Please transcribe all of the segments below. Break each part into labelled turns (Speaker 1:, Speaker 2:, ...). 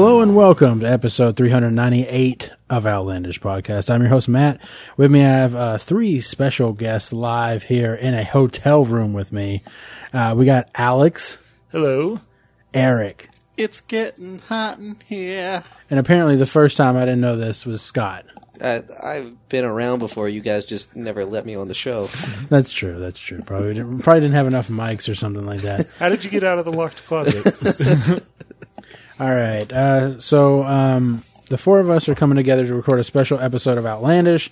Speaker 1: welcome to episode 398 of Outlandish Podcast. I'm your host, Matt. With me, I have uh, three special guests live here in a hotel room with me. Uh, we got Alex,
Speaker 2: Hello.
Speaker 1: Eric,
Speaker 2: It's getting hot in here.
Speaker 1: and apparently the first time I didn't know this was Scott.
Speaker 3: I, I've been around before. You guys just never let me on the show.
Speaker 1: That's true. That's true. Probably didn't, probably didn't have enough mics or something like that.
Speaker 2: How did you get out of the locked closet?
Speaker 1: All right. Uh, so um, the four of us are coming together to record a special episode of Outlandish.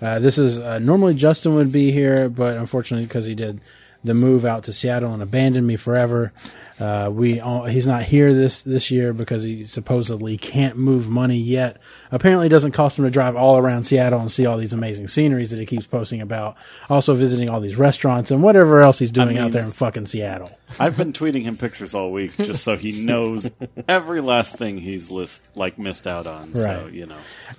Speaker 1: Uh, this is uh, normally Justin would be here, but unfortunately, because he did the move out to Seattle and abandoned me forever, uh, we all, he's not here this this year because he supposedly can't move money yet. Apparently, it doesn't cost him to drive all around Seattle and see all these amazing sceneries that he keeps posting about. Also, visiting all these restaurants and whatever else he's doing out
Speaker 4: mean-
Speaker 1: there in fucking Seattle.
Speaker 4: I've been tweeting him pictures all week just so he knows every last thing he's list like missed out on. So
Speaker 1: Right.
Speaker 4: you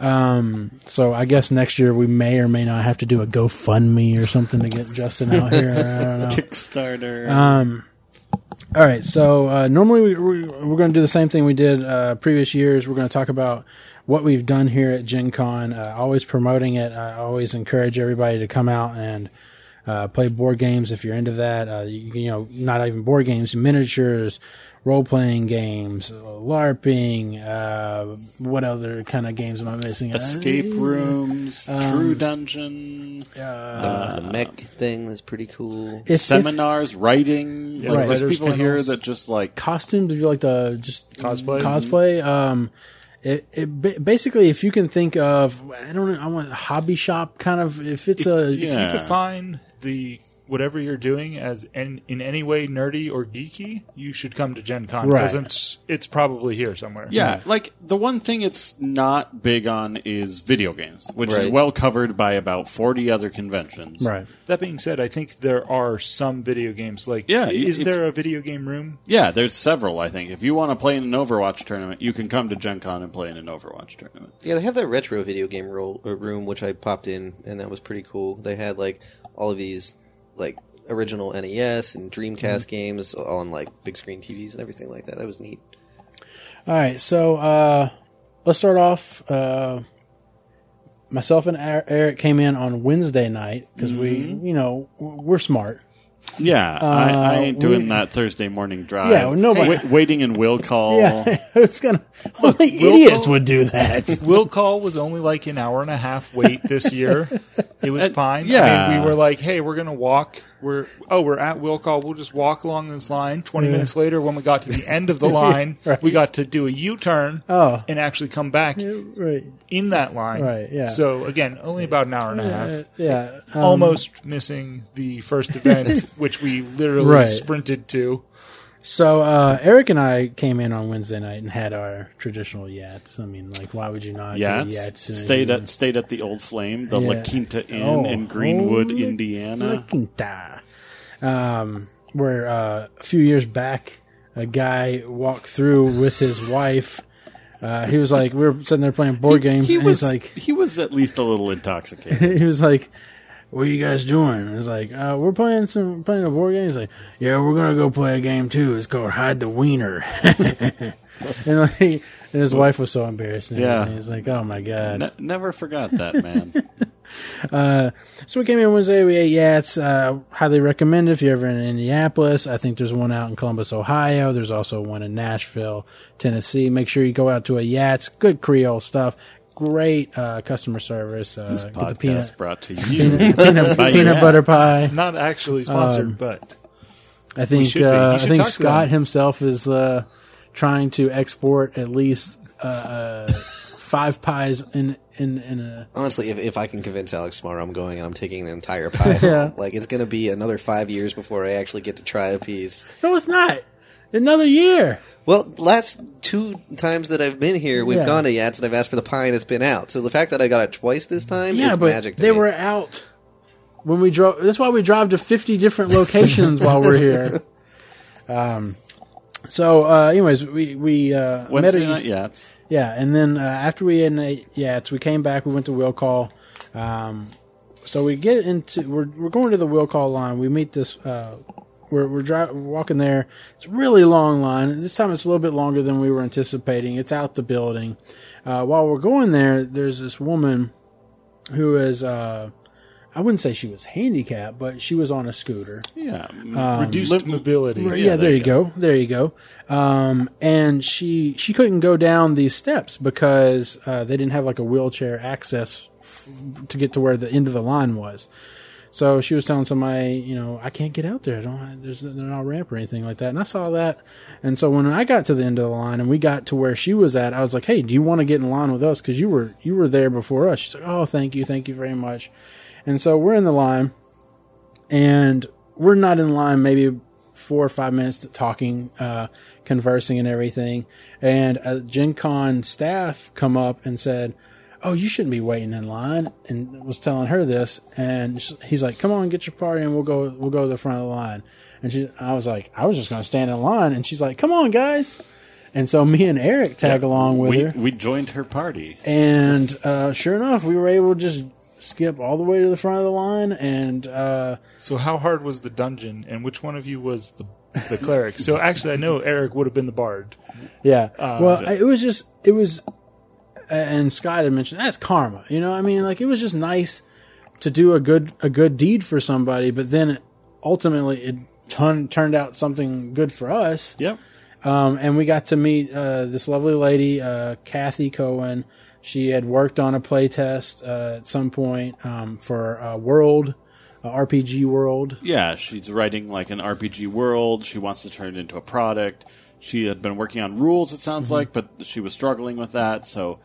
Speaker 4: know,
Speaker 1: So I guess next year we may or may not have to do a GoFundMe or something to get Justin out here. I don't know.
Speaker 4: Kickstarter.
Speaker 1: uh, All right. So uh, normally we, we we're going to do the same thing we did uh, previous years. We're going to talk about what we've done here at Gen Con. Uh, always promoting it. I always encourage everybody to come out and uh, play board games if you're into that. Uh, you, you know, not even board games, miniatures, role playing games, LARPing. Uh, what other kind of games am I missing? Uh,
Speaker 4: escape rooms,
Speaker 1: Um,
Speaker 4: True Dungeon,
Speaker 3: The, the mech thing is pretty cool.
Speaker 1: If- if-
Speaker 4: seminars, writing. Like,
Speaker 1: Right.
Speaker 4: There's
Speaker 2: Writers'
Speaker 4: people here
Speaker 2: panels.
Speaker 4: that just like
Speaker 1: costume to do like the just
Speaker 2: Cosplay?
Speaker 1: cosplay um it, it ba- basically if you can think of i don't know i want a hobby shop kind of if it's a
Speaker 2: If
Speaker 4: Yeah.
Speaker 2: you define the whatever you're doing as in, in any way nerdy or geeky, you should come to Gen Con because
Speaker 1: Right.
Speaker 2: it's, it's probably here somewhere.
Speaker 4: Yeah, like the one thing it's not big on is video games, which is
Speaker 3: Right.
Speaker 4: well covered by about 40 other conventions.
Speaker 1: right
Speaker 2: That being said, I think there are some video games like
Speaker 4: Yeah,
Speaker 2: is
Speaker 4: if-
Speaker 2: there a video game room?
Speaker 4: Yeah, there's several, I think. If you want to play in an Overwatch tournament, you can come to Gen Con and play in an Overwatch tournament.
Speaker 3: Yeah, they have that retro video game roll, or room, which I popped in, and that was pretty cool. They had like all of these like original NES and Dreamcast games on like big screen TVs and everything like that. That was neat.
Speaker 1: all right so uh let's start off uh myself and Er- eric came in on wednesday night because
Speaker 2: Mm-hmm.
Speaker 1: we you know w- we're smart
Speaker 4: Yeah, I, I ain't
Speaker 1: uh, we-
Speaker 4: doing that Thursday morning drive.
Speaker 1: Yeah, well, nobody-
Speaker 4: Wa- waiting in will call.
Speaker 1: yeah who's gonna only idiots would do that
Speaker 2: Will call was only like an hour and a half wait this year. It was fine. I mean,
Speaker 4: Uh, yeah.
Speaker 2: we were like, hey, we're gonna walk. We're oh, we're at Will call. We'll just walk along this line. Twenty minutes later, when we got to the end of the line, we got to do a U turn
Speaker 1: Oh.
Speaker 2: and actually come back
Speaker 1: right
Speaker 2: in that line.
Speaker 1: Right, yeah.
Speaker 2: So again, only about an hour and a half.
Speaker 1: uh, yeah um,
Speaker 2: Almost missing the first event, which we literally
Speaker 1: Right.
Speaker 2: sprinted to.
Speaker 1: So uh, Eric and I came in on Wednesday night and had our traditional yats. I mean, like, why would you not? do
Speaker 4: Yeah,
Speaker 1: yats and-
Speaker 4: stayed at stayed at the Old Flame, the
Speaker 1: Yeah.
Speaker 4: La Quinta Inn
Speaker 1: Oh,
Speaker 4: in Greenwood,
Speaker 1: holy
Speaker 4: Indiana.
Speaker 1: Quinta. Um, where uh, a few years back, a guy walked through with his wife. Uh, he was like, we were sitting there playing board games,
Speaker 4: he
Speaker 1: and
Speaker 4: was
Speaker 1: he's like,
Speaker 4: he was at least a little intoxicated.
Speaker 1: he was like, "What are you guys doing?" I was like, uh, "We're playing some playing a board game." He's like, "Yeah, we're gonna go play a game too. It's called Hide the Wiener." and like, and his wife was so embarrassed. and
Speaker 4: Yeah.
Speaker 1: everything. he's like, "Oh my god."
Speaker 4: Ne- never forgot that
Speaker 1: Uh,
Speaker 4: man.
Speaker 1: So we came in Wednesday. We ate yats. Uh, highly recommend if you're ever in Indianapolis. I think there's one out in Columbus, Ohio. There's also one in Nashville, Tennessee. Make sure you go out to a yats. Good Creole stuff. Great uh, customer service. Uh,
Speaker 4: this
Speaker 1: get the peanut-
Speaker 4: podcast brought to you.
Speaker 1: peanut,
Speaker 4: by
Speaker 1: peanut
Speaker 4: Yats.
Speaker 1: butter pie.
Speaker 2: Not actually sponsored, but
Speaker 1: I think
Speaker 2: should be.
Speaker 1: uh,
Speaker 2: You
Speaker 1: I
Speaker 2: should
Speaker 1: think
Speaker 2: talk to
Speaker 1: Scott
Speaker 2: them.
Speaker 1: himself is uh, trying to export at least uh, uh, five pies in in in a
Speaker 3: Honestly, if, if I can convince Alex tomorrow, I'm going and I'm taking the entire pie.
Speaker 1: Yeah.
Speaker 3: home. Like it's gonna be another five years before I actually get to try a piece.
Speaker 1: no, it's not another year.
Speaker 3: Well, last two times that I've been here, we've
Speaker 1: Yeah.
Speaker 3: gone to Yats and I've asked for the pie and it's been out. So the fact that I got it twice this time
Speaker 1: Yeah,
Speaker 3: is
Speaker 1: but
Speaker 3: magic to
Speaker 1: they
Speaker 3: me.
Speaker 1: were out when we drove. That's why we drove to fifty different locations while we're here. Um. So, uh, anyways, we we uh,
Speaker 4: Wednesday
Speaker 1: met a-
Speaker 4: night yats.
Speaker 1: Yeah, and then uh, after we had a yeah, it's, we came back. We went to will call. Um, so we get into we're we're going to the will call line. We meet this uh, We're we're, dri- we're walking there. It's a really long line. This time it's a little bit longer than we were anticipating. It's out the building. Uh, while we're going there, there's this woman who is uh, I wouldn't say she was handicapped, but she was on a scooter.
Speaker 4: Yeah,
Speaker 1: Uh,
Speaker 2: Reduced
Speaker 4: Liv-
Speaker 2: mobility.
Speaker 1: Right, yeah, there, you go. There you go. Um, and she she couldn't go down these steps because uh, they didn't have like a wheelchair access f- to get to where the end of the line was. So she was telling somebody, you know, I can't get out there. I don't have- there's there's no ramp or anything like that. And I saw that. And so when I got to the end of the line and we got to where she was at, I was like, "Hey, do you want to get in line with us? Because you were you were there before us." She's like, "Oh, thank you, thank you very much." And so we're in the line, and we're not in line maybe four or five minutes to talking, uh, conversing and everything. And uh, Gen Con staff come up and said, Oh, you shouldn't be waiting in line. And was telling her this. And sh- he's like, come on, get your party and we'll go, we'll go to the front of the line. And she, I was like, I was just going to stand in line. And she's like, come on, guys. And so me and Eric tag along with
Speaker 4: we,
Speaker 1: her.
Speaker 4: we joined her party.
Speaker 1: And uh, sure enough, we were able to just skip all the way to the front of the line and uh,
Speaker 2: So how hard was the dungeon, and which one of you was the the cleric? so actually, I know Eric would have been the bard.
Speaker 1: Yeah. well, I- it was just it was, and Scott had mentioned that's karma. You know, I mean, like it was just nice to do a good a good deed for somebody, but then ultimately it turned turned out something good for us.
Speaker 4: Yep.
Speaker 1: Um, and we got to meet uh, this lovely lady, uh, Kathy Cohen. She had worked on a playtest uh, at some point um, for uh, World uh, RPG World.
Speaker 4: Yeah, she's writing like an RPG world. She wants to turn it into a product. She had been working on rules, it sounds
Speaker 1: Mm-hmm.
Speaker 4: like, but she was struggling with that. So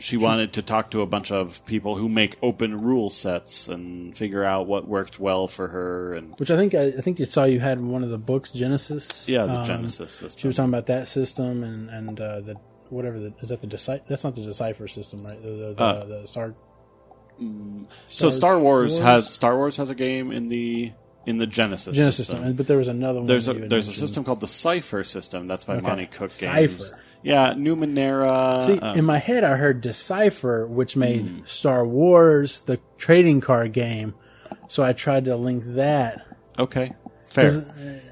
Speaker 4: she wanted to talk to a bunch of people who make open rule sets and figure out what worked well for her. And
Speaker 1: Which I think I, I think you saw you had in one of the books Genesis.
Speaker 4: yeah, the
Speaker 1: Um,
Speaker 4: Genesis
Speaker 1: She
Speaker 4: system.
Speaker 1: was talking about that system and and uh, the whatever the, is that the decipher? That's not the decipher system, right? The the, the,
Speaker 4: Uh,
Speaker 1: the star.
Speaker 4: so Star Wars,
Speaker 1: Wars?
Speaker 4: has Star Wars has a game in the in the Genesis
Speaker 1: Genesis system, and- but there was another one.
Speaker 4: There's
Speaker 1: that
Speaker 4: a
Speaker 1: you had
Speaker 4: there's a
Speaker 1: mentioned.
Speaker 4: system called the Cipher system. That's by Monty Cook Games.
Speaker 1: Cypher.
Speaker 4: Yeah, Numenera.
Speaker 1: See,
Speaker 4: uh, Hmm.
Speaker 1: in my head, I heard decipher, which made Star Wars the trading card game. So I tried to link that.
Speaker 4: Okay. Fair.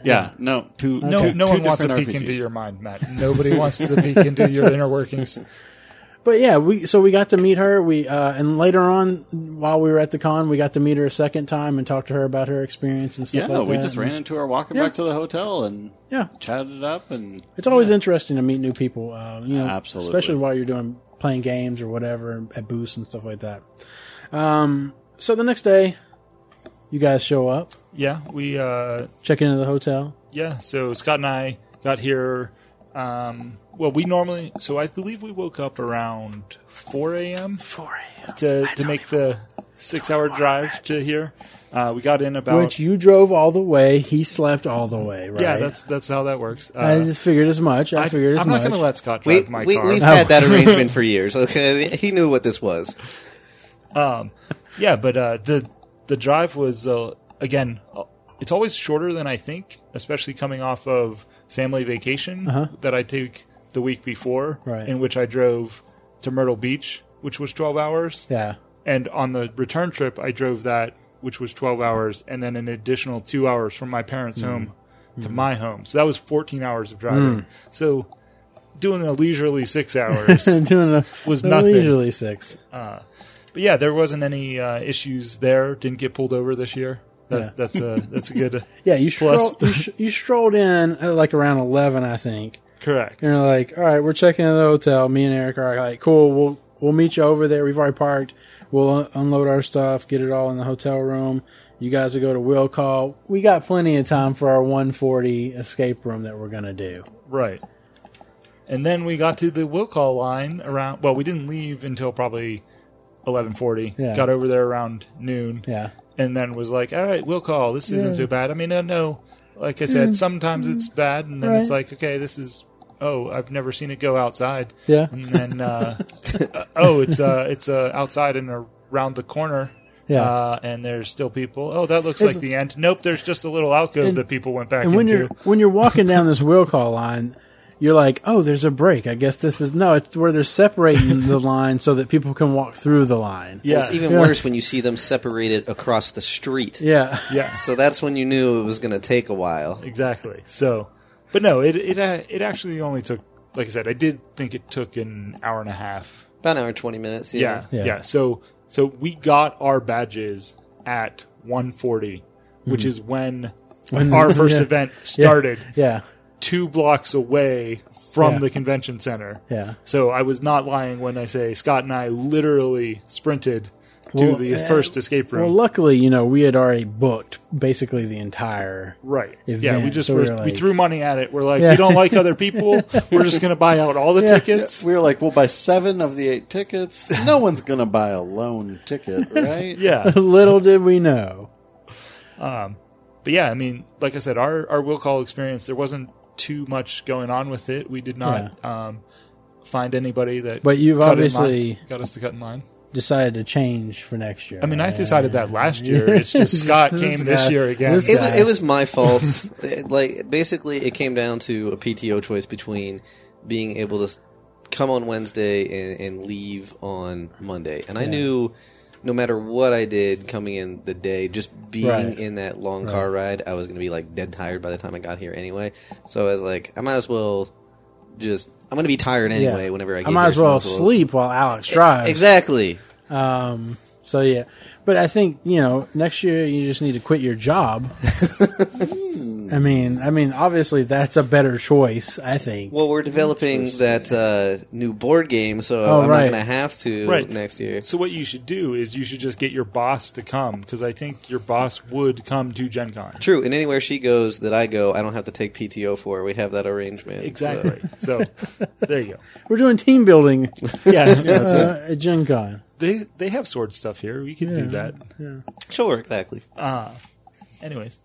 Speaker 4: yeah. No. Two.
Speaker 2: No,
Speaker 4: two,
Speaker 2: no
Speaker 4: two
Speaker 2: one wants to
Speaker 4: different
Speaker 2: peek
Speaker 4: RPGs.
Speaker 2: into your mind, Matt. Nobody wants to peek into your inner workings.
Speaker 1: But yeah, we so we got to meet her. We uh, and later on, while we were at the con, we got to meet her a second time and talk to her about her experience and
Speaker 4: Yeah.
Speaker 1: stuff. like
Speaker 4: we
Speaker 1: that.
Speaker 4: just
Speaker 1: And-
Speaker 4: ran into her walking
Speaker 1: Yeah.
Speaker 4: back to the hotel and
Speaker 1: Yeah,
Speaker 4: chatted it up and
Speaker 1: It's always interesting to meet new people, uh, you know,
Speaker 4: Absolutely.
Speaker 1: especially while you're doing playing games or whatever at booths and stuff like that. Um, so the next day, you guys show up,
Speaker 2: Yeah, we. Uh,
Speaker 1: check into the hotel.
Speaker 2: yeah, so Scott and I got here. Um, well, we normally. So I believe we woke up around four a.m.
Speaker 1: Four a.m.
Speaker 2: to to make the six-hour drive to here. Uh, we got in about.
Speaker 1: Which you drove all the way. He slept all the way. Right?
Speaker 2: yeah, that's that's how that works. Uh,
Speaker 1: I just figured as much. I, figured as
Speaker 2: am
Speaker 1: much.
Speaker 2: not going to let Scott
Speaker 3: We,
Speaker 2: drive my
Speaker 3: we,
Speaker 2: car.
Speaker 1: Oh.
Speaker 3: we've had that arrangement for years. Okay, he knew what this was.
Speaker 2: yeah, but uh, the the drive was uh, again, uh, it's always shorter than I think, especially coming off of family vacation that I take the week before,
Speaker 1: Uh-huh. Right.
Speaker 2: in which I drove to Myrtle Beach, which was 12 hours,
Speaker 1: yeah,
Speaker 2: and on the return trip I drove that, which was 12 hours, and then an additional two hours from my parents'
Speaker 1: Mm.
Speaker 2: home to
Speaker 1: Mm-hmm.
Speaker 2: my home. So that was 14 hours of driving. So doing a leisurely six hours
Speaker 1: doing a,
Speaker 2: Was
Speaker 1: a
Speaker 2: nothing.
Speaker 1: leisurely six.
Speaker 2: But yeah, there wasn't any uh, issues there. Didn't get pulled over this year. That,
Speaker 1: Yeah.
Speaker 2: That's a that's a good uh,
Speaker 1: Yeah, you
Speaker 2: Plus-
Speaker 1: strolled, you, sh- you strolled in at like around eleven, I think.
Speaker 2: correct.
Speaker 1: And they're like, all right, we're checking into the hotel. Me and Eric are like, cool, we'll we'll meet you over there. We've already parked. We'll un- unload our stuff, get it all in the hotel room. You guys will go to will call. We got plenty of time for our 140 escape room that we're gonna do.
Speaker 2: Right. And then we got to the will call line around. Well, we didn't leave until probably eleven forty.
Speaker 1: Yeah.
Speaker 2: Got over there around noon,
Speaker 1: Yeah,
Speaker 2: and then was like, "All right, will call. This isn't so bad." I mean, I know, like I said, sometimes it's bad, and then it's
Speaker 1: Mm. Right.
Speaker 2: like, "Okay, this is." Oh, I've never seen it go outside.
Speaker 1: yeah,
Speaker 2: And then, uh, oh, it's uh, it's uh, outside and around the corner.
Speaker 1: yeah.
Speaker 2: Uh, and there's still people. Oh, that looks
Speaker 1: It's-
Speaker 2: like the end. Nope, there's just a little alcove
Speaker 1: And-
Speaker 2: that people went back
Speaker 1: and when
Speaker 2: into.
Speaker 1: you're when you're walking down this will call line, you're like, oh, there's a break. I guess this is no. It's where they're separating the line so that people can walk through the line.
Speaker 2: Yeah.
Speaker 3: It's even
Speaker 1: Yeah.
Speaker 3: worse when you see them separated across the street.
Speaker 1: Yeah.
Speaker 2: Yeah.
Speaker 3: So that's when you knew it was going to take a while.
Speaker 2: Exactly. So, but no, it it uh, it actually only took, like I said, I did think it took an hour and a half.
Speaker 3: About an hour and 20 minutes.
Speaker 2: Yeah,
Speaker 3: Yeah.
Speaker 2: yeah.
Speaker 1: Yeah.
Speaker 2: So so we got our badges at 140, which is when, our first
Speaker 1: Hmm. yeah.
Speaker 2: event started,
Speaker 1: Yeah.
Speaker 2: two blocks away from
Speaker 1: Yeah.
Speaker 2: the convention center.
Speaker 1: Yeah.
Speaker 2: So I was not lying when I say Scott and I literally sprinted
Speaker 1: Well,
Speaker 2: to the
Speaker 1: and-
Speaker 2: first escape room.
Speaker 1: Well, luckily, you know, we had already booked basically the entire.
Speaker 2: Right. Yeah,
Speaker 1: event.
Speaker 2: we just
Speaker 1: So
Speaker 2: were,
Speaker 1: we're
Speaker 2: we
Speaker 1: like-
Speaker 2: threw money at it. We're like,
Speaker 1: Yeah.
Speaker 2: we don't like other people. We're just going to buy out all the
Speaker 1: Yeah.
Speaker 2: tickets.
Speaker 4: We were like, we'll buy seven of the eight tickets. No one's going to buy a lone ticket, right?
Speaker 2: Yeah.
Speaker 1: Little did we know.
Speaker 2: But yeah, I mean, like I said, our our will call experience there wasn't too much going on with it. We did not um, find anybody that.
Speaker 1: But you've
Speaker 2: cut in line-
Speaker 1: obviously-
Speaker 2: got us to cut in line.
Speaker 1: Decided to change for next year.
Speaker 2: I mean, I decided that last year. It's just Scott
Speaker 1: This
Speaker 2: came this
Speaker 1: guy-
Speaker 2: year again.
Speaker 1: this
Speaker 3: It
Speaker 1: guy-
Speaker 3: was, it was my fault. It, like basically, it came down to a PTO choice between being able to s- come on Wednesday and, and leave on Monday, and I knew no matter what I did coming in the day, just being
Speaker 1: Right.
Speaker 3: in that long car ride, I was going to be like dead tired by the time I got here anyway. So I was like, I might as well just. I'm going to be tired
Speaker 1: Yeah.
Speaker 3: anyway. Whenever I, get
Speaker 1: I might
Speaker 3: here,
Speaker 1: as
Speaker 3: so I
Speaker 1: well
Speaker 3: might
Speaker 1: sleep while Alex
Speaker 2: E-,
Speaker 1: drives.
Speaker 3: Exactly.
Speaker 1: So yeah, but I think you know next year you just need to quit your job. I mean, I mean, obviously that's a better choice. I think.
Speaker 3: Well, we're developing that uh, new board game, so
Speaker 1: Oh,
Speaker 3: I'm
Speaker 1: right.
Speaker 3: not going to have to
Speaker 2: Right.
Speaker 3: next year.
Speaker 2: So what you should do is you should just get your boss to come because I think your boss would come to Gen Con.
Speaker 3: True, and anywhere she goes that I go, I don't have to take PTO for. her. We have that arrangement. so-
Speaker 2: Exactly. So, there you go.
Speaker 1: We're doing team building
Speaker 2: Yeah,
Speaker 1: uh, at Gen Con.
Speaker 2: they they have sword stuff here. We can do that.
Speaker 3: Sure, exactly.
Speaker 2: Anyways.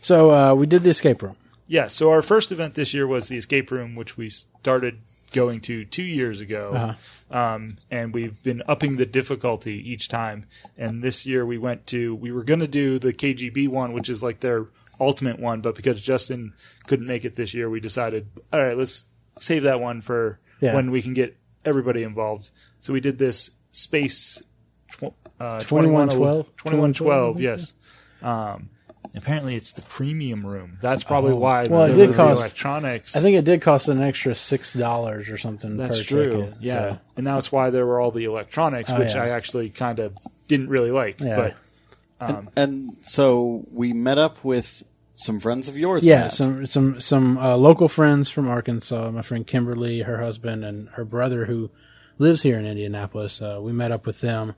Speaker 1: So uh, we did the escape room.
Speaker 2: Yeah, so our first event this year was the escape room, which we started going to two years ago. Um, and we've been upping the difficulty each time. And this year we went to, we were going to do the KGB one, which is like their ultimate one, but because Justin couldn't make it this year, we decided, all right, let's save that one for
Speaker 1: Yeah.
Speaker 2: when we can get everybody involved. So we did this space tw- uh,
Speaker 1: 2112?
Speaker 2: 2112, yes. Apparently, it's the premium room. That's probably why.
Speaker 1: Oh. Well, it
Speaker 2: there
Speaker 1: did
Speaker 2: were the
Speaker 1: cost-
Speaker 2: electronics.
Speaker 1: I think it did cost an extra six dollars or something.
Speaker 2: that's
Speaker 1: per
Speaker 2: true.
Speaker 1: ticket,
Speaker 2: yeah,
Speaker 1: so. Oh,
Speaker 2: and that's why there were all the electronics, which
Speaker 1: yeah.
Speaker 2: I actually kind of didn't really like.
Speaker 1: Yeah.
Speaker 2: But
Speaker 4: And so we met up with some friends of yours.
Speaker 1: Yeah,
Speaker 4: Matt.
Speaker 1: some some some uh, local friends from Arkansas. My friend Kimberly, her husband, and her brother who lives here in Indianapolis. Uh, we met up with them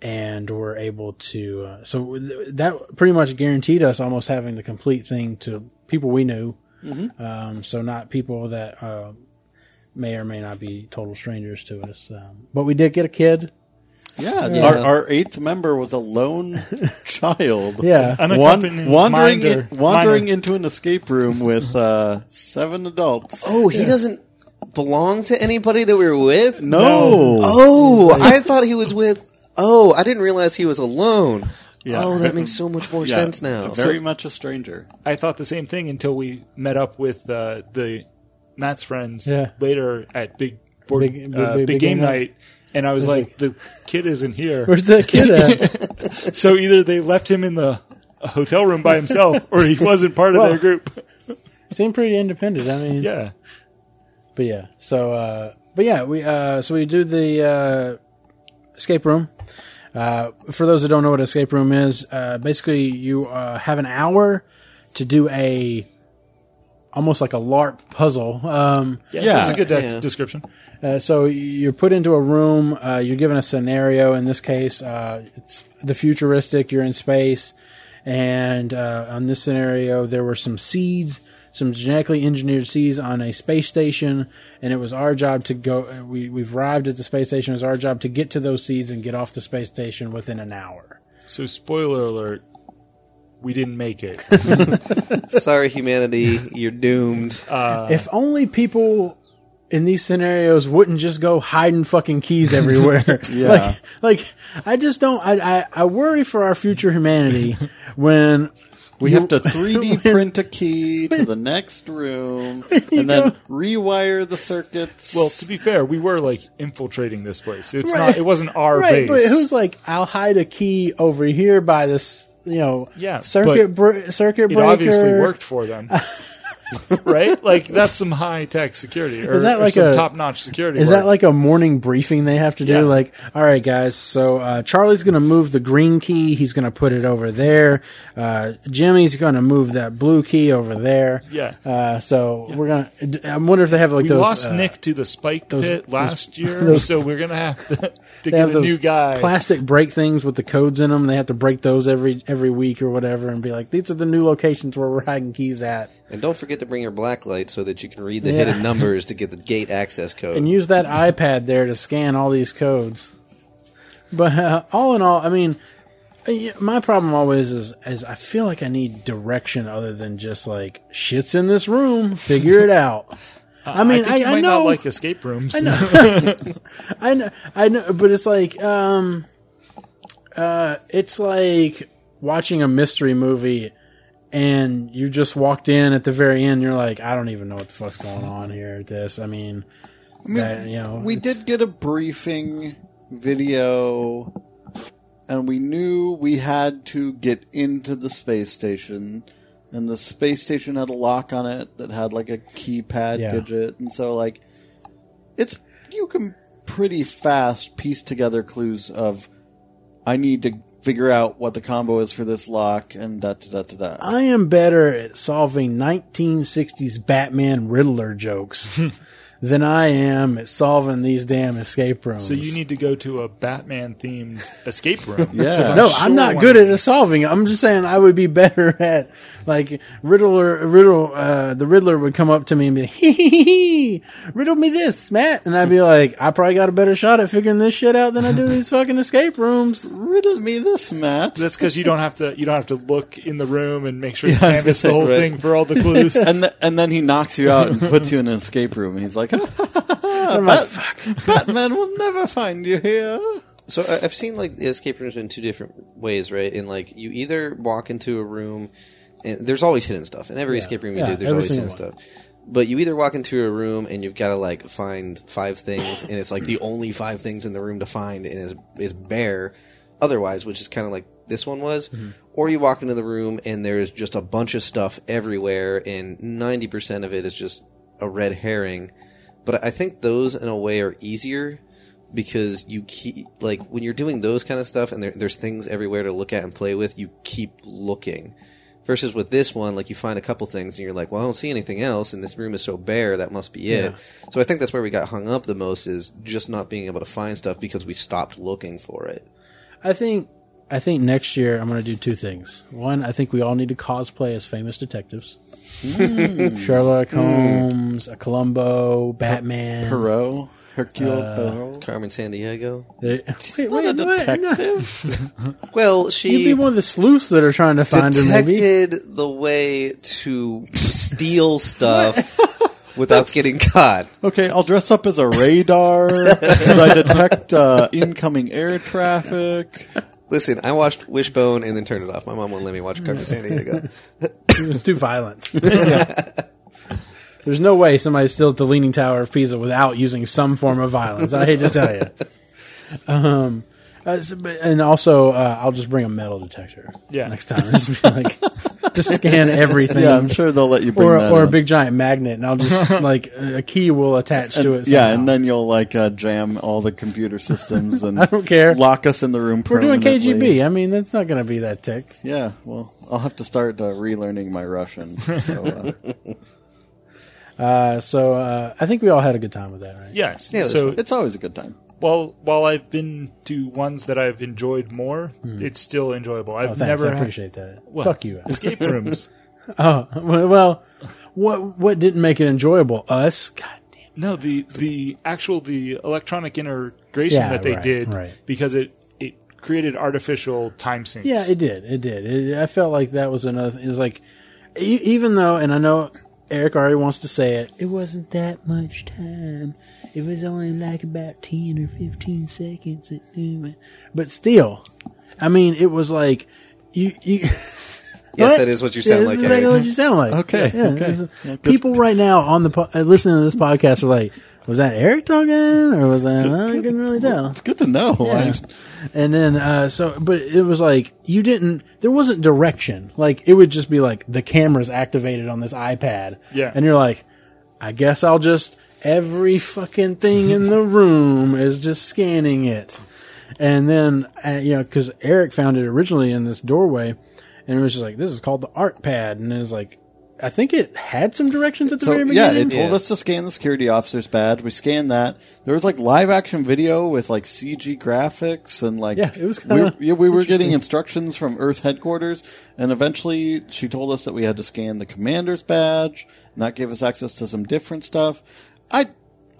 Speaker 1: and were able to. Uh, so th- that pretty much guaranteed us almost having the complete thing to people we knew. Um, so not people that uh, may or may not be total strangers to us. Um, but we did get a kid.
Speaker 4: yeah, Our, our eighth member was a lone child.
Speaker 1: Yeah.
Speaker 5: Uh,
Speaker 2: An
Speaker 4: Wan-
Speaker 2: unaccompanied
Speaker 4: wandering
Speaker 2: minder-
Speaker 4: in- wandering
Speaker 2: minor.
Speaker 4: into an escape room with uh, seven adults.
Speaker 3: Oh, he doesn't belong to anybody that we were with.
Speaker 4: no!
Speaker 3: Oh, I thought he was with. Oh, I didn't realize he was alone.
Speaker 4: Yeah.
Speaker 3: Oh, that makes so much more
Speaker 4: Yeah,
Speaker 3: sense now.
Speaker 4: Very much a stranger.
Speaker 2: I thought the same thing until we met up with uh, the Matt's friends
Speaker 1: Yeah.
Speaker 2: later at Big Board,
Speaker 1: Big- big-
Speaker 2: uh,
Speaker 1: big-
Speaker 2: big,
Speaker 1: big
Speaker 2: Game
Speaker 1: Game
Speaker 2: Night. And I was like, the kid isn't here.
Speaker 1: Where's that kid at?
Speaker 2: So either they left him in the uh, hotel room by himself, or he wasn't part of
Speaker 1: Well-
Speaker 2: their group.
Speaker 1: Seemed pretty independent. I mean,
Speaker 2: Yeah.
Speaker 1: But yeah, so uh, but yeah, we uh, so we do the uh, escape room. Uh, for those that don't know what escape room is, uh, basically you uh, have an hour to do a almost like a LARP puzzle. Um,
Speaker 4: Yeah.
Speaker 2: That's a good de-
Speaker 3: Yeah.
Speaker 2: description.
Speaker 1: uh, so you're put into a room. Uh, you're given a scenario. In this case, uh, it's the futuristic. You're in space, and uh, on this scenario, there were some seeds, some genetically engineered seeds on a space station, and it was our job to go. uh, We we've arrived at the space station. It was our job to get to those seeds and get off the space station within an hour.
Speaker 2: So, spoiler alert, we didn't make it.
Speaker 3: Sorry, humanity, you're doomed.
Speaker 1: if only people in these scenarios wouldn't just go hiding fucking keys everywhere.
Speaker 4: Yeah.
Speaker 1: Like, like I just don't. I, I I worry for our future humanity when
Speaker 5: We have to 3D print a key to the next room and then rewire the circuits.
Speaker 2: Well, to be fair, we were like infiltrating this place. It's
Speaker 1: Right.
Speaker 2: not. It wasn't our
Speaker 1: right,
Speaker 2: base.
Speaker 1: but who's like, I'll hide a key over here by this, you know,
Speaker 2: Yeah,
Speaker 1: circuit
Speaker 2: but
Speaker 1: br- circuit
Speaker 2: it
Speaker 1: breaker.
Speaker 2: obviously worked for them. right? Like that's some high tech security or,
Speaker 1: Is that
Speaker 2: or
Speaker 1: like
Speaker 2: some
Speaker 1: a-
Speaker 2: top notch security.
Speaker 1: Is
Speaker 2: work.
Speaker 1: that like a morning briefing they have to do?
Speaker 2: Yeah.
Speaker 1: Like, all right, guys, so uh, Charlie's going to move the green key. He's going to put it over there. Uh, Jimmy's going to move that blue key over there.
Speaker 2: Yeah.
Speaker 1: Uh, so we're going to. I wonder if they have like
Speaker 2: we
Speaker 1: those.
Speaker 2: lost
Speaker 1: uh,
Speaker 2: Nick to the spike pit last year,
Speaker 1: those-
Speaker 2: so we're gonna have to, to
Speaker 1: They
Speaker 2: get
Speaker 1: have
Speaker 2: a
Speaker 1: those
Speaker 2: new guy.
Speaker 1: plastic break things with the codes in them. They have to break those every every week or whatever, and be like, "These are the new locations where we're hiding keys at,"
Speaker 3: And don't forget to bring your black light so that you can read the
Speaker 1: Yeah.
Speaker 3: hidden numbers to get the gate access code.
Speaker 1: and use that iPad there to scan all these codes. But uh, all in all, I mean, yeah, my problem always is is I feel like I need direction other than just like shit's in this room, figure it out. I mean,
Speaker 2: Uh, I think
Speaker 1: I,
Speaker 2: you
Speaker 1: I,
Speaker 2: might
Speaker 1: know,
Speaker 2: not like escape rooms.
Speaker 1: I know, I know, but it's like, um, uh, it's like watching a mystery movie and you just walked in at the very end. You're like, I don't even know what the fuck's going on here. At this, I mean, that, you know,
Speaker 5: we did get a briefing video and we knew we had to get into the space station and the space station had a lock on it that had like a keypad
Speaker 1: Yeah.
Speaker 5: digit and so like it's you can pretty fast piece together clues of i need to figure out what the combo is for this lock and da da da da da
Speaker 1: I am better at solving 1960s Batman Riddler jokes than I am at solving these damn escape rooms.
Speaker 2: so you need to go to a Batman themed escape room.
Speaker 5: Yeah.
Speaker 1: No,
Speaker 2: sure
Speaker 1: I'm not
Speaker 2: one
Speaker 1: good
Speaker 2: of
Speaker 1: at solving it. I'm just saying I would be better at like Riddler. Riddle, uh, the Riddler would come up to me and be like, hee hee hee, hee, riddle me this, Matt, and I'd be like, I probably got a better shot at figuring this shit out than I do these fucking escape rooms.
Speaker 5: riddle me this matt
Speaker 2: That's because you don't have to. You don't have to look in the room and make sure you
Speaker 5: Yeah, I was
Speaker 2: canvas the
Speaker 5: gonna say,
Speaker 2: whole
Speaker 5: right.
Speaker 2: thing for all the clues.
Speaker 5: and, th- and then he knocks you out and puts you in an escape room and he's like "Ah,
Speaker 1: I'm like, fuck.
Speaker 5: Batman will never find you here.
Speaker 3: So I- I've seen like escape rooms in two different ways, right? In like you either walk into a room, and there's always hidden stuff in every escape room you
Speaker 1: Yeah,
Speaker 3: do. There's
Speaker 1: every
Speaker 3: always hidden
Speaker 1: single
Speaker 3: stuff. But you either walk into a room and you've got to like find five things, and it's like the only five things in the room to find, and is is bare. Otherwise, which is kind of like this one was,
Speaker 1: Mm-hmm.
Speaker 3: or you walk into the room and there's just a bunch of stuff everywhere, and ninety percent of it is just a red herring. But I think those in a way are easier because you keep like when you're doing those kind of stuff and there, there's things everywhere to look at and play with you keep looking versus with this one like you find a couple things and you're like well i don't see anything else and this room is so bare that must be it so i think that's where we got hung up the most is just not being able to find stuff because we stopped looking for it
Speaker 1: I think I think next year I'm going to do two things. One, I think we all need to cosplay as famous detectives. Sherlock Holmes, a Columbo, Batman.
Speaker 5: Perot, Hercule Poirot.
Speaker 3: carmen sandiego
Speaker 1: They- Uh, Wait,
Speaker 5: Not a
Speaker 1: wait, wait, no.
Speaker 5: detective.
Speaker 3: well
Speaker 1: You'd be
Speaker 3: she
Speaker 1: one of the sleuths that are trying to find her, maybe.
Speaker 3: detected the way to steal stuff without getting caught
Speaker 5: Okay, I'll dress up as a radar because I detect uh, incoming air traffic.
Speaker 3: Listen, I watched Wishbone and then turned it off. My mom wouldn't let me watch Carmen San Diego.
Speaker 1: It's too violent. There's no way somebody steals the Leaning Tower of Pisa without using some form of violence. I hate to tell you. Um, uh, s- but- and also, uh, I'll just bring a metal detector.
Speaker 2: Yeah.
Speaker 1: Next time, just be like, just scan everything.
Speaker 5: Yeah, I'm sure they'll let you bring
Speaker 1: or
Speaker 5: that
Speaker 1: or a
Speaker 5: in.
Speaker 1: big giant magnet, and I'll just like a key will attach to it.
Speaker 5: yeah,
Speaker 1: somehow.
Speaker 5: and then you'll like uh, jam all the computer systems and
Speaker 1: I don't care.
Speaker 5: lock us in the room.
Speaker 1: we're doing
Speaker 5: permanently.
Speaker 1: KGB. I mean, that's not going to be that thick.
Speaker 5: Yeah, well, I'll have to start uh, relearning my Russian. So, uh,
Speaker 1: Uh, so uh, I think we all had a good time with that, right?
Speaker 2: yes.
Speaker 3: Yeah,
Speaker 2: so
Speaker 5: it's always a good time.
Speaker 2: while while I've been to ones that I've enjoyed more, it's still enjoyable. I've
Speaker 1: Hmm. Oh, thanks.
Speaker 2: never
Speaker 1: I
Speaker 2: had-
Speaker 1: appreciate that.
Speaker 2: What?
Speaker 1: Fuck you. Alex.
Speaker 2: escape rooms.
Speaker 1: Oh well, what what didn't make it enjoyable? Us. God damn.
Speaker 2: No, the the actual the electronic integration
Speaker 1: Yeah,
Speaker 2: that they
Speaker 1: right,
Speaker 2: did
Speaker 1: right.
Speaker 2: because it it created artificial time sinks.
Speaker 1: Yeah, it did. It did. It, I felt like that was another. It's like e- even though, and I know Eric already wants to say it. It wasn't that much time. It was only like about ten or fifteen seconds. At, but still, I mean, it was like you you.
Speaker 3: Yes,
Speaker 1: Right?
Speaker 3: that is what you sound
Speaker 1: Yeah,
Speaker 3: like.
Speaker 1: That's exactly
Speaker 3: Henry.
Speaker 1: what you sound like.
Speaker 5: Okay,
Speaker 1: Yeah,
Speaker 5: okay.
Speaker 1: this is- People right now on the po- uh, listening to this podcast are like, "Was that Eric talking, or was that?" I couldn't really tell.
Speaker 5: It's good to know.
Speaker 1: Yeah.
Speaker 5: I-
Speaker 1: And then, uh, so, but it was like, you didn't, there wasn't direction. Like, it would just be like, the camera's activated on this iPad.
Speaker 2: Yeah.
Speaker 1: And you're like, I guess I'll just, every fucking thing in the room is just scanning it. And then, uh, you know, cause Eric found it originally in this doorway and it was just like, this is called the art pad. And it was like, I think it had some directions at the
Speaker 5: So
Speaker 1: very
Speaker 5: yeah,
Speaker 1: beginning.
Speaker 5: it told
Speaker 3: Yeah.
Speaker 5: us to scan the security officer's badge. We scanned that. There was like live action video with like CG graphics and like
Speaker 1: Yeah, it was
Speaker 5: we,
Speaker 1: kinda
Speaker 5: yeah, we were getting instructions from Earth headquarters, and eventually she told us that we had to scan the commander's badge, and that gave us access to some different stuff. I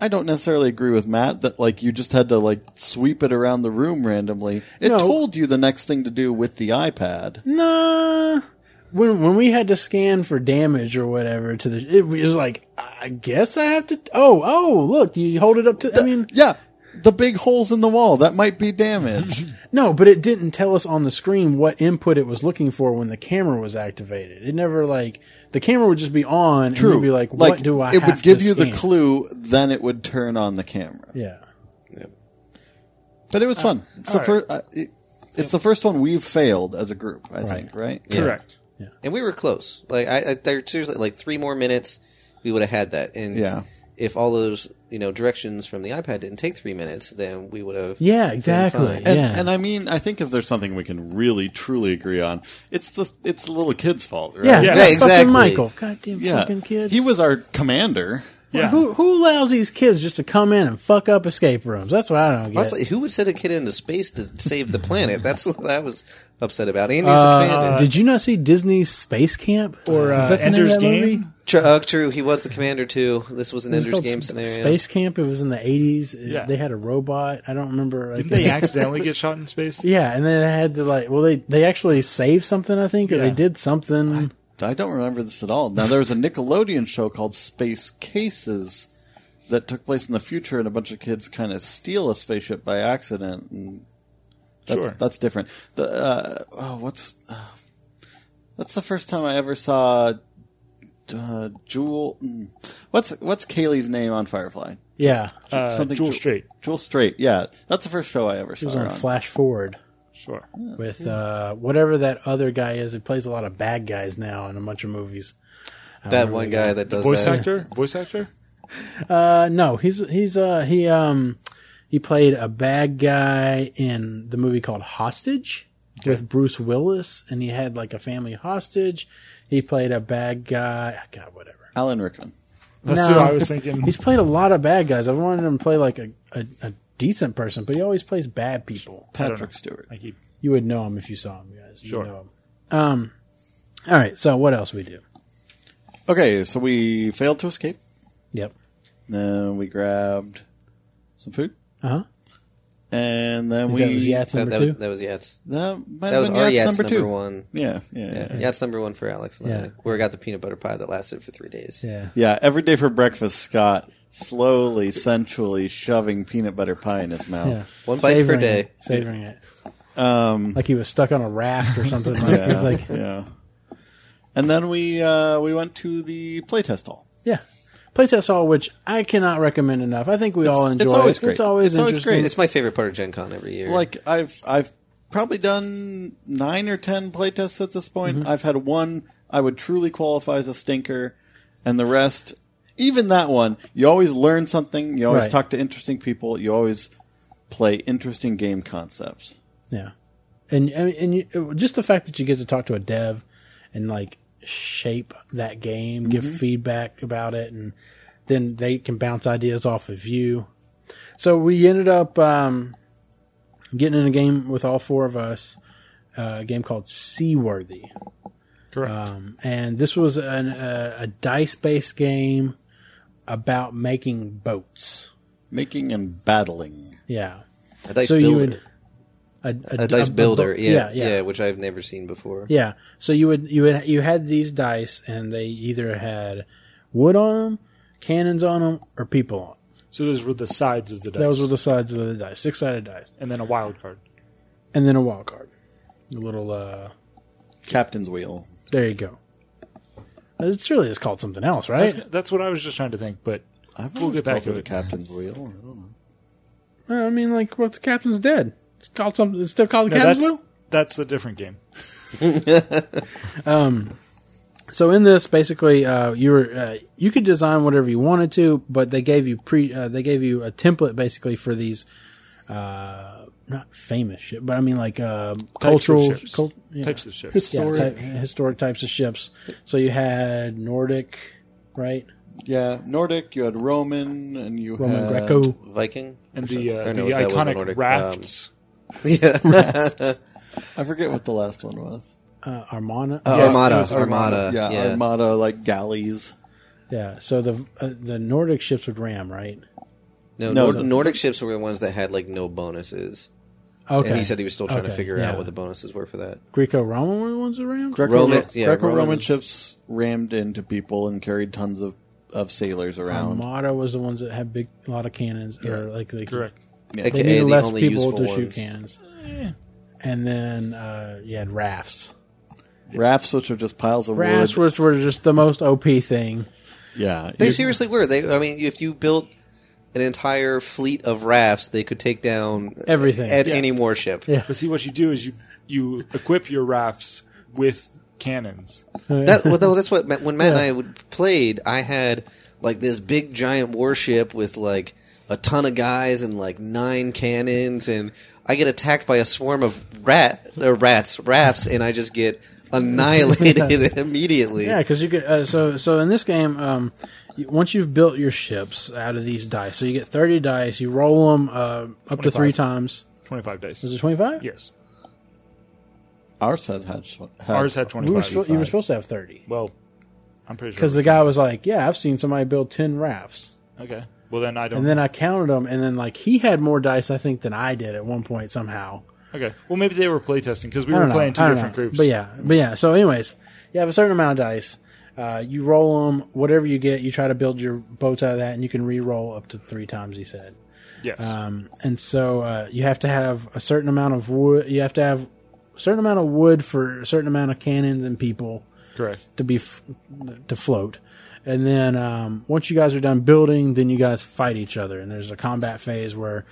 Speaker 5: I don't necessarily agree with Matt that like you just had to like sweep it around the room randomly. It
Speaker 1: No.
Speaker 5: told you the next thing to do with the iPad.
Speaker 1: Nah. When when we had to scan for damage or whatever to the, it was like I guess I have to. Oh oh, look, you hold it up to. I mean,
Speaker 5: Yeah, the big holes in the wall that might be damage.
Speaker 1: no, but it didn't tell us on the screen what input it was looking for when the camera was activated. It never like the camera would just be on and
Speaker 5: True.
Speaker 1: you'd be like, what do I?
Speaker 5: It
Speaker 1: have
Speaker 5: would give
Speaker 1: to
Speaker 5: you the
Speaker 1: scan?
Speaker 5: clue, then it would turn on the camera.
Speaker 1: Yeah.
Speaker 5: But it was fun. It's the first. Uh, it, it's the first one we've failed as a group. I think. Right.
Speaker 3: Yeah.
Speaker 2: Correct.
Speaker 3: and we were close. Like I, I there seriously like three more minutes, we would have had that. And
Speaker 5: Yeah.
Speaker 3: if all those you know directions from the iPad didn't take three minutes, then we would have.
Speaker 1: Yeah.
Speaker 3: been
Speaker 1: Exactly.
Speaker 3: fine.
Speaker 5: And,
Speaker 1: yeah.
Speaker 5: and I mean, I think if there's something we can really truly agree on, it's the it's the little kid's fault, right?
Speaker 1: yeah.
Speaker 2: Yeah,
Speaker 1: fucking
Speaker 3: exactly.
Speaker 1: Michael, goddamn
Speaker 5: Yeah.
Speaker 1: fucking kid.
Speaker 5: He was our commander.
Speaker 2: Yeah.
Speaker 1: who who allows these kids just to come in and fuck up escape rooms? That's what I don't get.
Speaker 3: Honestly, who would send a kid into space to save the planet? That's what I was upset about. Andrew's the
Speaker 1: Uh,
Speaker 3: commander.
Speaker 1: did you not see Disney's Space Camp
Speaker 2: Or
Speaker 1: Was that
Speaker 2: uh,
Speaker 1: the name of
Speaker 2: Ender's
Speaker 1: that movie?
Speaker 2: Game.
Speaker 3: True, uh, true, he was the commander too. This was an
Speaker 1: It was
Speaker 3: Ender's
Speaker 1: called
Speaker 3: Game
Speaker 1: Sp-
Speaker 3: scenario.
Speaker 1: Space Camp. It was in the eighties.
Speaker 2: Yeah.
Speaker 1: They had a robot. I don't remember. I
Speaker 2: Didn't
Speaker 1: think-
Speaker 2: they accidentally get shot in space?
Speaker 1: yeah, and then they had to like. Well, they they actually saved something. I think, or they
Speaker 2: Yeah.
Speaker 1: did something.
Speaker 5: I don't remember this at all. Now there was a Nickelodeon show called Space Cases that took place in the future, and a bunch of kids kind of steal a spaceship by accident, and that's,
Speaker 2: Sure.
Speaker 5: that's different. The uh, oh, what's uh, that's the first time I ever saw uh, Jewel. mm, What's what's Kaylee's name on Firefly?
Speaker 1: Yeah, it
Speaker 2: Uh, Jewel
Speaker 5: Ju-
Speaker 2: Strait.
Speaker 5: Jewel Straight. Yeah, that's the first show I ever saw.
Speaker 1: was
Speaker 5: her
Speaker 1: on
Speaker 5: on.
Speaker 1: Flash Forward
Speaker 2: Sure.
Speaker 1: with uh, whatever that other guy is. He plays a lot of bad guys now in a bunch of movies.
Speaker 3: That one guy that does
Speaker 2: Voice
Speaker 3: that.
Speaker 2: actor? Voice actor?
Speaker 1: Uh, no, he's he's uh he um he played a bad guy in the movie called Hostage with Bruce Willis, and he had like a family hostage. He played a bad guy. God, whatever.
Speaker 5: Alan Rickman.
Speaker 2: That's
Speaker 1: No.
Speaker 2: who I was thinking.
Speaker 1: He's played a lot of bad guys. I've wanted him to play like a, a, a decent person, but he always plays bad people.
Speaker 5: Patrick Stewart.
Speaker 2: I keep
Speaker 1: You would know him if you saw him, you guys. You'd
Speaker 2: Sure.
Speaker 1: know him. Um. All right. So what else we do?
Speaker 5: Okay, so we failed to escape.
Speaker 1: Yep.
Speaker 5: Then we grabbed some food.
Speaker 1: Uh huh.
Speaker 5: And then we
Speaker 1: That was Yats
Speaker 3: That,
Speaker 1: number
Speaker 3: that,
Speaker 1: two.
Speaker 3: was, that was Yats.
Speaker 5: That might
Speaker 3: That
Speaker 5: have
Speaker 3: was
Speaker 5: been
Speaker 3: our
Speaker 5: Yats
Speaker 3: Yats
Speaker 5: number,
Speaker 3: number
Speaker 5: two.
Speaker 3: one.
Speaker 5: Yeah, yeah, yeah,
Speaker 3: Yeah, Yats number one for Alex and
Speaker 1: Yeah.
Speaker 3: I. Where I got the peanut butter pie that lasted for three days.
Speaker 1: yeah.
Speaker 5: Yeah, Every day for breakfast, Scott slowly, sensually shoving peanut butter pie in his mouth.
Speaker 1: Yeah.
Speaker 3: One bite per
Speaker 1: Savoring
Speaker 3: day.
Speaker 1: it. Savoring it. Um, like he was stuck on a raft or something. Like,
Speaker 5: Yeah,
Speaker 1: He's like,
Speaker 5: yeah. And then we uh, we went to the playtest hall.
Speaker 1: yeah. Playtest Hall, which I cannot recommend enough. I think we all
Speaker 5: it's
Speaker 1: enjoy
Speaker 5: always
Speaker 1: it.
Speaker 5: great.
Speaker 1: It's always
Speaker 5: It's always
Speaker 1: interesting.
Speaker 3: It's my favorite part of Gen Con every year.
Speaker 5: Like I've I've probably done nine or ten playtests at this point. I've had one I would truly qualify as a stinker, and the rest, even that one, you always learn something. You always
Speaker 1: Right.
Speaker 5: talk to interesting people. You always play interesting game concepts.
Speaker 1: Yeah, and and, and you, just the fact that you get to talk to a dev and like shape that game, give feedback about it, and then they can bounce ideas off of you. So we ended up um, getting in a game with all four of us, uh, a game called Seaworthy. Um,
Speaker 2: correct.
Speaker 1: and this was an, uh, a dice based game about making boats.
Speaker 5: making and battling.
Speaker 1: Yeah,
Speaker 3: a dice
Speaker 1: so you
Speaker 3: builder.
Speaker 1: would a,
Speaker 3: a dice builder,
Speaker 1: boat-
Speaker 3: yeah, yeah, which I've never seen before.
Speaker 1: Yeah. So you would you would you had these dice, and they either had wood on them, cannons on them, or people on. 'em.
Speaker 2: so those were the sides of the dice.
Speaker 1: Those were the sides of the dice, six sided dice,
Speaker 2: and then a wild card.
Speaker 1: and then a wild card, a little uh,
Speaker 5: Captain's wheel.
Speaker 1: There you go. It surely is called something else, right?
Speaker 2: That's, that's what I was just trying to think, but
Speaker 5: I've
Speaker 2: We'll get
Speaker 5: to
Speaker 2: back to
Speaker 5: the
Speaker 2: it.
Speaker 5: captain's wheel. I don't know.
Speaker 1: Uh, I mean, like, what if the captain's dead? It's called something. It's still called the
Speaker 2: no,
Speaker 1: captain's
Speaker 2: that's
Speaker 1: wheel.
Speaker 2: that's a different game.
Speaker 1: So in this, basically, uh, you were uh, you could design whatever you wanted to, but they gave you pre uh, they gave you a template basically for these uh, not famous ship, but I mean like uh, cultural
Speaker 2: Types of ships.
Speaker 1: cult- yeah,
Speaker 2: Types of
Speaker 1: yeah,
Speaker 2: ships.
Speaker 5: Historic. Yeah,
Speaker 1: type- historic types of ships. So you had Nordic, right?
Speaker 5: Nordic. You had Roman, and you
Speaker 1: Roman
Speaker 5: had
Speaker 1: Greco.
Speaker 3: Viking
Speaker 2: and
Speaker 3: or
Speaker 2: the uh,
Speaker 3: something. Or no,
Speaker 2: the
Speaker 3: that wasn't
Speaker 2: iconic
Speaker 3: Nordic,
Speaker 2: rafts.
Speaker 3: um, yeah.
Speaker 5: I forget what the last one was.
Speaker 1: uh, Armana.
Speaker 3: Oh,
Speaker 5: Yes, it
Speaker 3: Armada,
Speaker 5: was
Speaker 3: Armada,
Speaker 5: Yeah,
Speaker 3: yeah.
Speaker 5: Armada like galleys.
Speaker 1: Yeah. So the uh, the Nordic ships would ram, right?
Speaker 3: no,
Speaker 5: No,
Speaker 3: Nord-
Speaker 5: the-
Speaker 3: Nordic ships were the ones that had like no bonuses.
Speaker 1: Okay.
Speaker 3: And he said he was still trying to
Speaker 1: Okay,
Speaker 3: figure
Speaker 1: yeah.
Speaker 3: out what the bonuses were for that.
Speaker 1: Greco Roman were the ones that rammed.
Speaker 3: Roman- yeah,
Speaker 5: Greco-Roman
Speaker 3: Roman-
Speaker 5: ships rammed into people and carried tons of, of sailors around.
Speaker 2: Um,
Speaker 1: Armada was the ones that had big a lot of cannons, or like they,
Speaker 2: Correct.
Speaker 1: They
Speaker 3: AKA
Speaker 1: needed
Speaker 3: the
Speaker 1: less
Speaker 3: only
Speaker 1: people
Speaker 3: useful
Speaker 1: to
Speaker 3: ones.
Speaker 1: shoot cannons. Eh. And then uh, you had rafts.
Speaker 5: Rafts, which are just piles of
Speaker 1: Rafts,
Speaker 5: wood.
Speaker 1: which were just the most OP thing.
Speaker 5: yeah,
Speaker 3: They
Speaker 5: you-
Speaker 3: seriously were. They, I mean, if you built an entire fleet of rafts, they could take down
Speaker 1: Everything.
Speaker 3: at
Speaker 1: Yeah.
Speaker 3: any warship.
Speaker 1: Yeah.
Speaker 2: But see, what you do is you you equip your rafts with cannons.
Speaker 3: That well, though, that's what Matt- when Matt and I would, played. I had like this big giant warship with like a ton of guys and like nine cannons, and I get attacked by a swarm of rat uh, rats rafts, and I just get annihilated immediately.
Speaker 1: Yeah, because you could. Uh, so, so in this game, um, you- once you've built your ships out of these dice, so you get thirty dice. You roll them uh, up to
Speaker 2: 25.
Speaker 1: three times.
Speaker 2: Twenty five dice.
Speaker 1: Was it twenty five?
Speaker 2: Yes,
Speaker 5: ours had, had, had
Speaker 2: ours had
Speaker 1: We
Speaker 2: twenty
Speaker 1: were
Speaker 2: five.
Speaker 1: spo- you were supposed to have thirty
Speaker 2: well, I'm pretty sure
Speaker 1: because
Speaker 2: it
Speaker 1: the
Speaker 2: was
Speaker 1: guy was like, "Yeah, I've seen somebody build ten rafts."
Speaker 2: 20. Okay. Well, then I don't.
Speaker 1: And then I counted them, and then like he had more dice, I think, than I did at one point somehow.
Speaker 2: okay. Well, maybe they were playtesting because we
Speaker 1: I
Speaker 2: were
Speaker 1: don't know.
Speaker 2: playing
Speaker 1: I
Speaker 2: two
Speaker 1: don't
Speaker 2: different
Speaker 1: know.
Speaker 2: groups.
Speaker 1: But yeah, but yeah. So, anyways, you have a certain amount of dice. Uh, you roll them. Whatever you get, you try to build your boats out of that, and you can re-roll up to three times. He said.
Speaker 2: Yes.
Speaker 1: Um, and so uh, you have to have a certain amount of wood. You have to have a certain amount of wood for a certain amount of cannons and people
Speaker 2: Correct.
Speaker 1: to be f- to float. And then um, once you guys are done building, then you guys fight each other. And there's a combat phase where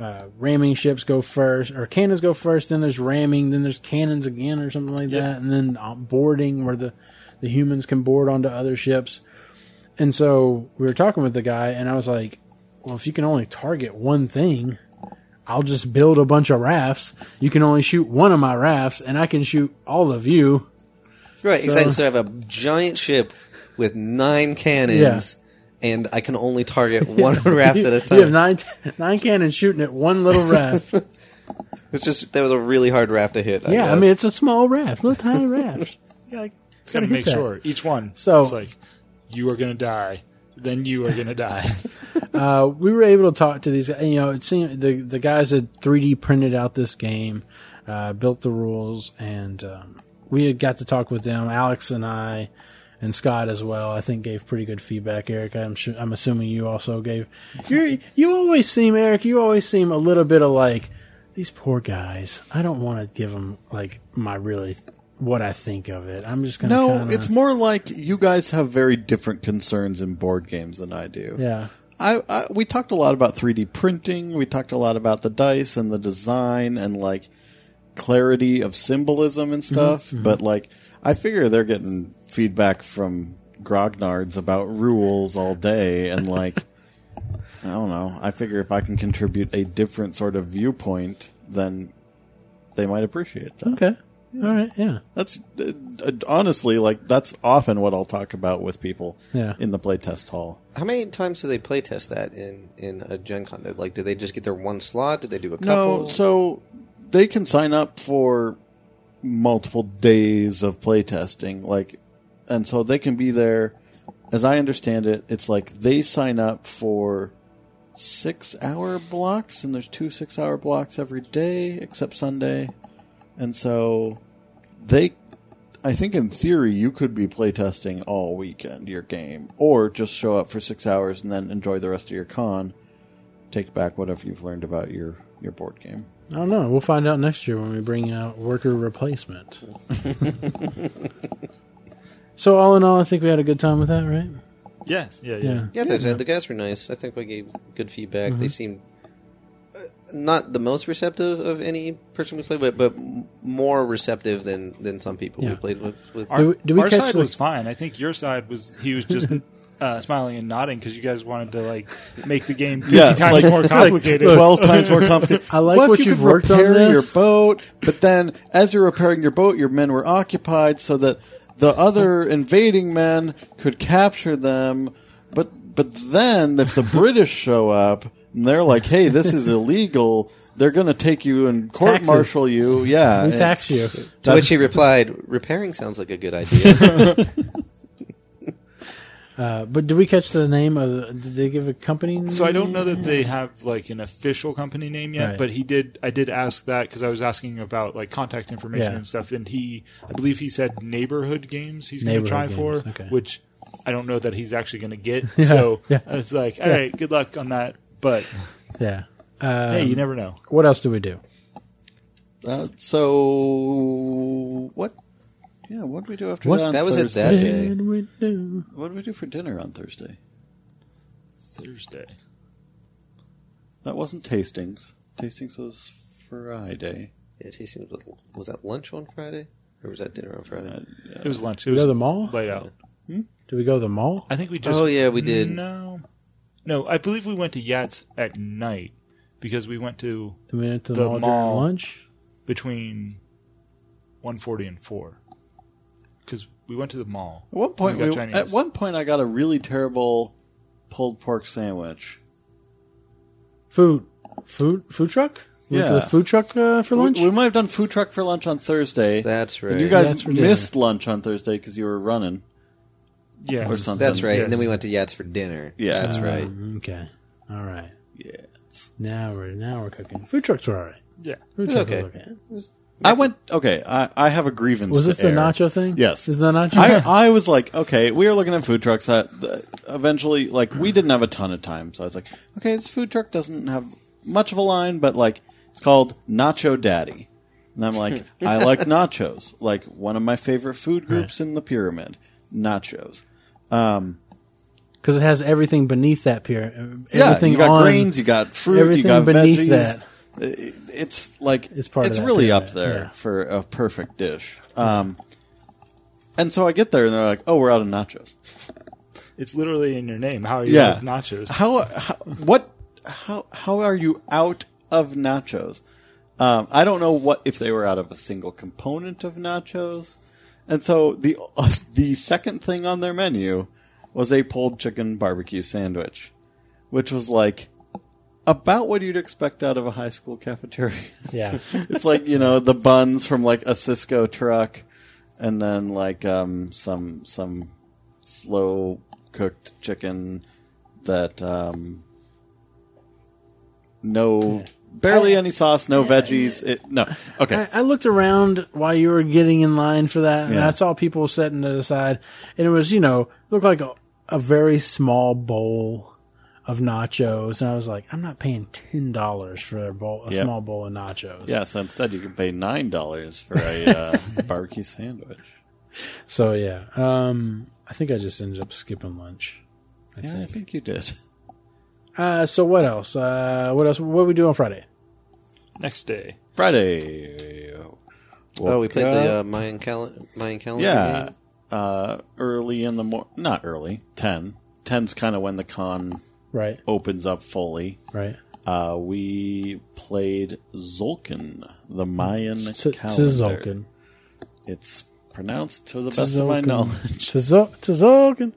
Speaker 1: uh, ramming ships go first, or cannons go first. Then there's ramming, then there's cannons again, or something like that. And then uh, boarding, where the the humans can board onto other ships. And so we were talking with the guy, and I was like, "Well, if you can only target one thing." I'll just build a bunch of rafts. You can only shoot one of my rafts, and I can shoot all of you.
Speaker 3: Right, exactly. So I have a giant ship with nine cannons, and I can only target one raft
Speaker 1: you,
Speaker 3: at a
Speaker 1: you have
Speaker 3: time.
Speaker 1: nine nine cannons shooting at one little raft.
Speaker 3: it's just that was a really hard raft to hit. I
Speaker 1: yeah, I
Speaker 3: guess.
Speaker 1: mean it's a small raft, little tiny raft. You gotta,
Speaker 2: It's got
Speaker 1: gotta
Speaker 2: to make
Speaker 1: hit that.
Speaker 2: sure each one.
Speaker 1: So-
Speaker 2: it's like you are going to die, then you are going to die.
Speaker 1: Uh, we were able to talk to these. You know, it seemed the the guys had 3D printed out this game, uh, built the rules, and um, we had got to talk with them. Alex and I. And Scott as well, I think gave pretty good feedback. Eric, I'm sure, I'm assuming you also gave. You you always seem Eric, you always seem a little bit of like these poor guys. I don't want to give them like my really what I think of it. I'm just gonna
Speaker 5: No,
Speaker 1: kinda-
Speaker 5: it's more like you guys have very different concerns in board games than I do.
Speaker 1: yeah.
Speaker 5: I, I we talked a lot about 3D printing. We talked a lot about the dice and the design and like clarity of symbolism
Speaker 1: Mm-hmm,
Speaker 5: and stuff. But like, I figure they're getting feedback from grognards about rules all day, and like, I don't know. I figure if I can contribute a different sort of viewpoint, then they might appreciate that.
Speaker 1: Okay. All right. Yeah.
Speaker 5: That's uh, uh, honestly like that's often what I'll talk about with people
Speaker 1: Yeah.
Speaker 5: in the playtest hall.
Speaker 3: how many times do they play test that in in a Gen Con? Did- Like, did they just get their one slot? Did they do a couple?
Speaker 5: No, so they can sign up for multiple days of playtesting, like, and so they can be there. As I understand it, it's like they sign up for six hour blocks, and there's two six hour blocks every day except Sunday, and so they. I think in theory you could be playtesting all weekend your game, or just show up for six hours and then enjoy the rest of your con take back whatever you've learned about your your board game.
Speaker 1: I don't know. We'll find out next year when we bring out worker replacement. So all in all, I think we had a good time with that, right?
Speaker 2: Yes. Yeah. Yeah.
Speaker 1: Yeah.
Speaker 3: Yeah, the- the guys were nice. I think we gave good feedback. They seemed uh, not the most receptive of any person we played with, but m- more receptive than than some people
Speaker 1: Yeah.
Speaker 3: we played with. with.
Speaker 1: Do we- do we
Speaker 2: Our
Speaker 1: catch
Speaker 2: side
Speaker 1: the-
Speaker 2: was fine. I think your side was he was just uh, smiling and nodding because you guys wanted to like make the game fifty
Speaker 5: Yeah,
Speaker 2: times
Speaker 5: like-
Speaker 2: more complicated.
Speaker 5: Twelve times more complicated.
Speaker 1: I like
Speaker 5: Well, if
Speaker 1: what
Speaker 5: you
Speaker 1: you've
Speaker 5: could
Speaker 1: worked on
Speaker 5: repair your
Speaker 1: this.
Speaker 5: boat, but then as you're repairing your boat, your men were occupied, so that the other invading men could capture them. But but then if the British show up and they're like, "Hey, this is illegal," they're going to take you and court martial you. Yeah,
Speaker 1: We
Speaker 5: and-
Speaker 1: tax you.
Speaker 3: to which he replied, "Repairing sounds like a good idea."
Speaker 1: Uh, but did we catch the name of? the- Did they give a company? Name?
Speaker 2: So I don't know that they have like an official company name yet,
Speaker 1: Right.
Speaker 2: but he did. I did ask that because I was asking about like contact information
Speaker 1: Yeah.
Speaker 2: and stuff, and he, I believe he said neighborhood games he's going to
Speaker 1: Neighborhood
Speaker 2: try for,
Speaker 1: games, okay.
Speaker 2: which I don't know that he's actually going to get. so
Speaker 1: yeah.
Speaker 2: I was like, all right, good luck on that. But
Speaker 1: Yeah.
Speaker 2: hey,
Speaker 1: Um,
Speaker 2: you never know.
Speaker 1: What else do we do?
Speaker 5: Uh, so what? Yeah, what did we do after
Speaker 1: What?
Speaker 5: that? on
Speaker 3: That was it
Speaker 5: Thursday?
Speaker 3: that day.
Speaker 1: Did we do?
Speaker 5: What did we do for dinner on Thursday?
Speaker 2: Thursday.
Speaker 5: That wasn't tastings. Tastings was Friday.
Speaker 3: yeah, he seemed was, was that lunch on Friday or was that dinner on
Speaker 5: Uh,
Speaker 3: Friday?
Speaker 2: It was lunch. It
Speaker 1: Go
Speaker 2: was
Speaker 1: to the mall?
Speaker 2: laid out.
Speaker 1: Did we go to the mall?
Speaker 2: I think we just.
Speaker 3: Oh, yeah, we did.
Speaker 2: No, no. I believe we went to Yats at night because we went to
Speaker 1: Did we went to the,
Speaker 2: The
Speaker 1: mall,
Speaker 2: mall.
Speaker 1: during lunch?
Speaker 2: between 140 and 4 because we went to the mall
Speaker 5: At one point,
Speaker 2: We got
Speaker 5: we-
Speaker 2: Chinese.
Speaker 5: at one point, I got a really terrible pulled pork sandwich.
Speaker 1: Food, food, food truck. We went to
Speaker 5: Yeah.
Speaker 1: the food truck uh, for
Speaker 5: We-
Speaker 1: lunch.
Speaker 5: We, might have done food truck for lunch on Thursday.
Speaker 3: That's right.
Speaker 5: and you
Speaker 1: That's
Speaker 5: guys
Speaker 1: for dinner.
Speaker 5: missed lunch on Thursday because you were running
Speaker 2: yeah
Speaker 5: or something.
Speaker 3: That's right.
Speaker 2: Yes.
Speaker 3: And then we went to Yats for dinner.
Speaker 5: Yeah.
Speaker 3: that's
Speaker 5: Uh,
Speaker 3: right.
Speaker 1: Um, okay. All right.
Speaker 5: Yeah.
Speaker 1: Now we're now we're cooking. Food trucks were all right.
Speaker 2: yeah
Speaker 1: Food
Speaker 3: It's
Speaker 1: truck was
Speaker 3: okay.
Speaker 1: okay.
Speaker 5: I went. Okay, I, I have a grievance.
Speaker 1: Was
Speaker 5: to
Speaker 1: this the
Speaker 5: air.
Speaker 1: nacho thing?
Speaker 5: Yes.
Speaker 1: Is the nacho?
Speaker 5: I, I was like, okay, we were looking at food trucks. That that eventually, like, we didn't have a ton of time, so I was like, okay, this food truck doesn't have much of a line, but like, it's called Nacho Daddy, and I'm like, I like nachos, like one of my favorite food groups in the pyramid, nachos.
Speaker 1: Because it has everything beneath that pier. Everything
Speaker 5: yeah, you got
Speaker 1: on,
Speaker 5: grains, you got fruit,
Speaker 1: everything
Speaker 5: you got
Speaker 1: beneath
Speaker 5: veggies.
Speaker 1: that.
Speaker 5: I- It's like
Speaker 1: It's
Speaker 5: it's,
Speaker 1: part of that
Speaker 5: really
Speaker 1: pyramid,
Speaker 5: up there
Speaker 1: yeah.
Speaker 5: for a perfect dish. Um, and so I get there, and they're like, "Oh, we're out of nachos."
Speaker 2: it's literally in your name how are you
Speaker 5: Yeah.
Speaker 2: with nachos
Speaker 5: How, how what how how are you out of nachos? Um, I don't know what if they were out of a single component of nachos, and so the the second thing on their menu was a pulled chicken barbecue sandwich, which was like about what you'd expect out of a high school cafeteria.
Speaker 1: Yeah.
Speaker 5: it's like you know the buns from like a Cisco truck, and then like um, some some slow cooked chicken that um, no barely any sauce, no veggies. It, no, okay,
Speaker 1: I, I looked around while you were getting in line for that, and
Speaker 5: Yeah.
Speaker 1: I saw people setting it aside, and it was you know looked like a, a very small bowl of nachos, and I was like, I'm not paying ten dollars for a bowl, a
Speaker 5: Yep.
Speaker 1: small bowl of nachos.
Speaker 5: yeah. So instead, you can pay nine dollars for a uh, barbecue sandwich.
Speaker 1: So yeah, um, I think I just ended up skipping lunch.
Speaker 5: yeah, I think you did.
Speaker 1: Uh, so what else? Uh, what else? What did we do on Friday?
Speaker 2: next day
Speaker 5: Friday.
Speaker 3: Oh, we
Speaker 5: woke
Speaker 3: played the
Speaker 5: up.
Speaker 3: uh, Mayan calendar. Mayan calendar.
Speaker 5: yeah
Speaker 3: game.
Speaker 5: uh, early in the morning. Not early. Ten. Ten's kind of when the con
Speaker 1: Right,
Speaker 5: opens up fully.
Speaker 1: right.
Speaker 5: Uh, we played Zulkin, the Mayan
Speaker 1: To
Speaker 5: calendar.
Speaker 1: Tzolkin.
Speaker 5: It's pronounced to the best of my
Speaker 1: Tzolkin.
Speaker 5: knowledge.
Speaker 1: Tzol- Tzolkin.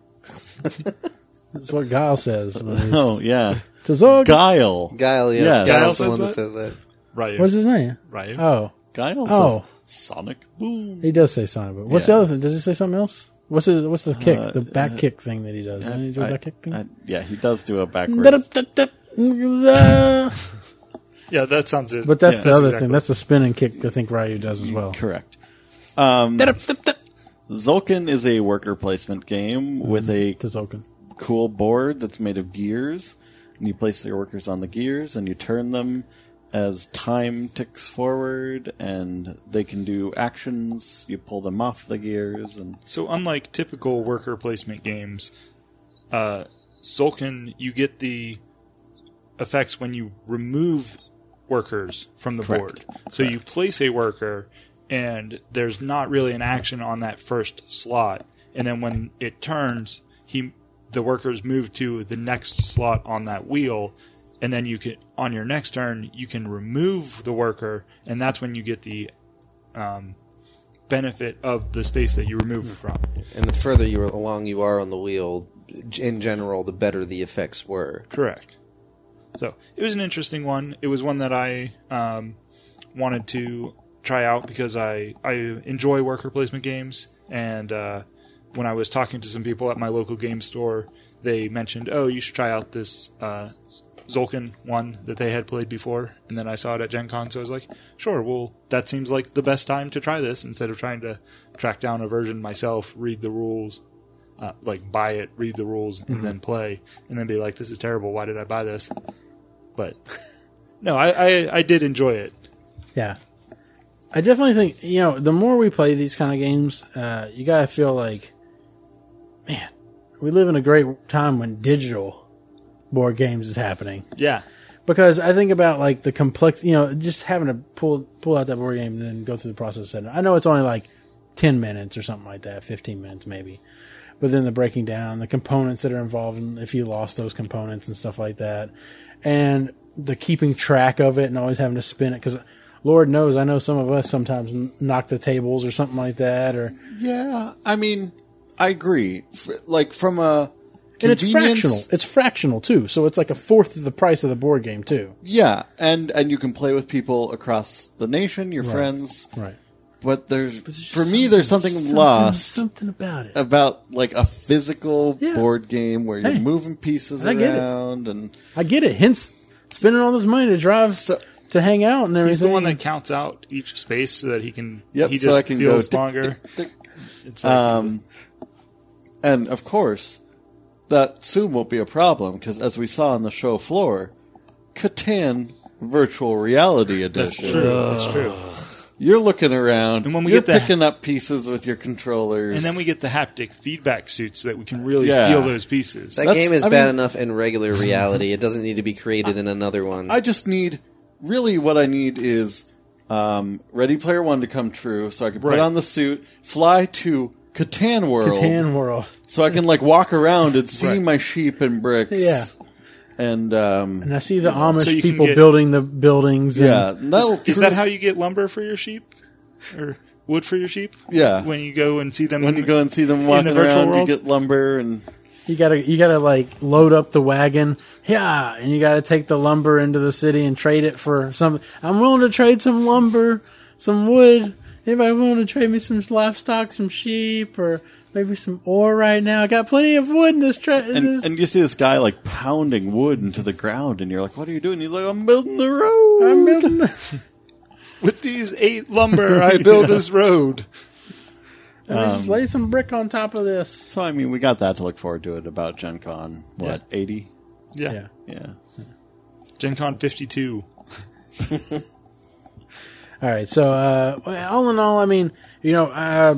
Speaker 1: That's what Guile says. when he's-
Speaker 5: oh yeah,
Speaker 1: Tzolkin.
Speaker 5: Guile.
Speaker 3: Guile. Yeah,
Speaker 5: Yes.
Speaker 3: Guile's the
Speaker 2: Guile
Speaker 3: one that says
Speaker 2: says
Speaker 3: that.
Speaker 2: Ryu
Speaker 1: What's his name?
Speaker 2: Ryu
Speaker 1: Oh,
Speaker 5: Guile
Speaker 1: Oh.
Speaker 5: says Sonic Boom.
Speaker 1: he does say Sonic Boom. What's
Speaker 5: Yeah.
Speaker 1: the other thing? Does he say something else? What's his, What's the kick?
Speaker 5: Uh,
Speaker 1: the back kick thing that he does. Doesn't he do a
Speaker 5: I-
Speaker 1: back kick thing?
Speaker 5: I- yeah, he does do a backwards.
Speaker 1: but
Speaker 2: yeah that sounds
Speaker 1: that's
Speaker 5: Yeah,
Speaker 2: it
Speaker 1: the
Speaker 2: that's
Speaker 1: other
Speaker 2: exactly-
Speaker 1: thing. That's the spinning kick I think Ryu does as well.
Speaker 5: Correct. Um, Zulkin is a worker placement game with a
Speaker 1: To Zoken.
Speaker 5: cool board that's made of gears, and you place your workers on the gears, and you turn them as time ticks forward and they can do actions. You pull them off the gears and
Speaker 2: So unlike typical worker placement games, uh, Sulkin, you get the effects when you remove workers from the board. So you place a worker, and there's not really an action on that first slot. And then when it turns, he the workers move to the next slot on that wheel, and then you can on your next turn you can remove the worker, and that's when you get the um, benefit of the space that you remove it from.
Speaker 3: And the further you are along you are on the wheel, g- in general, the better the effects were.
Speaker 2: Correct. So it was an interesting one. It was one that I um, wanted to try out because I, I enjoy worker placement games. And uh, when I was talking to some people at my local game store, they mentioned, oh, you should try out this uh, Zolkin one that they had played before. And then I saw it at Gen Con, so I was like, sure, well, that seems like the best time to try this instead of trying to track down a version myself, read the rules, uh, like buy it, read the rules, and then play, and then be like, "This is terrible. Why did I buy this?" But no, I I, I did enjoy it.
Speaker 1: Yeah. I definitely think, you know, the more we play these kind of games, uh, you got to feel like, man, we live in a great time when digital board games is happening.
Speaker 2: Yeah,
Speaker 1: Because I think about like the complex, you know, just having to pull pull out that board game and then go through the process. of setting it. I know it's only like ten minutes or something like that, fifteen minutes maybe. But then the breaking down, the components that are involved, and if you lost those components and stuff like that, and the keeping track of it and always having to spin it because Lord knows I know some of us sometimes n- knock the tables or something like that, or
Speaker 5: Yeah, I mean, I agree. F- like from a
Speaker 1: and it's
Speaker 5: convenience-
Speaker 1: fractional. It's fractional too, so it's like a fourth of the price of the board game too.
Speaker 5: Yeah, and and you can play with people across the nation, your friends.
Speaker 1: Right.
Speaker 5: But there's for me, there's something, lost
Speaker 1: Something about it.
Speaker 5: about like a physical
Speaker 1: Yeah.
Speaker 5: board game where you're
Speaker 1: Hey,
Speaker 5: moving pieces
Speaker 1: I get it.
Speaker 5: around and
Speaker 1: I get it. Hence, spending all this money to drive
Speaker 5: So-
Speaker 1: to hang out and everything.
Speaker 2: he's the one that counts out each space so that he can.
Speaker 5: yep,
Speaker 2: he
Speaker 5: so
Speaker 2: just
Speaker 5: I can go
Speaker 2: feels
Speaker 5: tick, tick,
Speaker 2: longer.
Speaker 5: tick, tick.
Speaker 2: It's like he's
Speaker 5: Um, and of course, that soon won't be a problem because, as we saw on the show floor, Catan Virtual Reality Edition.
Speaker 2: that's true. That's true.
Speaker 5: You're looking around.
Speaker 2: And when we
Speaker 5: you're
Speaker 2: get the-
Speaker 5: picking up pieces with your controllers.
Speaker 2: And then we get the haptic feedback suit so that we can really
Speaker 5: Yeah.
Speaker 2: feel those pieces.
Speaker 3: That
Speaker 5: That's-
Speaker 3: game is
Speaker 5: I
Speaker 3: bad
Speaker 5: mean-
Speaker 3: enough in regular reality. It doesn't need to be created in another one.
Speaker 5: I just need. Really, what I need is um, Ready Player One to come true, so I can
Speaker 2: Right.
Speaker 5: put on the suit, fly to Catan World,
Speaker 1: Catan world.
Speaker 5: so I can like walk around and see
Speaker 2: Right.
Speaker 5: my sheep and bricks.
Speaker 1: Yeah.
Speaker 5: And um,
Speaker 1: And I see the Amish
Speaker 2: so you can
Speaker 1: people
Speaker 2: get-
Speaker 1: building the buildings. and-
Speaker 5: yeah, that'll
Speaker 2: is that how you get lumber for your sheep or wood for your sheep?
Speaker 5: Yeah.
Speaker 2: When you go and see them,
Speaker 5: when you go and see them
Speaker 2: the
Speaker 5: walking
Speaker 2: virtual
Speaker 5: around,
Speaker 2: world?
Speaker 5: you get lumber and
Speaker 1: you gotta you gotta like load up the wagon. Yeah, and you gotta take the lumber into the city and trade it for some. I'm willing to trade some lumber, some wood. Anybody willing to trade me some livestock, some sheep, or maybe some ore right now? I got plenty of wood in this. Tra- in
Speaker 5: and,
Speaker 1: this-
Speaker 5: and you see this guy like pounding wood into the ground, and you're like, "What are you doing?" He's like, "I'm building the road."
Speaker 1: I'm building.
Speaker 2: with these eight lumber, I build this road.
Speaker 1: Let
Speaker 2: Um,
Speaker 1: me just lay some brick on top of this.
Speaker 5: so I mean, we got that to look forward to at about Gen Con. What eighty?
Speaker 2: Yeah.
Speaker 1: Yeah.
Speaker 5: Yeah.
Speaker 2: Gen Con 52.
Speaker 1: All right. So, uh, well, all in all, I mean, you know, uh,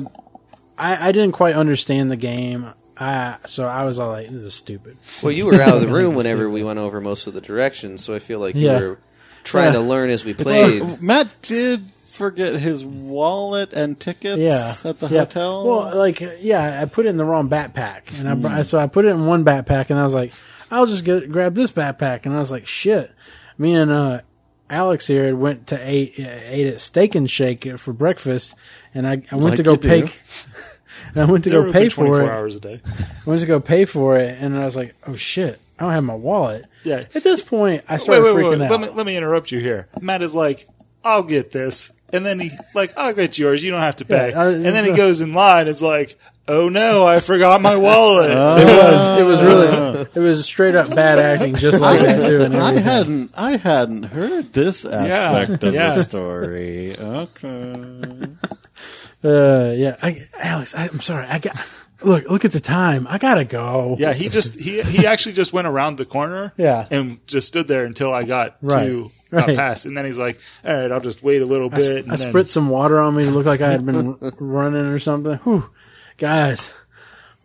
Speaker 1: I, I didn't quite understand the game. I, so I was all like, this is stupid.
Speaker 3: well, you were out of the room whenever we went over most of the directions, so I feel like you
Speaker 1: Yeah.
Speaker 3: were trying
Speaker 1: Yeah.
Speaker 3: to learn as we
Speaker 5: It's
Speaker 3: played.
Speaker 5: like- Matt did forget his wallet and tickets
Speaker 1: Yeah.
Speaker 5: at the
Speaker 1: Yeah.
Speaker 5: hotel.
Speaker 1: Well, like, yeah, I put it in the wrong backpack. And I, br- so I put it in one backpack and I was like, I'll just go, grab this backpack. And I was like, shit. Me and, uh, Alex here had went to ate, ate at Steak and Shake for breakfast. And I, I went
Speaker 5: Like
Speaker 1: to go
Speaker 5: you
Speaker 1: pay.
Speaker 5: do.
Speaker 1: and I went to
Speaker 2: They're
Speaker 1: go
Speaker 2: open
Speaker 1: pay
Speaker 2: 24
Speaker 1: for it.
Speaker 2: hours a day.
Speaker 1: I went to go pay for it, and I was like, "Oh shit, I don't have my wallet."
Speaker 2: Yeah.
Speaker 1: At this point, I
Speaker 2: Wait,
Speaker 1: started
Speaker 2: wait, wait.
Speaker 1: freaking out.
Speaker 2: wait. Let me let me interrupt you here. Matt is like, "I'll get this," and then he like, "I'll get yours. You don't have to pay."
Speaker 1: Yeah, uh, I-
Speaker 2: and then he goes in line. It's like, "Oh no, I forgot my wallet."
Speaker 1: it was it was really it was straight up bad acting, just like that too. And
Speaker 5: I
Speaker 1: everything.
Speaker 5: hadn't I hadn't heard this aspect of
Speaker 2: yeah.
Speaker 5: the story. Okay.
Speaker 1: uh, yeah, I, Alex, I, I'm sorry. I got look look at the time. I gotta go.
Speaker 2: yeah, he just he he actually just went around the corner.
Speaker 1: Yeah.
Speaker 2: and just stood there until I got
Speaker 1: Right.
Speaker 2: to
Speaker 1: Right.
Speaker 2: not pass. And then he's like, all right, I'll just wait a little
Speaker 1: I,
Speaker 2: bit. and
Speaker 1: I
Speaker 2: then,
Speaker 1: spritz some water on me to look like I had been r- running or something. Whew. Guys,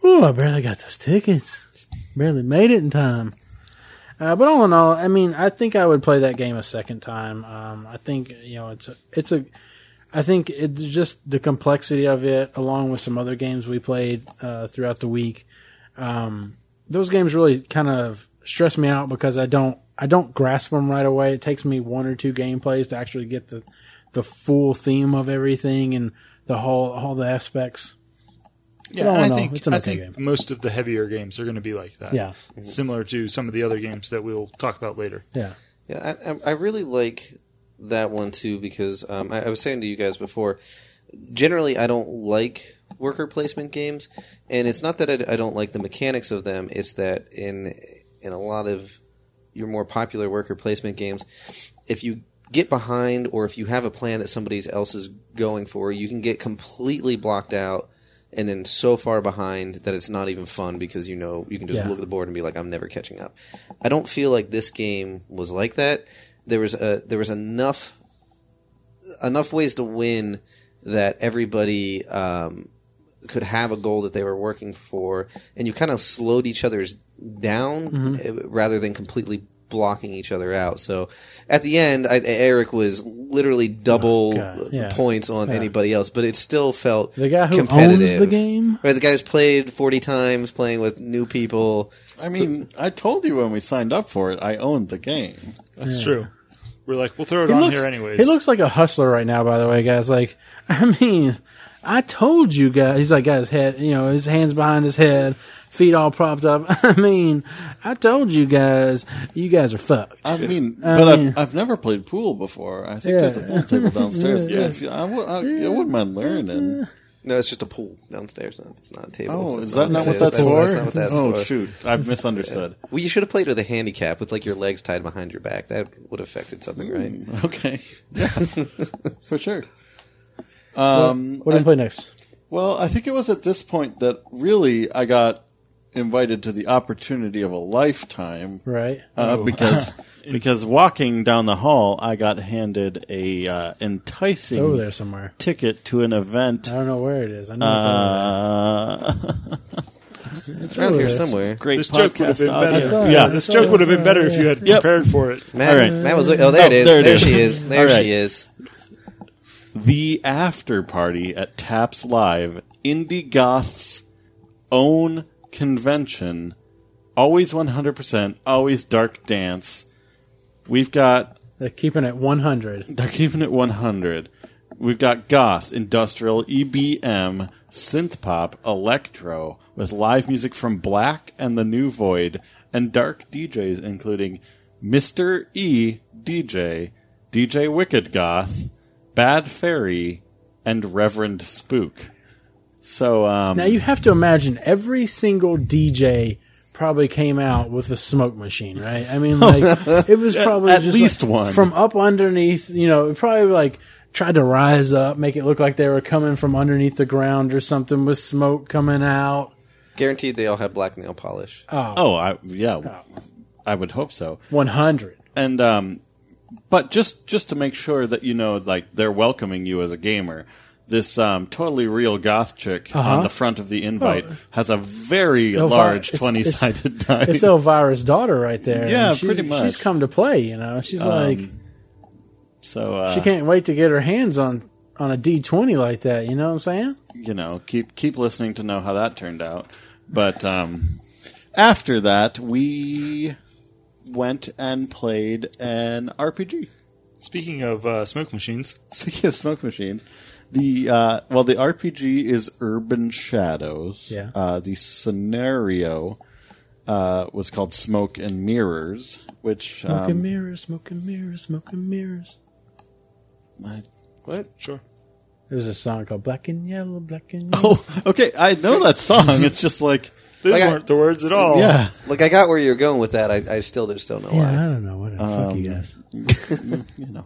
Speaker 1: Ooh, I barely got those tickets. Barely made it in time. Uh, but all in all, I mean, I think I would play that game a second time. Um, I think you know it's a, it's a. I think it's just the complexity of it, along with some other games we played uh, throughout the week. Um, those games really kind of stress me out because I don't I don't grasp them right away. It takes me one or two gameplays to actually get the the full theme of everything and the whole all the aspects.
Speaker 2: yeah,
Speaker 1: No,
Speaker 2: and I
Speaker 1: no,
Speaker 2: think,
Speaker 1: it's an
Speaker 2: I
Speaker 1: okay
Speaker 2: think most of the heavier games are going to be like that.
Speaker 1: Yeah.
Speaker 2: Similar to some of the other games that we'll talk about later.
Speaker 1: Yeah.
Speaker 3: Yeah, I, I- I really like that one too because um, I, I was saying to you guys before. Generally, I don't like worker placement games, and it's not that I, I don't like the mechanics of them. It's that in in a lot of your more popular worker placement games, if you get behind or if you have a plan that somebody else is going for, you can get completely blocked out and then so far behind that it's not even fun because you know you can just
Speaker 1: Yeah.
Speaker 3: look at the board and be like I'm never catching up. I don't feel like this game was like that. There was a there was enough enough ways to win that everybody um, could have a goal that they were working for, and you kind of slowed each other's down
Speaker 1: Mm-hmm.
Speaker 3: eh, rather than completely blocking each other out. So at the end, I, Eric was literally
Speaker 1: Oh,
Speaker 3: double
Speaker 1: God, yeah.
Speaker 3: points on anybody else, but it still felt
Speaker 1: The guy who
Speaker 3: competitive.
Speaker 1: owns the game?
Speaker 3: right? The guy's played forty times, playing with new people.
Speaker 5: I mean, I told you when we signed up for it, I owned the game.
Speaker 2: That's true. We're like, we'll throw it
Speaker 1: He
Speaker 2: on
Speaker 1: looks-
Speaker 2: here anyways.
Speaker 1: He looks like a hustler right now, by the way, guys. Like, I mean, I told you guys. He's like, got his head, you know, his hands behind his head, feet all propped up. I mean, I told you guys, you guys are fucked.
Speaker 5: I mean,
Speaker 1: I
Speaker 5: but
Speaker 1: mean-
Speaker 5: I've, I've never played pool before. I think
Speaker 1: Yeah.
Speaker 5: there's a pool table downstairs.
Speaker 2: Yeah.
Speaker 5: yeah, if you, I, would, I, I wouldn't mind learning.
Speaker 3: No, it's just a pool downstairs. No, it's not a table.
Speaker 5: Oh,
Speaker 3: It's
Speaker 5: is that not what
Speaker 3: it
Speaker 5: that's for?
Speaker 3: That's not what that's
Speaker 5: oh
Speaker 3: for.
Speaker 5: shoot, I've misunderstood.
Speaker 3: Well, you should have played with a handicap with like your legs tied behind your back. That would have affected something, right?
Speaker 5: Hmm. Okay, for sure.
Speaker 1: What do you play next?
Speaker 5: Well, I think it was at this point that really I got invited to the opportunity of a lifetime
Speaker 1: Right?
Speaker 5: uh, because because walking down the hall, I got handed a uh, enticing
Speaker 1: It's over there somewhere.
Speaker 5: ticket to an event.
Speaker 1: I don't know where it is. I know
Speaker 5: Uh,
Speaker 3: It's around here
Speaker 1: It's-
Speaker 3: somewhere.
Speaker 5: great
Speaker 2: this joke would have
Speaker 5: podcast
Speaker 2: been
Speaker 5: audio.
Speaker 2: better.
Speaker 1: Sorry,
Speaker 5: Yeah,
Speaker 2: This
Speaker 1: sorry.
Speaker 2: joke would have been better if you had
Speaker 5: Yep.
Speaker 2: prepared for it.
Speaker 3: Matt,
Speaker 5: All right.
Speaker 3: Matt was. Oh, there
Speaker 5: Oh,
Speaker 3: it is.
Speaker 5: there
Speaker 3: There,
Speaker 5: it is.
Speaker 3: she is. There
Speaker 5: All right.
Speaker 3: she is.
Speaker 5: the after party at Taps Live, Indie Goth's own convention. Always 100%, always dark dance. We've got
Speaker 1: They're keeping it 100.
Speaker 5: They're keeping it 100. We've got goth, industrial, E EBM, synth pop, electro, with live music from Black and the New Void, and dark DJs including Mr. E DJ, DJ Wicked Goth, Bad Fairy, and Reverend Spook. So, um,
Speaker 1: Now you have to imagine every single DJ probably came out with a smoke machine, right? I mean, like it was probably
Speaker 5: at
Speaker 1: just
Speaker 5: least
Speaker 1: like,
Speaker 5: one.
Speaker 1: from up underneath. You know, probably like tried to rise up, make it look like they were coming from underneath the ground or something with smoke coming out.
Speaker 3: Guaranteed, they all have black nail polish.
Speaker 1: Uh,
Speaker 5: oh, I, yeah,
Speaker 1: Oh.
Speaker 5: I would hope so.
Speaker 1: One hundred.
Speaker 5: and um, but just just to make sure that you know, like they're welcoming you as a gamer. This um, totally real goth chick
Speaker 1: Uh-huh.
Speaker 5: on the front of the invite
Speaker 1: Oh.
Speaker 5: has a very large twenty sided die.
Speaker 1: It's Elvira's daughter right there.
Speaker 5: Yeah,
Speaker 1: And she's-
Speaker 5: pretty much.
Speaker 1: She's come to play. You know, she's like
Speaker 5: so uh,
Speaker 1: she can't wait to get her hands on on a D twenty like that. You know what I'm saying?
Speaker 5: you know, keep keep listening to know how that turned out. But um, after that, we went and played an RPG.
Speaker 2: Speaking of uh, smoke machines,
Speaker 5: Speaking of smoke machines, the uh, well, the RPG is Urban Shadows.
Speaker 1: Yeah.
Speaker 5: Uh, the scenario uh, was called Smoke and Mirrors, which
Speaker 1: Smoke and
Speaker 5: um,
Speaker 1: mirrors, smoke and mirrors, smoke and mirrors.
Speaker 5: I-
Speaker 2: what? Sure.
Speaker 1: There was a song called Black and Yellow, Black and Yellow.
Speaker 5: oh, okay, I know that song. It's just like
Speaker 2: Those
Speaker 3: Like I-
Speaker 2: weren't the words at
Speaker 1: Oh.
Speaker 2: all.
Speaker 5: yeah,
Speaker 3: Look, I got where you're going with that. I, I still just don't know
Speaker 1: yeah, I
Speaker 3: why.
Speaker 1: don't know. Whatever. Fuck you guys.
Speaker 5: you know.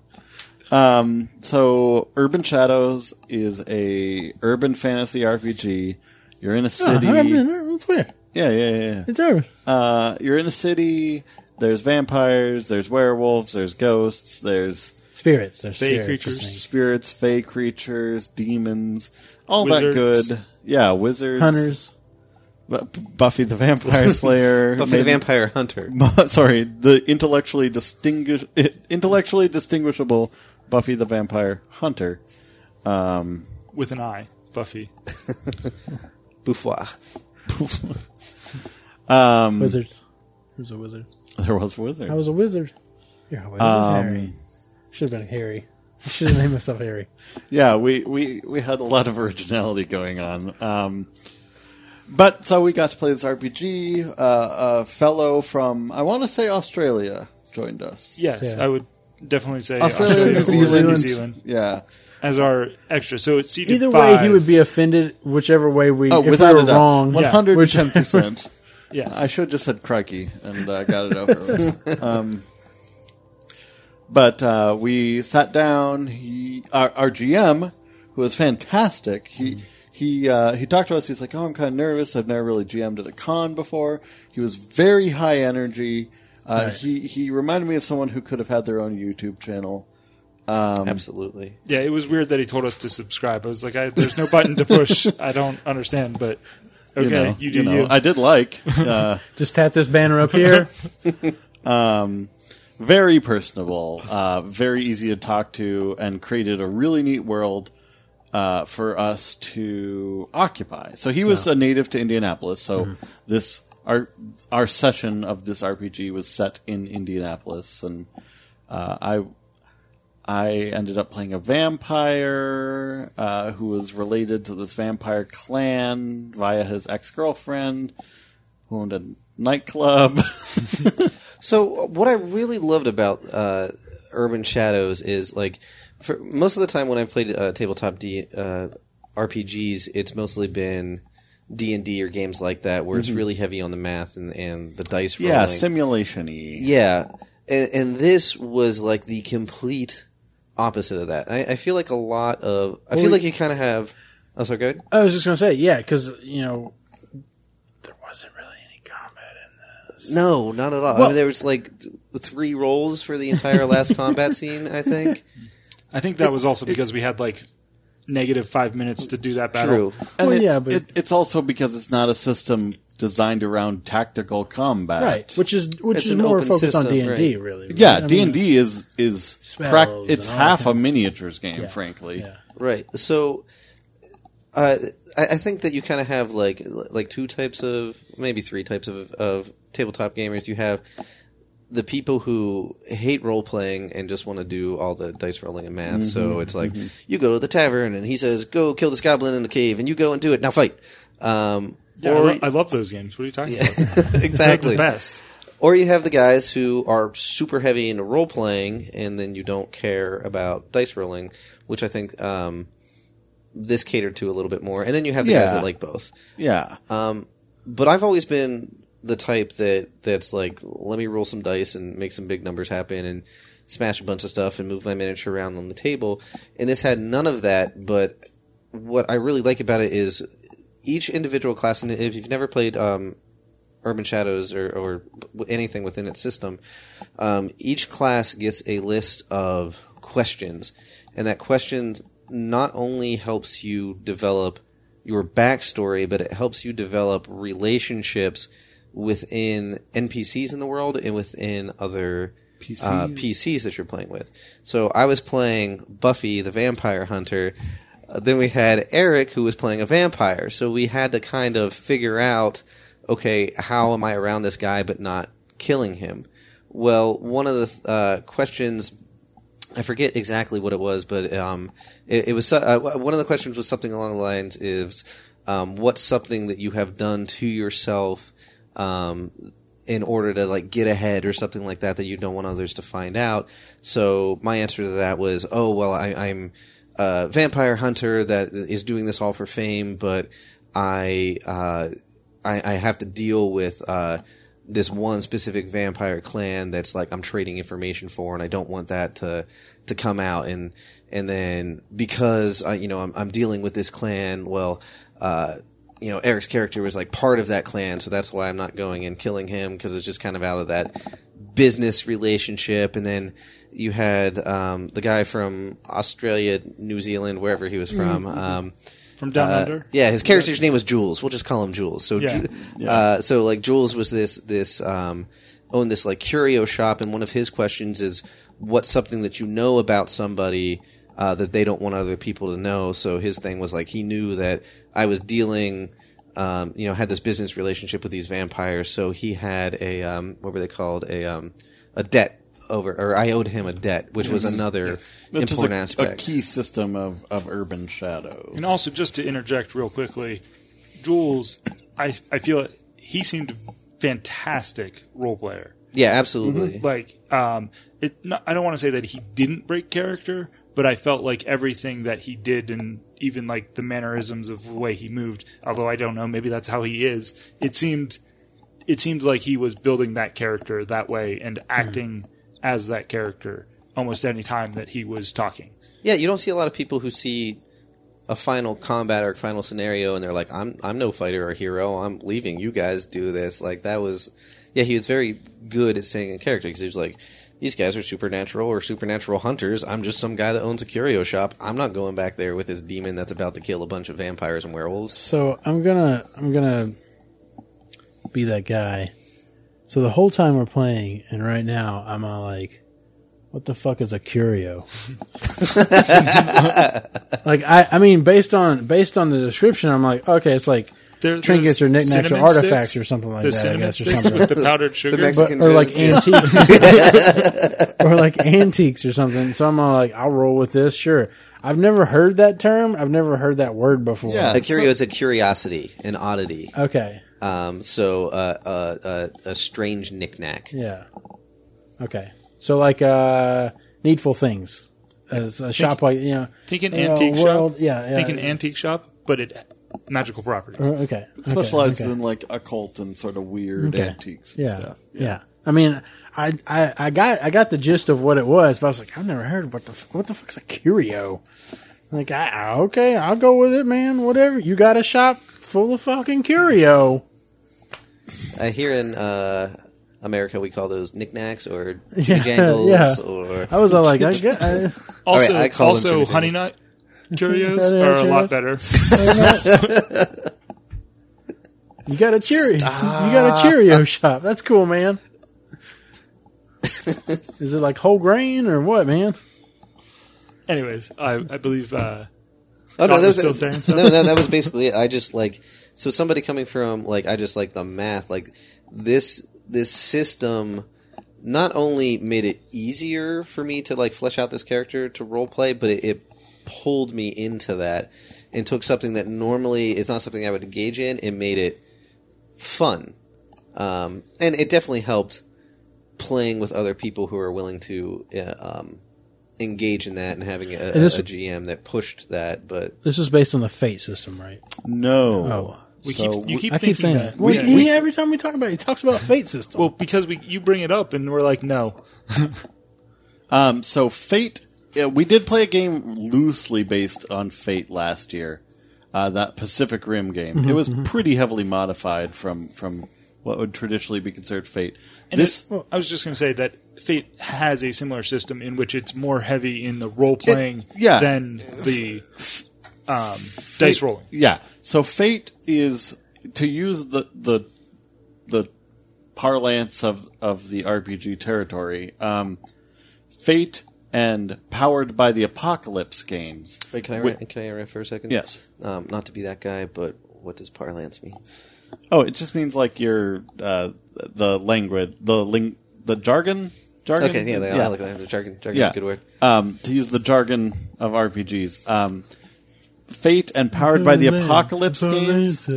Speaker 5: Um, so Urban Shadows is a urban fantasy RPG. You're in a
Speaker 1: Oh,
Speaker 5: city.
Speaker 1: I mean, it's weird.
Speaker 5: yeah, yeah, yeah.
Speaker 1: It's over.
Speaker 5: Uh, you're in a city. There's vampires, there's werewolves, there's ghosts, there's
Speaker 1: Spirits. There's
Speaker 2: Fey
Speaker 1: spirits.
Speaker 2: creatures.
Speaker 5: spirits, fey creatures, demons, all
Speaker 2: Wizards.
Speaker 5: that good. Yeah, wizards,
Speaker 1: Hunters.
Speaker 5: Bu- Buffy the Vampire Slayer,
Speaker 3: Buffy the
Speaker 5: maybe-
Speaker 3: Vampire Hunter.
Speaker 5: Sorry, the intellectually distinguish intellectually distinguishable Buffy the Vampire Hunter.
Speaker 2: with an eye, Buffy.
Speaker 3: Bouffoir.
Speaker 1: Wizards. Who's a wizard?
Speaker 5: There was a wizard.
Speaker 1: I was a wizard. You're a wizard, Harry. Should have been Harry. I should have named myself Harry.
Speaker 5: yeah, we, we, we had a lot of originality going on. Um, but so we got to play this RPG. Uh, a fellow from, I want to say Australia joined us.
Speaker 2: Yes,
Speaker 1: Yeah.
Speaker 2: I would definitely say
Speaker 5: Australia, New
Speaker 2: Australia, New, Zealand, New
Speaker 5: Zealand.
Speaker 2: Zealand
Speaker 5: Yeah.
Speaker 2: as our extra. So it's seated
Speaker 1: Either way,
Speaker 2: five.
Speaker 1: he would be offended, whichever way we.
Speaker 5: Oh,
Speaker 1: if
Speaker 5: without
Speaker 1: we were
Speaker 5: a doubt.
Speaker 1: wrong,
Speaker 2: Yeah.
Speaker 5: 110%.
Speaker 2: Yes,
Speaker 5: I should have just said crikey and uh, got it over with. um, but uh, we sat down. He, our, our GM, who was fantastic, he he uh, he talked to us. He's like, "Oh, I'm kind of nervous. I've never really GM'd at a con before." He was very high energy. Uh, He he reminded me of someone who could have had their own YouTube channel. Um,
Speaker 3: Absolutely.
Speaker 2: yeah. It was weird that he told us to subscribe. I was like, I, "There's no button to push. I don't understand." But okay, you,
Speaker 5: know,
Speaker 2: do you.
Speaker 5: know. I did like. Uh,
Speaker 1: just tap this banner up here.
Speaker 5: very personable, uh, very easy to talk to, and created a really neat world uh, for us to occupy. So he was a native to Indianapolis. So this our our session of this RPG was set in Indianapolis, and uh, I I ended up playing a vampire uh, who was related to this vampire clan via his ex girlfriend who owned a nightclub.
Speaker 3: So what I really loved about uh, Urban Shadows is like, for most of the time when I've played uh, tabletop D uh, RPGs, it's mostly been D and D or games like that where it's really heavy on the math and, and the dice rolling.
Speaker 5: yeah, simulation y.
Speaker 3: yeah, and, and this was like the complete opposite of that. I, I feel like a lot of I feel like you kind of have. Oh, sorry, go ahead.
Speaker 1: I was just gonna say, yeah, because you know there wasn't really any combat in that.
Speaker 3: No, not at all. I mean, there was like th- three rolls for the entire last combat scene. I think.
Speaker 2: I think that was also because we had like negative five minutes to do that battle.
Speaker 3: True.
Speaker 5: And
Speaker 1: Well,
Speaker 5: it-
Speaker 1: yeah, but-
Speaker 5: it, it's also because it's not a system designed around tactical combat.
Speaker 1: right? Which is which
Speaker 3: It's
Speaker 1: is
Speaker 3: an
Speaker 1: more
Speaker 3: open
Speaker 1: focused on
Speaker 3: system,
Speaker 1: D and D,
Speaker 3: right.
Speaker 1: really. right? I
Speaker 5: Yeah,
Speaker 1: mean,
Speaker 5: D and D is is prac-
Speaker 1: Spells
Speaker 5: it's
Speaker 1: and all that
Speaker 5: half a
Speaker 1: kind
Speaker 5: miniatures game, frankly.
Speaker 1: yeah.
Speaker 3: Right. So, uh, I, I think that you kind of have like like two types of maybe three types of of tabletop gamers. You have the people who hate role playing and just want to do all the dice rolling and math. So
Speaker 2: Mm-hmm.
Speaker 3: it's like you go to the tavern and he says, "Go kill this goblin in the cave," and you go and do it. Now fight. Um,
Speaker 2: Yeah, I,
Speaker 3: or
Speaker 2: lo- I love those games. What are you talking about? They're
Speaker 3: exactly.
Speaker 2: the best.
Speaker 3: Or you have the guys who are super heavy into role playing, and then you don't care about dice rolling, which I think um, this catered to a little bit more. And then you have the guys
Speaker 5: Yeah.
Speaker 3: that like both.
Speaker 5: Yeah.
Speaker 3: But I've always been the type that that's like, let me roll some dice and make some big numbers happen, and smash a bunch of stuff and move my miniature around on the table. And this had none of that. But what I really like about it is each individual class. And if you've never played um, Urban Shadows or, or anything within its system, um, each class gets a list of questions, and that questions not only helps you develop your backstory, but it helps you develop relationships within NPCs in the world and within other uh, PCs that you're playing with. So I was playing Buffy the Vampire Hunter. Uh, Then we had Eric, who was playing a vampire. So we had to kind of figure out okay, how am I around this guy but not killing him? Well, one of the uh, questions I forget exactly what it was, but um, it, it was so- uh, w- one of the questions was something along the lines is um, what's something that you have done to yourself um, in order to like get ahead or something like that that you don't want others to find out. So my answer to that was, oh well, I, I'm a vampire hunter that is doing this all for fame, but I uh, I, I have to deal with. Uh, this one specific vampire clan that's like I'm trading information for, and I don't want that to to come out. And and then because I, you know I'm, I'm dealing with this clan, well, uh, you know Eric's character was like part of that clan, so that's why I'm not going and killing him because it's just kind of out of that business relationship, and then you had um, the guy from Australia, New Zealand, wherever he was from. Um,
Speaker 2: from down
Speaker 3: uh,
Speaker 2: under.
Speaker 3: yeah, his character's name was Jules. We'll just call him Jules. So,
Speaker 2: Yeah.
Speaker 3: Ju- Uh, so like Jules was this this um, owned this like curio shop, and one of his questions is, "What's something that you know about somebody uh, that they don't want other people to know?" So his thing was like he knew that I was dealing. Um, you know, had this business relationship with these vampires, so he had a um, what were they called a um, a debt over, or I owed him a debt, which was another
Speaker 5: Which is
Speaker 3: important
Speaker 5: a,
Speaker 3: aspect.
Speaker 5: a key system of, of urban shadow.
Speaker 2: And also, just to interject real quickly, Jules, I I feel he seemed fantastic role player.
Speaker 3: yeah,
Speaker 5: Mm-hmm.
Speaker 3: absolutely.
Speaker 2: Like, um, it. No, I don't want to say that he didn't break character, but I felt like everything that he did, and even like the mannerisms of the way he moved. Although I don't know, maybe that's how he is. It seemed, it seemed like he was building that character that way and
Speaker 1: Hmm.
Speaker 2: acting as that character almost any time that he was talking.
Speaker 3: Yeah, you don't see a lot of people who see a final combat or final scenario and they're like, "I'm I'm no fighter or hero. I'm leaving. You guys do this." Like that was, yeah, he was very good at staying in character because he was like, "These guys are supernatural or supernatural hunters. I'm just some guy that owns a curio shop. I'm not going back there with this demon that's about to kill a bunch of vampires and werewolves."
Speaker 1: So I'm gonna I'm gonna be that guy. So the whole time we're playing, and right now I'm all like, "What the fuck is a curio?" like I I mean, based on based on the description, I'm like, okay, it's like
Speaker 2: There,
Speaker 1: Trinkets
Speaker 2: there's
Speaker 1: or knickknacks or
Speaker 2: cinnamon
Speaker 1: artifacts or something like
Speaker 2: the
Speaker 1: that, I
Speaker 2: cinnamon
Speaker 1: guess, or
Speaker 2: sticks
Speaker 1: something.
Speaker 2: with the powdered sugar.
Speaker 3: Mexican-
Speaker 1: but, or like
Speaker 3: Jazz,
Speaker 1: antiques or like antiques or something. So I'm all like, I'll roll with this. Sure, I've never heard that term. I've never heard that word before.
Speaker 5: Yeah.
Speaker 3: A curio is a curiosity, an oddity.
Speaker 1: Okay.
Speaker 3: Um, so uh, uh, uh, a strange knickknack.
Speaker 1: Yeah. Okay. So like uh needful things as a shop like you know
Speaker 2: Think an
Speaker 1: you know,
Speaker 2: antique
Speaker 1: world-
Speaker 2: shop.
Speaker 1: Yeah, yeah.
Speaker 2: Think an antique shop, but it magical properties.
Speaker 1: Uh, okay.
Speaker 5: Specializes
Speaker 1: okay, okay.
Speaker 5: in like occult and sort of weird
Speaker 1: Okay.
Speaker 5: antiques and
Speaker 1: yeah,
Speaker 5: stuff.
Speaker 1: Yeah. I mean, I, I I got I got the gist of what it was, but I was like, I've never heard what the f- what the fuck's a curio. Like, I, I- okay, I'll go with it, man. Whatever. You got a shop full of fucking curio.
Speaker 3: Uh, here in uh, America, we call those knickknacks or
Speaker 1: Yeah,
Speaker 3: jangles
Speaker 1: yeah.
Speaker 3: or
Speaker 1: I was all like, I get. I,
Speaker 2: Also,
Speaker 3: Alright, I call them
Speaker 2: also
Speaker 3: Jimmy
Speaker 2: honey
Speaker 3: Jimmys.
Speaker 2: nut curios
Speaker 1: Honey
Speaker 2: are
Speaker 1: Nut
Speaker 2: a lot better.
Speaker 1: you got a Cheerio. You got a Cheerio shop. That's cool, man. Is it like whole grain or what, man?
Speaker 2: Anyways, I, I believe uh,
Speaker 3: Oh
Speaker 2: Scott
Speaker 3: no, that
Speaker 2: was
Speaker 3: was,
Speaker 2: still saying something.
Speaker 3: no, no, that was basically it. I just like so somebody coming from like I just like the math like this this system not only made it easier for me to like flesh out this character to role play, but it, it pulled me into that and took something that normally is not something I would engage in and made it fun. Um, and it definitely helped playing with other people who are willing to uh, um, engage in that and having a,
Speaker 1: And this-
Speaker 3: a GM that pushed that. But
Speaker 1: This was based on the Fate system, right?
Speaker 5: No.
Speaker 1: Oh.
Speaker 2: We
Speaker 5: So
Speaker 2: keep, you
Speaker 5: we-
Speaker 2: keep
Speaker 1: I
Speaker 2: thinking
Speaker 1: keep saying
Speaker 2: that.
Speaker 1: that. Well,
Speaker 2: Yeah,
Speaker 1: he,
Speaker 2: we-
Speaker 1: every time we talk about it, he talks about fate system.
Speaker 2: well, because we you bring it up and we're like, no,
Speaker 5: Um, so Fate, yeah, we did play a game loosely based on Fate last year. Uh, that Pacific Rim game. it was pretty heavily modified from from what would traditionally be considered Fate.
Speaker 2: And
Speaker 5: this
Speaker 2: it- I was just going to say that Fate has a similar system in which it's more heavy in the role playing
Speaker 5: yeah.
Speaker 2: than the um, dice rolling.
Speaker 5: Yeah. So fate is to use the the the parlance of of the RPG territory. Um, fate and powered by the apocalypse games.
Speaker 3: Wait, can I rant, can I rant for a second?
Speaker 5: Yes.
Speaker 3: Um, not to be that guy, but what does parlance mean?
Speaker 5: Oh, it just means like your uh, the language, the ling, the jargon. Jargon.
Speaker 3: Okay, yeah, they- I like that. Jargon, jargon's
Speaker 5: yeah.
Speaker 3: a good word.
Speaker 5: Um, to use the jargon of RPGs, um, fate and powered by the apocalypse games.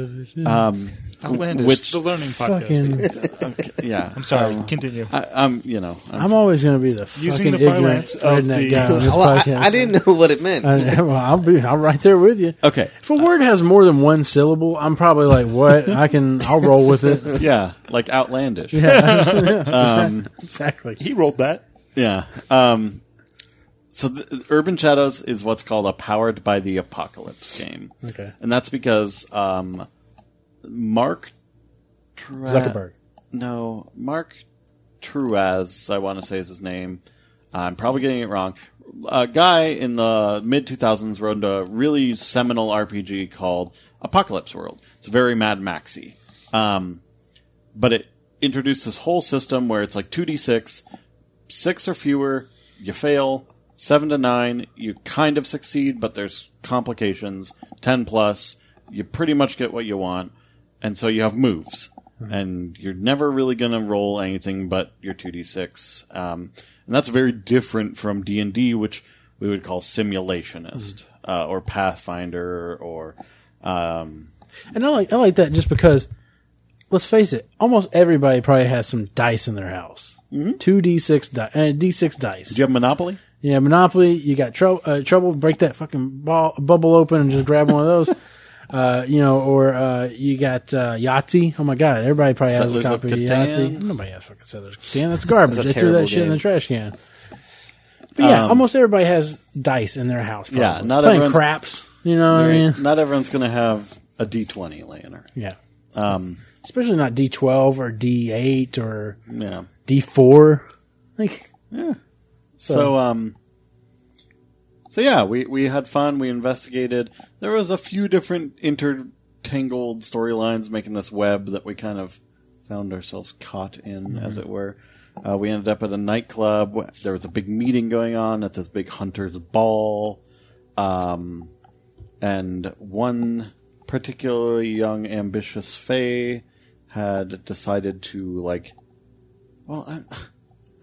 Speaker 5: Um,
Speaker 2: Outlandish,
Speaker 5: Which-
Speaker 2: the learning podcast.
Speaker 1: Fucking,
Speaker 5: yeah.
Speaker 2: I'm sorry, continue.
Speaker 5: I, I'm, you know, I'm
Speaker 1: I'm always going to be the
Speaker 2: Using
Speaker 1: fucking
Speaker 2: the
Speaker 1: ignorant
Speaker 2: parlance of
Speaker 1: redneck
Speaker 2: the-
Speaker 1: guy on this
Speaker 3: Oh, Well, I,
Speaker 1: podcast. Uh,
Speaker 3: I didn't know what it meant.
Speaker 1: I- well, I'll be. I'm right there with you.
Speaker 5: Okay.
Speaker 1: If a word has more than one syllable, I'm probably like, "What? I can. I'll roll with it."
Speaker 5: yeah, like outlandish. Yeah.
Speaker 1: Yeah. exactly.
Speaker 2: he rolled that.
Speaker 5: Um, so the, Urban Shadows is what's called a powered by the apocalypse game.
Speaker 1: Okay.
Speaker 5: And that's because um, Mark Tra-
Speaker 1: Zuckerberg.
Speaker 5: No, Mark Truaz, I want to say is his name. I'm probably getting it wrong. A guy in the mid 2000s wrote a really seminal RPG called Apocalypse World. It's very Mad Maxy. Um, but it introduced this whole system where it's like 2d6, six or fewer, you fail. Seven to nine, you kind of succeed, but there's complications. Ten plus, you pretty much get what you want. And so you have moves. And you're never really going to roll anything but your 2d6. Um, and that's very different from D&D, which we would call simulationist uh, or Pathfinder or... Um,
Speaker 1: And I like I like that just because let's face it, almost everybody probably has some dice in their house. Two d six di- uh, d six dice.
Speaker 5: do you have Monopoly?
Speaker 1: Yeah, Monopoly. You got trouble. Uh, trouble. Break that fucking ball bubble open and just grab one of those. Uh, you know, or uh, you got uh, Yahtzee. Oh my god, everybody probably
Speaker 5: Settlers
Speaker 1: has a
Speaker 5: of
Speaker 1: copy of,
Speaker 5: Catan.
Speaker 1: Yahtzee. Nobody has fucking Settlers of Catan. That's garbage.
Speaker 3: That's a
Speaker 1: they threw
Speaker 3: terrible
Speaker 1: that shit in
Speaker 3: game.
Speaker 1: the trash can. But yeah, almost everybody has dice in their house. Probably.
Speaker 5: Yeah, not
Speaker 1: playing
Speaker 5: everyone's-
Speaker 1: craps. You know, what I mean,
Speaker 5: Not everyone's going to have a d20 laying around.
Speaker 1: yeah. Um, especially not D twelve or D eight or
Speaker 5: Yeah.
Speaker 1: D four. Like
Speaker 5: So um so yeah, we we had fun, we investigated. There was a few different intertangled storylines making this web that we kind of found ourselves caught in
Speaker 3: Mm-hmm.
Speaker 5: as it were. Uh, we ended up at a nightclub. There was a big meeting going on at this big hunter's ball. Um and one particularly young ambitious fae had decided to like well, I'm,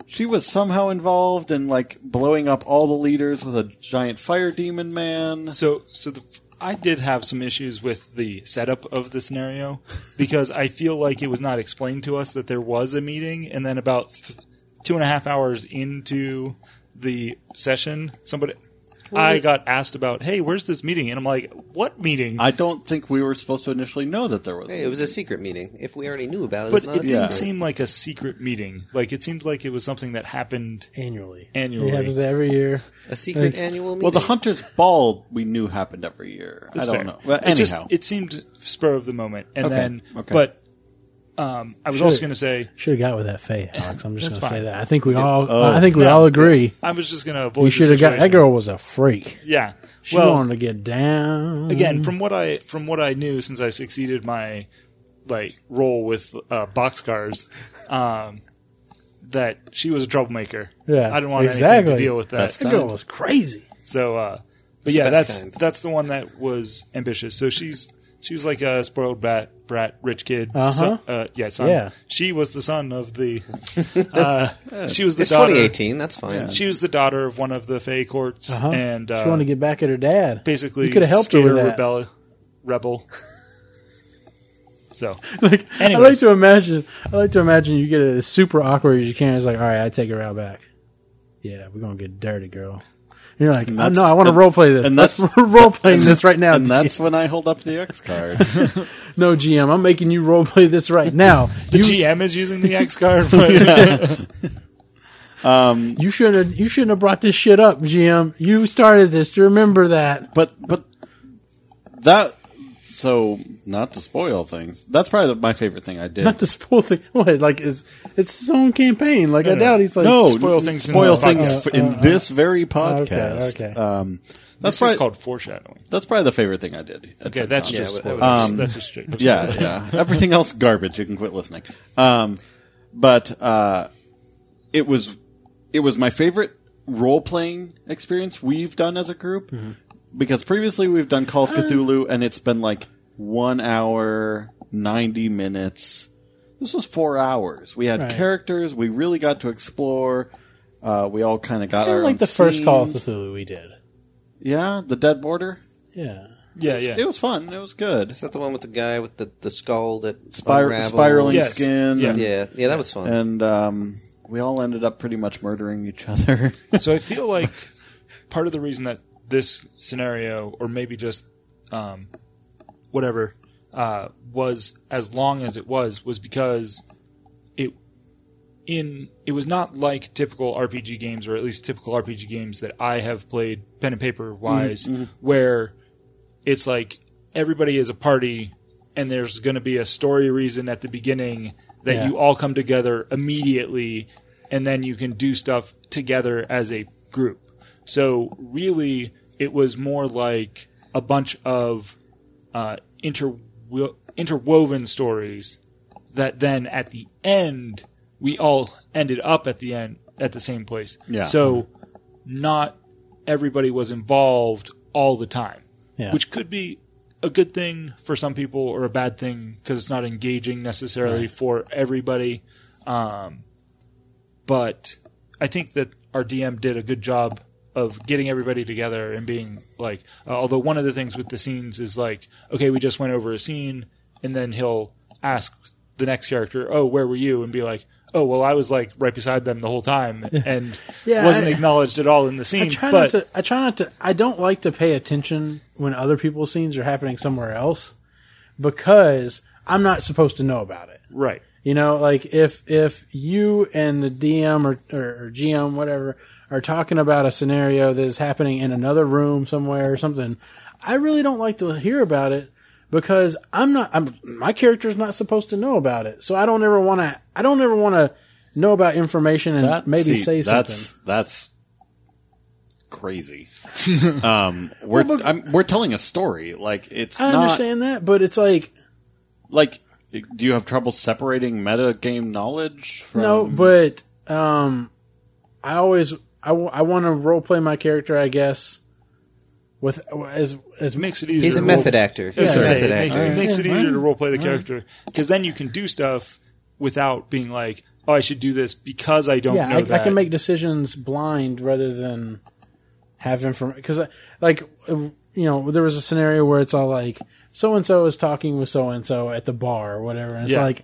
Speaker 5: she was somehow involved in like blowing up all the leaders with a giant fire demon man.
Speaker 2: So, so the, I did have some issues with the setup of the scenario because I feel like it was not explained to us that there was a meeting, and then about th- two and a half hours into the session, somebody. I got asked about, hey, where's this meeting? And I'm like, what meeting?
Speaker 5: I don't think we were supposed to initially know that there was.
Speaker 3: Hey, it was a secret meeting. If we already knew about it,
Speaker 2: but
Speaker 3: it's not
Speaker 2: it
Speaker 3: a secret.
Speaker 2: didn't seem like a secret meeting. Like it seemed like it was something that happened.
Speaker 1: annually,
Speaker 2: Annually.
Speaker 1: it happens every year.
Speaker 3: a secret annual meeting.
Speaker 5: well, the hunter's ball we knew happened every year.
Speaker 2: That's
Speaker 5: I don't
Speaker 2: fair.
Speaker 5: know. But
Speaker 2: it just
Speaker 5: anyhow,
Speaker 2: it seemed spur of the moment, and
Speaker 5: Okay,
Speaker 2: then
Speaker 5: okay.
Speaker 2: but um, I was
Speaker 1: Sure.
Speaker 2: also going to say
Speaker 1: Should have got with that Faye, Alex. I'm just going to
Speaker 2: That's
Speaker 1: say
Speaker 2: fine.
Speaker 1: that. I think we all.
Speaker 5: Oh.
Speaker 1: I think we
Speaker 2: No,
Speaker 1: all agree.
Speaker 2: I was just going to avoid.
Speaker 1: You
Speaker 2: the
Speaker 1: should have got that
Speaker 2: situation.
Speaker 1: girl was a freak.
Speaker 2: Yeah.
Speaker 1: She Mm-hmm.
Speaker 2: well,
Speaker 1: wanted to get down
Speaker 2: again, from what I from what I knew, since I succeeded my like role with uh, boxcars, um, that she was a troublemaker.
Speaker 1: Yeah,
Speaker 2: I didn't want anything
Speaker 1: exactly.
Speaker 2: to deal with that.
Speaker 5: That's
Speaker 1: That girl was crazy.
Speaker 2: So, uh, but
Speaker 3: the
Speaker 2: yeah,
Speaker 3: best
Speaker 2: that's
Speaker 3: kind.
Speaker 2: that's the one that was ambitious. So she's she was like a spoiled brat, brat, rich kid.
Speaker 1: Uh-huh.
Speaker 2: Son, uh, yeah, son.
Speaker 1: Yeah.
Speaker 2: She was the son of the. Uh, she was the
Speaker 3: it's
Speaker 2: daughter.
Speaker 3: 2018. That's fine.
Speaker 2: She was the daughter of one of the Fey courts,
Speaker 1: Uh-huh.
Speaker 2: and uh,
Speaker 1: she wanted to get back at her dad.
Speaker 2: basically
Speaker 1: you could have helped her with
Speaker 2: skater
Speaker 1: that.
Speaker 2: Rebel, rebel. so,
Speaker 1: I like to imagine. I like to imagine you get it as super awkward as you can. It's like, all right, I take her out back. Yeah, we're gonna get dirty, girl. And you're like,
Speaker 5: And
Speaker 1: oh,
Speaker 5: that's-
Speaker 1: no, I want to
Speaker 5: and-
Speaker 1: role play this.
Speaker 5: and
Speaker 1: Let's
Speaker 5: that's-
Speaker 1: role playing this right now.
Speaker 5: and
Speaker 1: dude.
Speaker 5: that's when I hold up the X card.
Speaker 1: no GM. I'm making you role play this right now.
Speaker 2: the
Speaker 1: you,
Speaker 2: GM is using the X card. But
Speaker 1: You shouldn't. Have, you shouldn't have brought this shit up, GM. You started this. To remember that.
Speaker 5: but but that so not to spoil things. That's probably my favorite thing I did.
Speaker 1: Not this whole thing. What? Like is it's his own campaign? Like I
Speaker 2: no.
Speaker 1: doubt he's like
Speaker 5: no,
Speaker 2: Spoil things in
Speaker 5: spoil
Speaker 2: this
Speaker 5: things
Speaker 1: podcast.
Speaker 5: in this very podcast.
Speaker 1: okay.
Speaker 5: Um, that's
Speaker 2: this
Speaker 5: probably
Speaker 2: is called foreshadowing.
Speaker 5: that's probably the favorite thing I did. at
Speaker 2: Okay, that's
Speaker 5: Tectonic.
Speaker 3: Yeah,
Speaker 2: just
Speaker 3: but I would-
Speaker 2: spoilers. Um, that's just straight.
Speaker 5: yeah, yeah. Everything else garbage. You can quit listening. Um, but uh, it was it was my favorite role playing experience we've done as a group because previously we've done Call of Cthulhu and it's been like one hour ninety minutes. This was four hours. We had
Speaker 1: Right.
Speaker 5: characters. We really got to explore. Uh, we all kind of got
Speaker 1: Kinda
Speaker 5: our
Speaker 1: like
Speaker 5: own
Speaker 1: the first Call of
Speaker 5: scenes.
Speaker 1: Cthulhu we did.
Speaker 5: Yeah, the Dead Border.
Speaker 1: Yeah,
Speaker 2: yeah, yeah.
Speaker 5: It was fun. It was good.
Speaker 3: Is that the one with the guy with the, the skull that
Speaker 5: Spir-
Speaker 3: unravels?
Speaker 5: spiraling
Speaker 2: Yes.
Speaker 5: skin.
Speaker 2: Yeah.
Speaker 5: and-
Speaker 3: Yeah, yeah, that was fun.
Speaker 5: and um, we all ended up pretty much murdering each other.
Speaker 2: So I feel like part of the reason that this scenario, or maybe just um, whatever, uh, was as long as it was, was because it in it was not like typical RPG games, or at least typical RPG games that I have played pen and paper wise, where it's like everybody is a party, and there's going to be a story reason at the beginning that
Speaker 1: Yeah.
Speaker 2: you all come together immediately and then you can do stuff together as a group. So really, it was more like a bunch of uh, inter- interwoven stories that then at the end we all ended up at the end at the same place.
Speaker 4: Yeah.
Speaker 2: So not everybody was involved all the time,
Speaker 1: Yeah.
Speaker 2: which could be a good thing for some people or a bad thing because it's not engaging necessarily for everybody. Um, but I think that our DM did a good job of getting everybody together and being like. Uh, although one of the things with the scenes is like, okay, we just went over a scene, and then he'll ask the next character, "Oh, where were you?" and be like. Oh well, I was like right beside them the whole time, and
Speaker 1: Yeah,
Speaker 2: wasn't
Speaker 1: I-
Speaker 2: acknowledged at all in the scene.
Speaker 1: I try
Speaker 2: but
Speaker 1: not to. I try not to. I don't like to pay attention when other people's scenes are happening somewhere else because I'm not supposed to know about it.
Speaker 2: right,
Speaker 1: You know, like if if you and the DM or, or, or GM whatever are talking about a scenario that is happening in another room somewhere or something, I really don't like to hear about it because I'm not. I'm my character's not supposed to know about it, so I don't ever want to. I don't ever want to know about information and
Speaker 4: That-
Speaker 1: maybe
Speaker 4: see,
Speaker 1: say something.
Speaker 4: that's, That's crazy. um, we're
Speaker 1: Well, but-
Speaker 4: I'm, we're telling a story. Like it's
Speaker 1: I
Speaker 4: not
Speaker 1: understand that, but it's like
Speaker 4: like. Do you have trouble separating meta game knowledge from?
Speaker 1: no, but um, I always I, w- I want to roleplay my character, I guess, with as as
Speaker 2: makes it easier.
Speaker 3: He's a
Speaker 2: to
Speaker 3: method
Speaker 2: role-
Speaker 3: actor.
Speaker 2: I was
Speaker 3: He's a
Speaker 2: gonna say,
Speaker 3: method
Speaker 2: it makes,
Speaker 3: actor.
Speaker 2: it makes it
Speaker 1: Yeah,
Speaker 2: easier to roleplay the character because then you can do stuff without being like, "Oh, I should do this because I don't
Speaker 1: yeah,
Speaker 2: know
Speaker 1: I,
Speaker 2: that."
Speaker 1: I can make decisions blind rather than have information. Because, like, uh, you know, there was a scenario where it's all like, so and so is talking with so and so at the bar or whatever, and it's
Speaker 2: Yeah.
Speaker 1: like,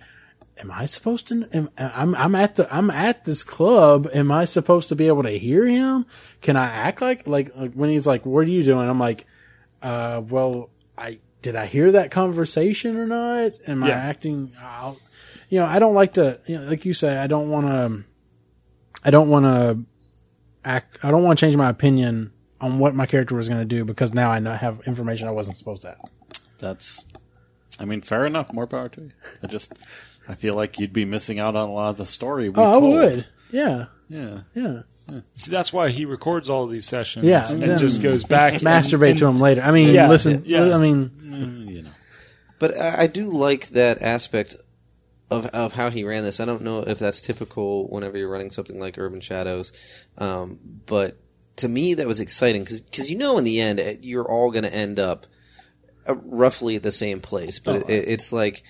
Speaker 1: am I supposed to? Am, I'm I'm at the I'm at this club. Am I supposed to be able to hear him? Can I act like like, like when he's like, "What are you doing?" I'm like, uh, "Well, I did I hear that conversation or not? Am I
Speaker 2: Yeah.
Speaker 1: acting?" I'll, you know, I don't like to, you know, like you say, I don't want to, I don't want to act, I don't want to change my opinion on what my character was going to do because now I know, have information I wasn't supposed to have.
Speaker 4: That's, I mean, fair enough. More power to you. I just, I feel like you'd be missing out on a lot of the story. We
Speaker 1: oh,
Speaker 4: told.
Speaker 1: I would. Yeah.
Speaker 4: Yeah.
Speaker 1: Yeah.
Speaker 2: See, that's why he records all of these sessions
Speaker 1: Yeah,
Speaker 2: and
Speaker 1: then
Speaker 2: just goes back and-
Speaker 1: Masturbate
Speaker 2: and-
Speaker 1: to him later. I mean,
Speaker 2: Yeah,
Speaker 1: listen,
Speaker 2: yeah, yeah.
Speaker 1: I mean,
Speaker 4: You know.
Speaker 3: But I, I do like that aspect of of how he ran this. I don't know if that's typical whenever you're running something like Urban Shadows, um, but to me that was exciting because you know in the end eh, you're all going to end up uh, roughly at the same place. But it, it's like.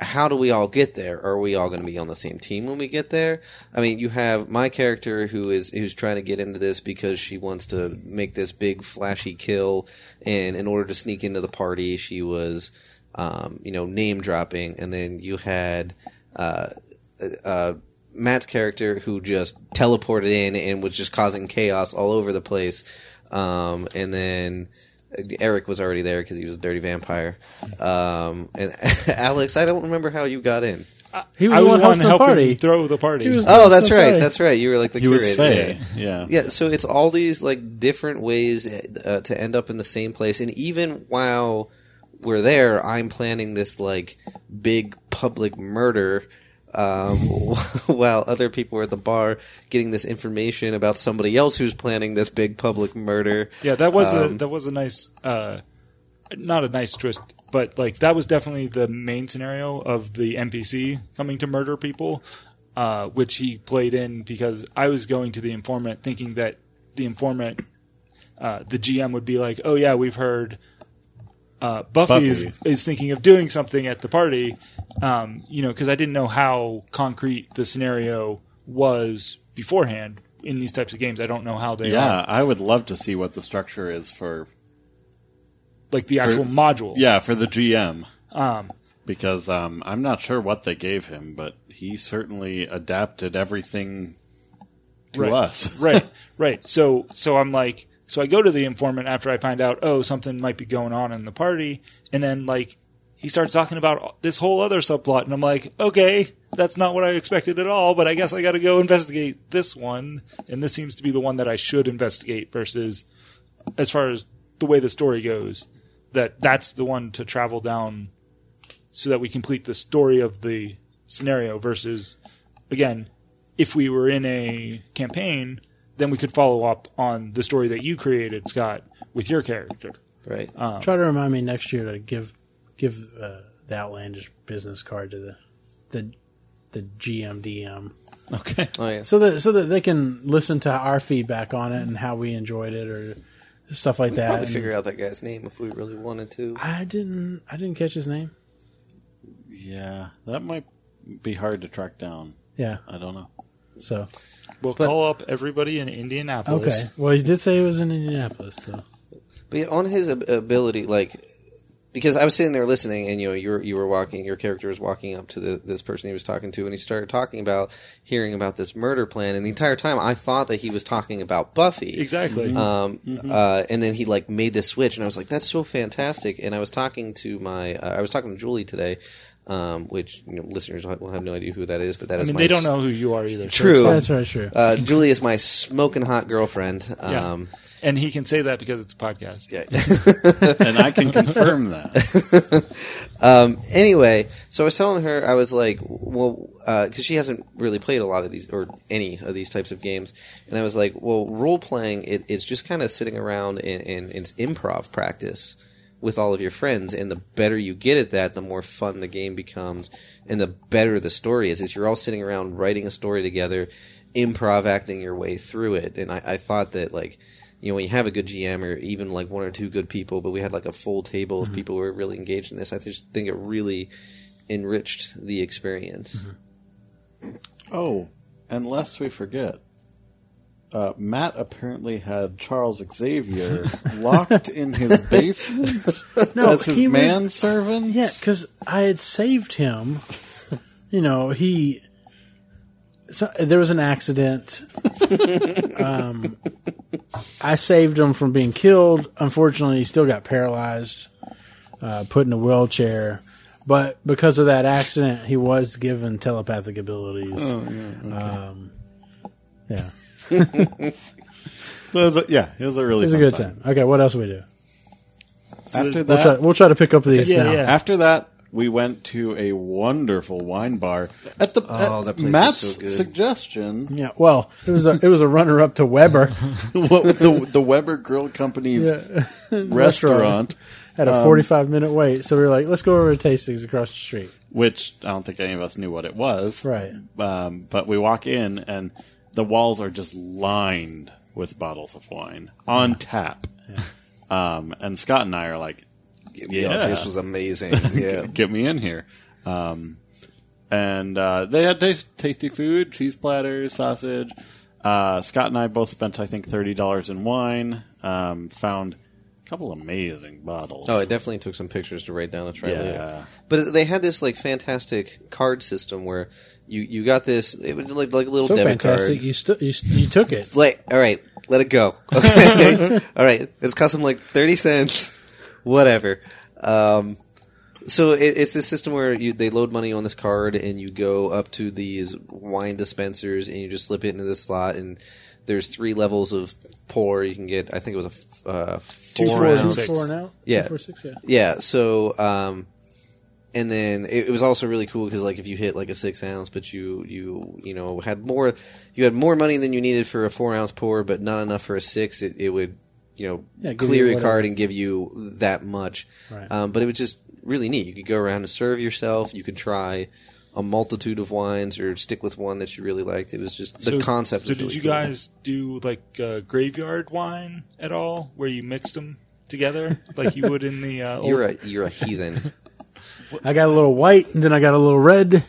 Speaker 3: How do we all get there? Are we all going to be on the same team when we get there? I mean, you have my character who is who's trying to get into this because she wants to make this big flashy kill, and in order to sneak into the party, she was um, you know, name dropping, and then you had uh, uh, Matt's character who just teleported in and was just causing chaos all over the place, um, and then Eric was already there because he was a dirty vampire, um, and Alex, I don't remember how you got in.
Speaker 1: he was the one
Speaker 2: I was the one
Speaker 1: hosting the
Speaker 2: helping
Speaker 1: party.
Speaker 2: throw the party.
Speaker 1: He was-
Speaker 3: Oh, that's
Speaker 1: the
Speaker 3: right,
Speaker 1: Fae.
Speaker 3: that's right. You were like the
Speaker 4: He was
Speaker 3: curator.
Speaker 4: Faye.
Speaker 3: yeah.
Speaker 4: Yeah.
Speaker 3: Yeah, so it's all these like different ways uh, to end up in the same place, and even while we're there, I'm planning this like big public murder. Um, while other people are at the bar getting this information about somebody else who's planning this big public murder.
Speaker 2: yeah, that was
Speaker 4: Um,
Speaker 2: a that was a nice, uh, not a nice twist, but like that was definitely the main scenario of the NPC coming to murder people, uh, which he played in because I was going to the informant thinking that the informant, uh, the GM would be like, oh yeah, we've heard. Uh, Buffy,
Speaker 4: Buffy.
Speaker 2: Is, is thinking of doing something at the party, um, you know, because I didn't know how concrete the scenario was beforehand in these types of games. I don't know how they are.
Speaker 4: Yeah, I would love to see what the structure is for
Speaker 2: like the actual
Speaker 4: For-
Speaker 2: module.
Speaker 4: yeah for the GM
Speaker 2: Um,
Speaker 4: because um, I'm not sure what they gave him, but he certainly adapted everything to
Speaker 2: Right.
Speaker 4: us.
Speaker 2: right. Right. So so I'm like so I go to the informant after I find out oh something might be going on in the party and then like he starts talking about this whole other subplot and I'm like okay that's not what I expected at all but I guess I got to go investigate this one and this seems to be the one that I should investigate versus as far as the way the story goes that that's the one to travel down so that we complete the story of the scenario versus again if we were in a campaign then we could follow up on the story that you created scott with your character
Speaker 3: right?
Speaker 1: Try to remind me next year to give give uh, the outlandish business card to the the the GMDM
Speaker 5: Okay.
Speaker 3: oh yeah.
Speaker 1: so that so that they can listen to our feedback on it and how we enjoyed it or stuff like that.
Speaker 3: Probably
Speaker 1: And
Speaker 3: figure out that guy's name if we really wanted to.
Speaker 1: I didn't I didn't catch his name.
Speaker 5: Yeah, that might be hard to track down.
Speaker 1: Yeah,
Speaker 5: I don't know.
Speaker 1: so
Speaker 2: we'll call up everybody in
Speaker 1: okay.
Speaker 2: indianapolis
Speaker 1: Well, he did say he was in Indianapolis. So
Speaker 3: But yeah, on his ab- ability, like, because I was sitting there listening, and you know, you were, you were walking, your character was walking up to the, this person he was talking to, and he started talking about hearing about this murder plan, and the entire time I thought that he was talking about Buffy.
Speaker 2: exactly
Speaker 3: Um,
Speaker 2: Mm-hmm.
Speaker 3: uh, and then he like made this switch, and I was like, "That's so fantastic!" And I was talking to my, uh, I was talking to Julie today, um, which you know, listeners will have- will have no idea who that is, but that
Speaker 2: i
Speaker 3: is
Speaker 2: mean
Speaker 3: my
Speaker 2: they don't
Speaker 3: s-
Speaker 2: know who you are either so
Speaker 3: True.
Speaker 2: it's fine.
Speaker 1: that's very true.
Speaker 3: Uh, Julie is my smoking hot girlfriend.
Speaker 2: Yeah.
Speaker 3: Um,
Speaker 2: and he can say that because it's a podcast
Speaker 3: yeah.
Speaker 5: And I can confirm that.
Speaker 3: anyway, so I was telling her, I was like, well, because she hasn't really played a lot of these or any of these types of games, and I was like, well, role playing it, it's just kind of sitting around and, and it's improv practice with all of your friends, and the better you get at that, the more fun the game becomes, and the better the story is. Is you're all sitting around writing a story together, improv acting your way through it, and I, I thought that like you know, when you have a good GM or even like one or two good people, but we had like a full table of people who were really engaged in this. I just think it really enriched the experience.
Speaker 5: Oh, and lest we forget, uh, Matt apparently had Charles Xavier locked in his basement
Speaker 1: No,
Speaker 5: as his
Speaker 1: he was-
Speaker 5: manservant.
Speaker 1: Yeah, because I had saved him. You know, he. So, there was an accident. um, I saved him from being killed. Unfortunately, he still got paralyzed, uh, put in a wheelchair. But because of that accident, he was given telepathic abilities. um, yeah,
Speaker 5: So it was a, yeah, it was a really
Speaker 1: it was a
Speaker 5: fun
Speaker 1: good time. Okay, what else we do?
Speaker 5: After
Speaker 1: We'll
Speaker 5: that,
Speaker 1: try, we'll try to pick up these
Speaker 2: Yeah,
Speaker 1: now.
Speaker 2: yeah.
Speaker 5: After that, we went to a wonderful wine bar at the
Speaker 3: Oh,
Speaker 5: at
Speaker 3: that place is
Speaker 5: Matt's
Speaker 3: so good.
Speaker 5: suggestion.
Speaker 1: Yeah, well, it was a, it was a runner up to Weber
Speaker 5: what the, the Weber Grill Company's restaurant,
Speaker 1: at a 45 minute wait. So we were like, let's go over to Tastings across the street.
Speaker 4: which I don't think any of us knew what it was.
Speaker 1: Right.
Speaker 4: Um, but we walk in, and the walls are just lined with bottles of wine on tap. Um, and Scott and I are like,
Speaker 3: Yeah, this was amazing. Yeah,
Speaker 4: get me in here. Um, and uh, they had tas tasty food, cheese platters, sausage. Uh, Scott and I both spent, I think, thirty dollars in wine. Um, found a couple amazing bottles.
Speaker 3: Oh, I definitely took some pictures to write down and try
Speaker 4: Yeah.
Speaker 3: later. But they had this like fantastic card system where you you got this. It was like like a little
Speaker 1: So
Speaker 3: debit
Speaker 1: fantastic.
Speaker 3: card.
Speaker 1: You, stu- you, st- you took it.
Speaker 3: Like, all right, let it go. Okay, all right, it's cost them like thirty cents, whatever. Um, so it, it's this system where you they load money on this card and you go up to these wine dispensers and you just slip it into the slot and there's three levels of pour you can get. I think it was a f- uh,
Speaker 2: Two,
Speaker 3: four
Speaker 2: four,
Speaker 3: round
Speaker 2: Around
Speaker 1: Two,
Speaker 2: six.
Speaker 1: four now?
Speaker 3: Yeah.
Speaker 1: Two, four, six, yeah.
Speaker 3: yeah. So, um, and then it, it was also really cool because like if you hit like a six ounce, but you you you know had more, you had more money than you needed for a four ounce pour, but not enough for a six. It, it would you know
Speaker 1: Yeah, give
Speaker 3: clear
Speaker 1: you
Speaker 3: your
Speaker 1: whatever.
Speaker 3: card and give you that much.
Speaker 1: Right.
Speaker 3: Um, but it was just really neat. You could go around and serve yourself. You could try. A multitude of wines, or stick with one that you really liked. It was just the concept.
Speaker 2: So
Speaker 3: was
Speaker 2: did
Speaker 3: really
Speaker 2: you
Speaker 3: cool.
Speaker 2: guys do like uh, graveyard wine at all, where you mixed them together like you would in the uh, old,
Speaker 3: You're a you're a heathen.
Speaker 1: I got a little white, and then I got a little red.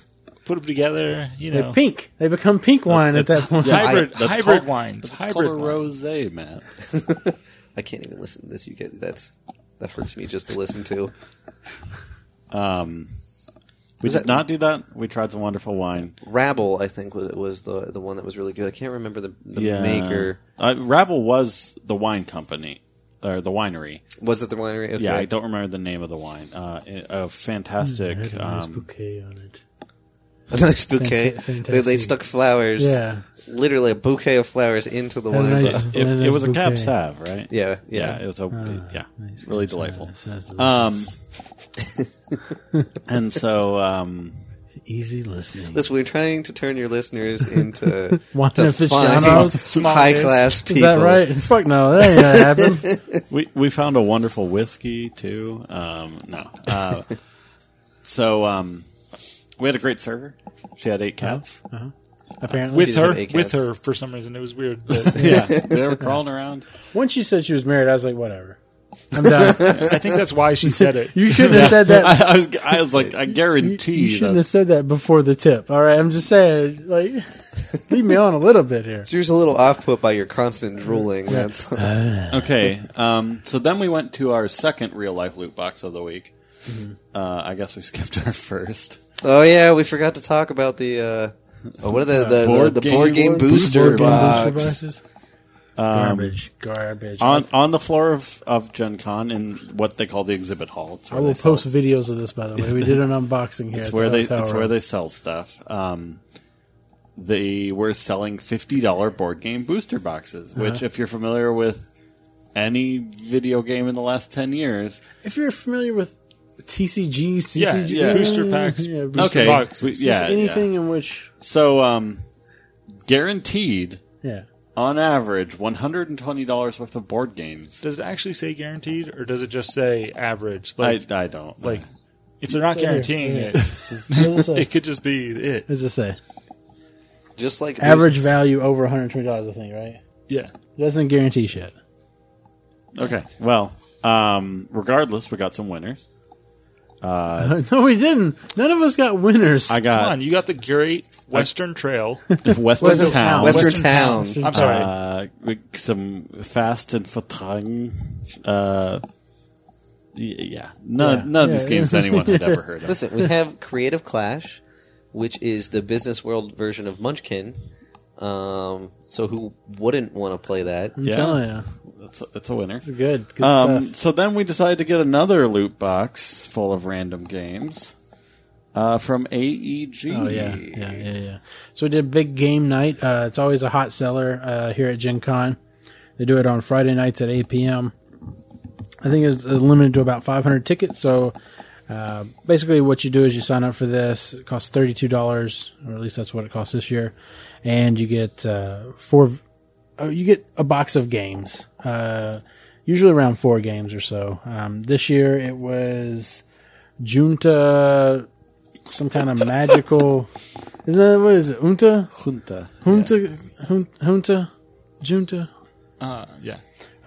Speaker 2: put them together? You
Speaker 1: They're
Speaker 2: know,
Speaker 1: pink. They become pink wine at that point.
Speaker 2: hybrid
Speaker 4: I- that's
Speaker 2: hybrid
Speaker 4: called-
Speaker 2: wines.
Speaker 4: It's called a
Speaker 2: Hybrid wine.
Speaker 4: rosé, Matt.
Speaker 3: I can't even listen to this. You get that's that hurts me just to listen to.
Speaker 4: We did not do that. We tried some wonderful wine.
Speaker 3: Rabble, I think, was, was the the one that was really good. I can't remember the, the
Speaker 4: Yeah.
Speaker 3: maker.
Speaker 4: Uh, Rabble was the wine company or the winery.
Speaker 3: Was it the winery? Okay.
Speaker 4: Yeah, I don't remember the name of the wine. Uh, a fantastic.
Speaker 1: Mm, Had a nice
Speaker 4: um,
Speaker 1: bouquet on it.
Speaker 3: A nice bouquet.
Speaker 1: Fanta- fantastic.
Speaker 3: they, they stuck flowers,
Speaker 1: Yeah.
Speaker 3: literally a bouquet of flowers into the
Speaker 1: Had a
Speaker 3: wine.
Speaker 1: nice-
Speaker 3: bottle.
Speaker 4: it,
Speaker 1: had
Speaker 4: it
Speaker 1: nice
Speaker 4: was a cab
Speaker 1: bouquet.
Speaker 4: sav, right?
Speaker 3: Yeah,
Speaker 4: yeah,
Speaker 3: yeah.
Speaker 4: It was a
Speaker 1: Ah,
Speaker 4: yeah, really Um,
Speaker 5: Um,
Speaker 4: delightful.
Speaker 1: Sounds delicious.
Speaker 4: Um, and so um,
Speaker 1: easy listening.
Speaker 3: Listen, we're trying to turn your listeners into
Speaker 1: Wine
Speaker 3: to fun,
Speaker 1: aficionados?
Speaker 3: some high class people.
Speaker 1: Is that right? Fuck no, that ain't gonna happen.
Speaker 4: We we found a wonderful whiskey too. Um, no, uh, so um, we had a great server. She had eight
Speaker 1: Uh-huh.
Speaker 4: cats.
Speaker 1: Apparently,
Speaker 2: With
Speaker 3: She's got
Speaker 2: her,
Speaker 3: eight
Speaker 2: with
Speaker 3: cats.
Speaker 2: her for some reason. It was weird. but
Speaker 4: Yeah, they were crawling
Speaker 1: Uh-huh.
Speaker 4: around.
Speaker 1: once she said she was married, I was like, whatever. I'm done.
Speaker 2: I think that's why she said it.
Speaker 1: you shouldn't have said that.
Speaker 4: I, I was I was like I
Speaker 1: You,
Speaker 4: guarantee
Speaker 1: you shouldn't
Speaker 4: that-
Speaker 1: have said that before the tip. All right, I'm just saying, like, leave me on a little bit here.
Speaker 3: Drew's a little off put by your constant drooling. That's
Speaker 4: Uh, Okay, um, so then we went to our second real life loot box of the week.
Speaker 1: Mm-hmm.
Speaker 4: Uh, I guess we skipped our first.
Speaker 3: oh yeah, we forgot to talk about the uh, oh, what are the the,
Speaker 4: Board
Speaker 3: the, the
Speaker 4: game-
Speaker 3: board game
Speaker 4: board-
Speaker 3: booster
Speaker 1: Board game
Speaker 3: box?
Speaker 1: booster boxes? Garbage, garbage.
Speaker 4: Um, On on the floor of, of Gen Con in what they call the exhibit hall. It's
Speaker 1: I
Speaker 4: where
Speaker 1: will
Speaker 4: they sell-
Speaker 1: post videos of this. By the way, we did an unboxing here.
Speaker 4: It's
Speaker 1: at
Speaker 4: where
Speaker 1: the
Speaker 4: they
Speaker 1: hotel
Speaker 4: it's where
Speaker 1: room.
Speaker 4: they sell stuff. Um, they were selling fifty dollar board game booster boxes,
Speaker 1: Uh-huh.
Speaker 4: which if you're familiar with any video game in the last ten years,
Speaker 1: If you're familiar with TCG, CCG,
Speaker 2: Yeah, yeah. Booster packs.
Speaker 1: yeah, booster
Speaker 4: okay,
Speaker 1: packs.
Speaker 2: boxes.
Speaker 4: we-
Speaker 1: Just
Speaker 4: yeah, yeah.
Speaker 1: anything in which,
Speaker 4: So, um, guaranteed
Speaker 1: yeah,
Speaker 4: on average one hundred and twenty dollars worth of board games.
Speaker 2: Does it actually say guaranteed, or does it just say average?
Speaker 4: I,
Speaker 2: Like,
Speaker 4: I don't
Speaker 2: like if they're not guaranteeing
Speaker 1: Yeah. What
Speaker 2: it,
Speaker 1: does it say?
Speaker 2: it could just be it.
Speaker 1: What does it say?
Speaker 3: Just like
Speaker 1: Average value over 120 dollars, I think. Right?
Speaker 2: Yeah,
Speaker 1: It doesn't guarantee shit.
Speaker 4: Okay. Well, um, regardless, we got some winners.
Speaker 1: no, we didn't. None of us got winners.
Speaker 4: I
Speaker 5: Uh,
Speaker 2: come
Speaker 4: got
Speaker 2: on, you got the Great Western Trail.
Speaker 4: Western,
Speaker 1: Western
Speaker 4: Town.
Speaker 1: Town.
Speaker 3: Western,
Speaker 2: Western
Speaker 3: Town.
Speaker 1: Town.
Speaker 2: I'm sorry,
Speaker 4: Uh, we- some fast and fatang. Uh, y- yeah. None,
Speaker 1: Yeah.
Speaker 4: none of these
Speaker 1: Yeah.
Speaker 4: games anyone had ever heard of.
Speaker 3: Listen, we have Creative Clash, which is the business world version of Munchkin. Um, so who wouldn't want to play that?
Speaker 1: I'm
Speaker 4: yeah.
Speaker 1: telling you,
Speaker 4: That's a, that's a winner.
Speaker 1: it's good. good
Speaker 4: Um,
Speaker 1: stuff.
Speaker 4: so then we decided to get another loot box full of random games uh, from AEG.
Speaker 1: Oh yeah, yeah, yeah, yeah. So we did a big game night. Uh, it's always a hot seller uh, here at Gen Con. They do it on Friday nights at 8 p.m. I think it's uh, limited to about 500 tickets. So uh, basically, what you do is you sign up for this. It costs $32, or at least that's what it costs this year, and you get uh, four. Oh, you get a box of games. Uh, usually around four games or so. Um, this year it was Junta, some kind of magical. Is that what is it? Junta,
Speaker 5: Junta.
Speaker 1: Junta, Jun- Junta, Junta,
Speaker 2: uh, yeah,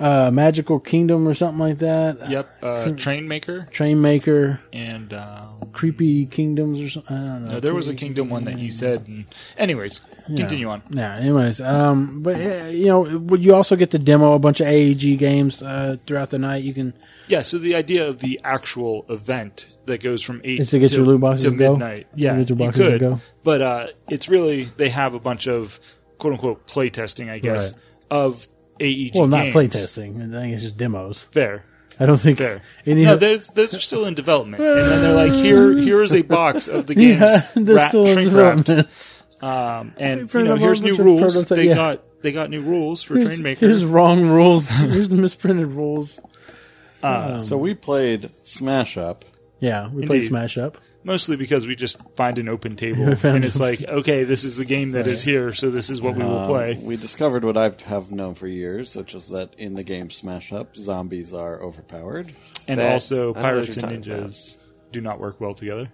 Speaker 1: uh, magical kingdom or something like that.
Speaker 2: yep. Uh, Train Maker
Speaker 1: Train maker,
Speaker 2: and um,
Speaker 1: creepy kingdoms or something. I don't know.
Speaker 2: no, there was a Kingdom one that you said. And, anyways, continue on.
Speaker 1: Yeah. Anyways, um, but uh, you know, would you also get to demo a bunch of AEG games uh, throughout the night? You can.
Speaker 2: Yeah, so the idea of the actual event that goes from eight
Speaker 1: Is to get your loot boxes
Speaker 2: to
Speaker 1: and go?
Speaker 2: midnight. Yeah,
Speaker 1: To get your
Speaker 2: you
Speaker 1: boxes and
Speaker 2: could,
Speaker 1: go?
Speaker 2: but uh, it's really they have a bunch of quote unquote play testing, I guess,
Speaker 1: Right.
Speaker 2: of AEG.
Speaker 1: Well, not
Speaker 2: games.
Speaker 1: playtesting. I think it's just demos.
Speaker 2: Fair,
Speaker 1: I don't think
Speaker 2: fair.
Speaker 1: any
Speaker 2: no,
Speaker 1: of
Speaker 2: those those are still in development, and then they're like, here here is a box of the games
Speaker 1: yeah,
Speaker 2: wrap-
Speaker 1: this still is
Speaker 2: shrink wrapped,
Speaker 1: development.
Speaker 2: um, and you
Speaker 1: printed
Speaker 2: know
Speaker 1: up a
Speaker 2: here's new
Speaker 1: bunch of
Speaker 2: rules.
Speaker 1: prototype-
Speaker 2: They
Speaker 1: yeah.
Speaker 2: got they got new rules for
Speaker 1: Here's,
Speaker 2: Train Maker.
Speaker 1: here's wrong rules. Here's misprinted rules.
Speaker 5: So we played Smash Up.
Speaker 1: Yeah, we played
Speaker 2: Indeed.
Speaker 1: Smash Up.
Speaker 2: mostly because we just find an open table and it's like okay this is the game that is here so this is what we
Speaker 3: Um,
Speaker 4: Um,
Speaker 2: will play
Speaker 5: We discovered what I have known for years, which is that in the game Smash Up, zombies are overpowered.
Speaker 2: and
Speaker 3: that-
Speaker 2: also
Speaker 3: I know what
Speaker 2: pirates
Speaker 3: you're
Speaker 2: and
Speaker 3: talking about.
Speaker 2: ninjas do not work well together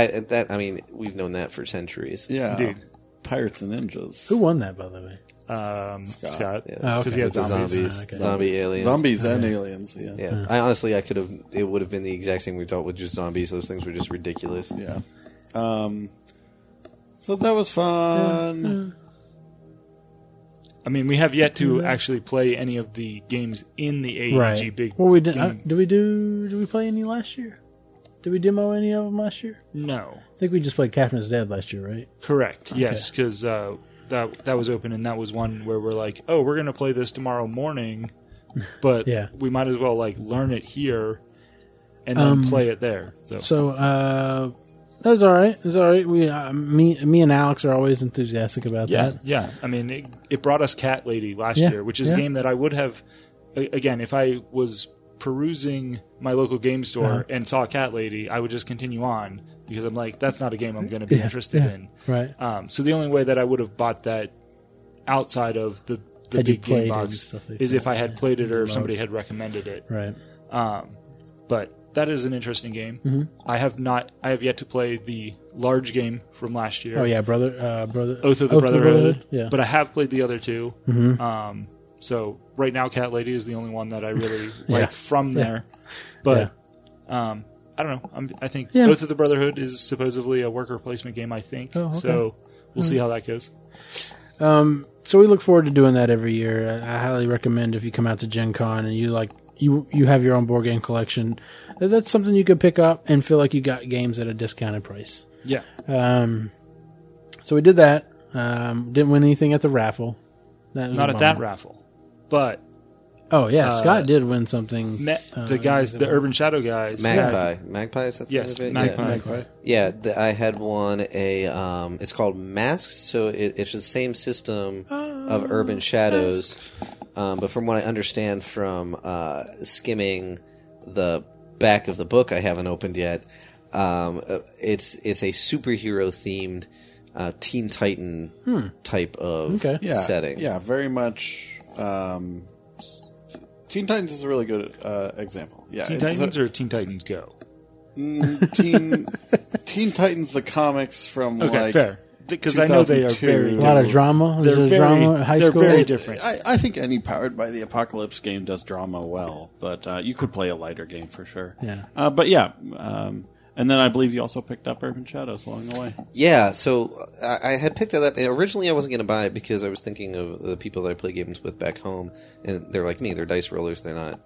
Speaker 3: I that I mean, we've known that for centuries.
Speaker 5: Yeah.
Speaker 2: Indeed.
Speaker 5: Pirates and ninjas.
Speaker 1: Who won that, by the way?
Speaker 2: um,
Speaker 5: Scott.
Speaker 2: scott
Speaker 3: Yeah,
Speaker 2: because
Speaker 1: Oh, okay.
Speaker 2: he had
Speaker 3: With the
Speaker 2: zombies,
Speaker 3: zombies,
Speaker 1: Ah, okay.
Speaker 3: zombie aliens,
Speaker 5: Zombies and aliens, yeah.
Speaker 3: Yeah, I honestly, I could have. It would have been the exact same we dealt with just zombies. Those things were just ridiculous.
Speaker 5: Yeah. Um, so that was fun.
Speaker 2: i mean we have yet to actually play any of the games in the aeg
Speaker 1: Mm-hmm. Right.
Speaker 2: E big
Speaker 1: well, we did. Uh,
Speaker 2: game.
Speaker 1: did we do? Did we play any last year? Did we demo any of them last year?
Speaker 2: no
Speaker 1: I think we just played Captain's Dead last year, right?
Speaker 2: correct yes because uh, that, that was open and that was one where we're like oh we're going to play this tomorrow morning but
Speaker 1: Yeah.
Speaker 2: we might as well like learn it here and then
Speaker 1: Um,
Speaker 2: play it there so
Speaker 1: So uh, that was all right. It was all right. We uh, me me and Alex are always enthusiastic about
Speaker 2: Yeah,
Speaker 1: that.
Speaker 2: yeah. I mean, it, it brought us Cat Lady last
Speaker 1: Yeah,
Speaker 2: year, which is
Speaker 1: yeah.
Speaker 2: a game that I would have, a- again, if I was perusing my local game store
Speaker 1: Uh-huh.
Speaker 2: and saw Cat Lady, I would just continue on because I'm like, that's not a game I'm going to be
Speaker 1: Yeah,
Speaker 2: interested
Speaker 1: yeah,
Speaker 2: in.
Speaker 1: right.
Speaker 2: Um, so the only way that I would have bought that outside of the, the
Speaker 1: Had you
Speaker 2: big
Speaker 1: played it
Speaker 2: game
Speaker 1: and
Speaker 2: box
Speaker 1: stuff like
Speaker 2: is
Speaker 1: that,
Speaker 2: if I had played it or if
Speaker 1: Remote.
Speaker 2: somebody had recommended it.
Speaker 1: Right.
Speaker 2: But that is an interesting game.
Speaker 1: Mm-hmm.
Speaker 2: I have not. I have yet to play the large game from last year.
Speaker 1: Oh yeah, brother. Uh, brother.
Speaker 2: Oath of the Brotherhood.
Speaker 1: Yeah. Mm-hmm.
Speaker 2: But I have played the other 2 Um, so right now, Cat Lady is the only one that I really like from there. But um, I don't know. I'm, I think
Speaker 1: Yeah.
Speaker 2: Oath of the Brotherhood is supposedly a worker placement game. I think.
Speaker 1: Oh, okay.
Speaker 2: So we'll see how that goes.
Speaker 1: so we look forward to doing that every year. I I highly recommend if you come out to Gen Con and you like you you have your own board game collection, that- that's something you could pick up and feel like you got games at a discounted price.
Speaker 2: Yeah.
Speaker 1: So we did that. Um, didn't win anything at the raffle. That was
Speaker 2: Not
Speaker 1: a
Speaker 2: at that
Speaker 1: bummer.
Speaker 2: raffle, but
Speaker 1: Oh yeah, Scott did win something.
Speaker 2: me- the
Speaker 1: uh,
Speaker 2: guys, the Urban Shadow guys, had-
Speaker 3: Magpie. Magpie is that the
Speaker 2: Yes,
Speaker 3: name of it?
Speaker 2: Magpie.
Speaker 3: Yeah. Yeah, th- I had one. A um, it's called Masks, so it, it's the same system of Urban Shadows, um, but from what I understand from uh, skimming the back of the book I haven't opened yet, um, uh, it's it's a superhero themed uh, Teen Titan type of
Speaker 1: Okay.
Speaker 5: yeah,
Speaker 3: setting.
Speaker 5: Yeah, very much. Um, s- Teen Titans is a really good uh, example. Yeah,
Speaker 2: Teen
Speaker 5: it's the-
Speaker 2: Titans or Teen Titans Go?
Speaker 5: Mm, Teen Teen Titans, the comics from
Speaker 2: Okay,
Speaker 5: like
Speaker 2: fair. Because I know they are
Speaker 5: 2002.
Speaker 1: A lot
Speaker 5: A
Speaker 2: very
Speaker 1: of
Speaker 2: different.
Speaker 1: drama. Was
Speaker 2: They're
Speaker 1: there
Speaker 2: very-
Speaker 1: drama at high
Speaker 2: they're
Speaker 1: school.
Speaker 2: very different.
Speaker 5: I, I think any powered by the apocalypse game does drama well, but uh, you could play a lighter game for sure.
Speaker 1: Yeah.
Speaker 4: Uh, but yeah, um, and then I believe you also picked up Urban Shadows along the way.
Speaker 3: Yeah, so uh, I, I had picked it up, and originally I wasn't going to buy it because I was thinking of the people that I play games with back home, and they're like me, they're dice rollers, they're not